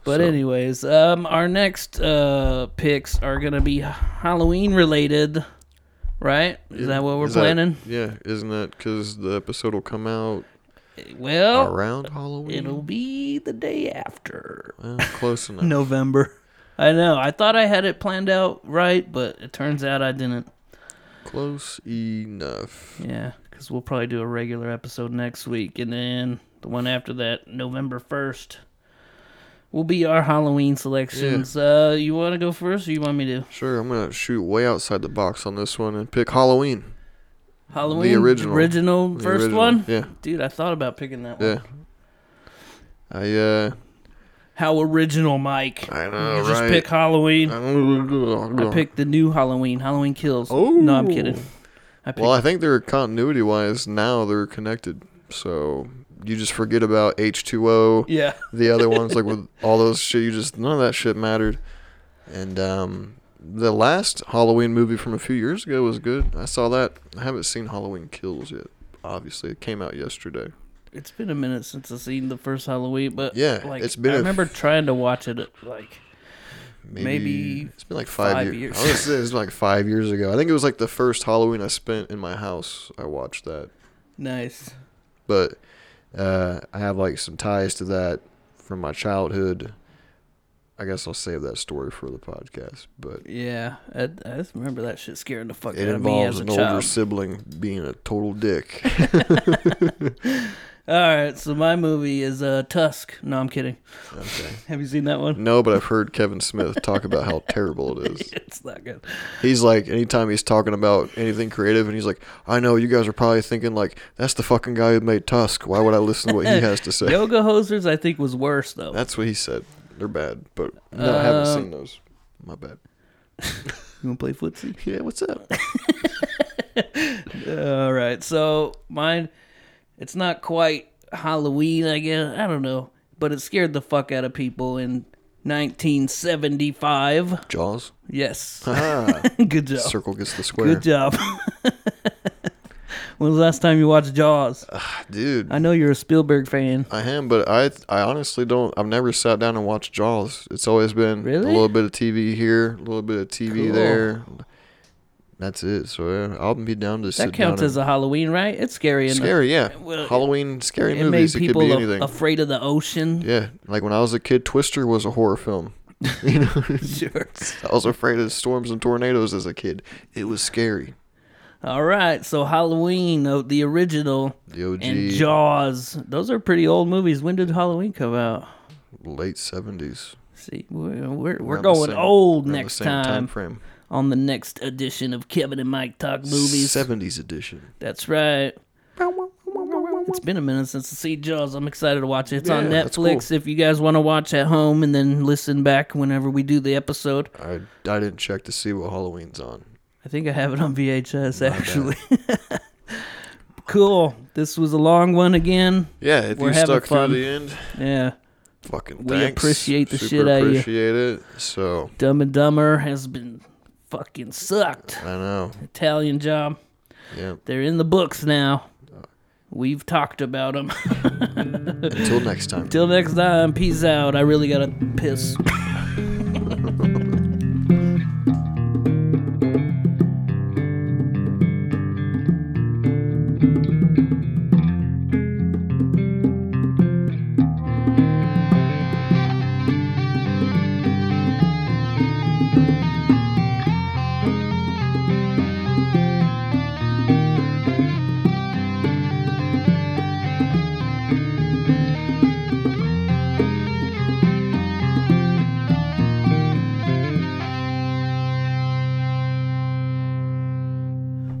But anyways, um, our next uh picks are gonna be Halloween related, right? Is that what we're Is that- planning? yeah, isn't that because the episode will come out Well, around Halloween? Oh. it'll be the day after Well, close enough. November. I know. I thought I had it planned out right, but it turns out I didn't. Close enough. Yeah, because we'll probably do a regular episode next week, and then the one after that, November first, will be our Halloween selections. Uh, you want to go first, or you want me to? Sure, I'm gonna shoot way outside the box on this one and pick Halloween. Halloween, original. original The first original, one. yeah. dude, I thought about picking that one. Yeah. I uh How original, Mike! I know, You just right? pick Halloween. I I picked the new Halloween. Halloween Kills. Oh no, I'm kidding. I picked Well, I think they're continuity wise now they're connected. So you just forget about H two O. Yeah. The other ones like with all those shit you just none of that shit mattered. And um the last Halloween movie from a few years ago was good. I saw that. I haven't seen Halloween Kills yet. Obviously, it came out yesterday. It's been a minute since I've seen the first Halloween, but Yeah, like, it's been I a remember trying to watch it like maybe, it's been like five, five years. years. I was gonna say it was like five years ago. I think it was like the first Halloween I spent in my house. I watched that, nice. but uh, I have like some ties to that from my childhood. I guess I'll save that story for the podcast. But Yeah, I, I just remember that shit scaring the fuck it out of me as involves a an older child. sibling being a total dick. All right, so my movie is uh, Tusk. No, I'm kidding. Okay. Have you seen that one? no, but I've heard Kevin Smith talk about how terrible it is. It's not good. He's like, anytime he's talking about anything creative, and he's like, I know you guys are probably thinking like, that's the fucking guy who made Tusk. Why would I listen to what he has to say? Yoga Hosers, I think, was worse though. That's what he said. They're bad, but no, I haven't Um, seen those. My bad. You want to play footsie? Yeah, what's up? All right, so mine, it's not quite Halloween, I guess. I don't know, but it scared the fuck out of people in 1975. Jaws. Yes. Ah. Good job. Circle gets the square. oh. Good job. when was the last time you watched Jaws? Dude, I know you're a Spielberg fan. I am, but I I honestly don't. I've never sat down and watched Jaws. It's always been a Really? little bit of TV here, a little bit of TV Cool. there. That's it. So yeah, I'll be down to sit That counts down as a Halloween, right? It's scary. and, enough. scary. Yeah, Well, Halloween scary it movies. made It could people be a- anything. afraid of the ocean. yeah, like when I was a kid, Twister was a horror film. You know, Sure. I was afraid of storms and tornadoes as a kid. It was scary. All right, so Halloween, uh, the original, The OG. and Jaws. Those are pretty old movies. When did Halloween come out? Late seventies. See, we're we're, we're Around the going same- old around the next same time. time frame. On the next edition of Kevin and Mike Talk Movies. Seventies edition. That's right. It's been a minute since I see Jaws. I'm excited to watch it. It's on Yeah, that's Netflix. If you guys want to watch at home and then listen back whenever we do the episode, I, I didn't check to see what Halloween's on. I think I have it on VHS actually. cool. This was a long one again. Yeah, if We're you having stuck fun. through the end, Yeah. fucking We thanks. appreciate the Super shit out of you. Appreciate it. So Dumb and Dumber has been fucking sucked. I know. Italian job. Yeah. They're in the books now. We've talked about them. Until next time. Till next time, peace out. I really gotta piss.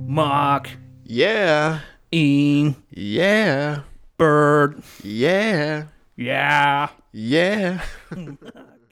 Mock. Yeah. Ing. Yeah. Bird. Yeah. Yeah. Yeah.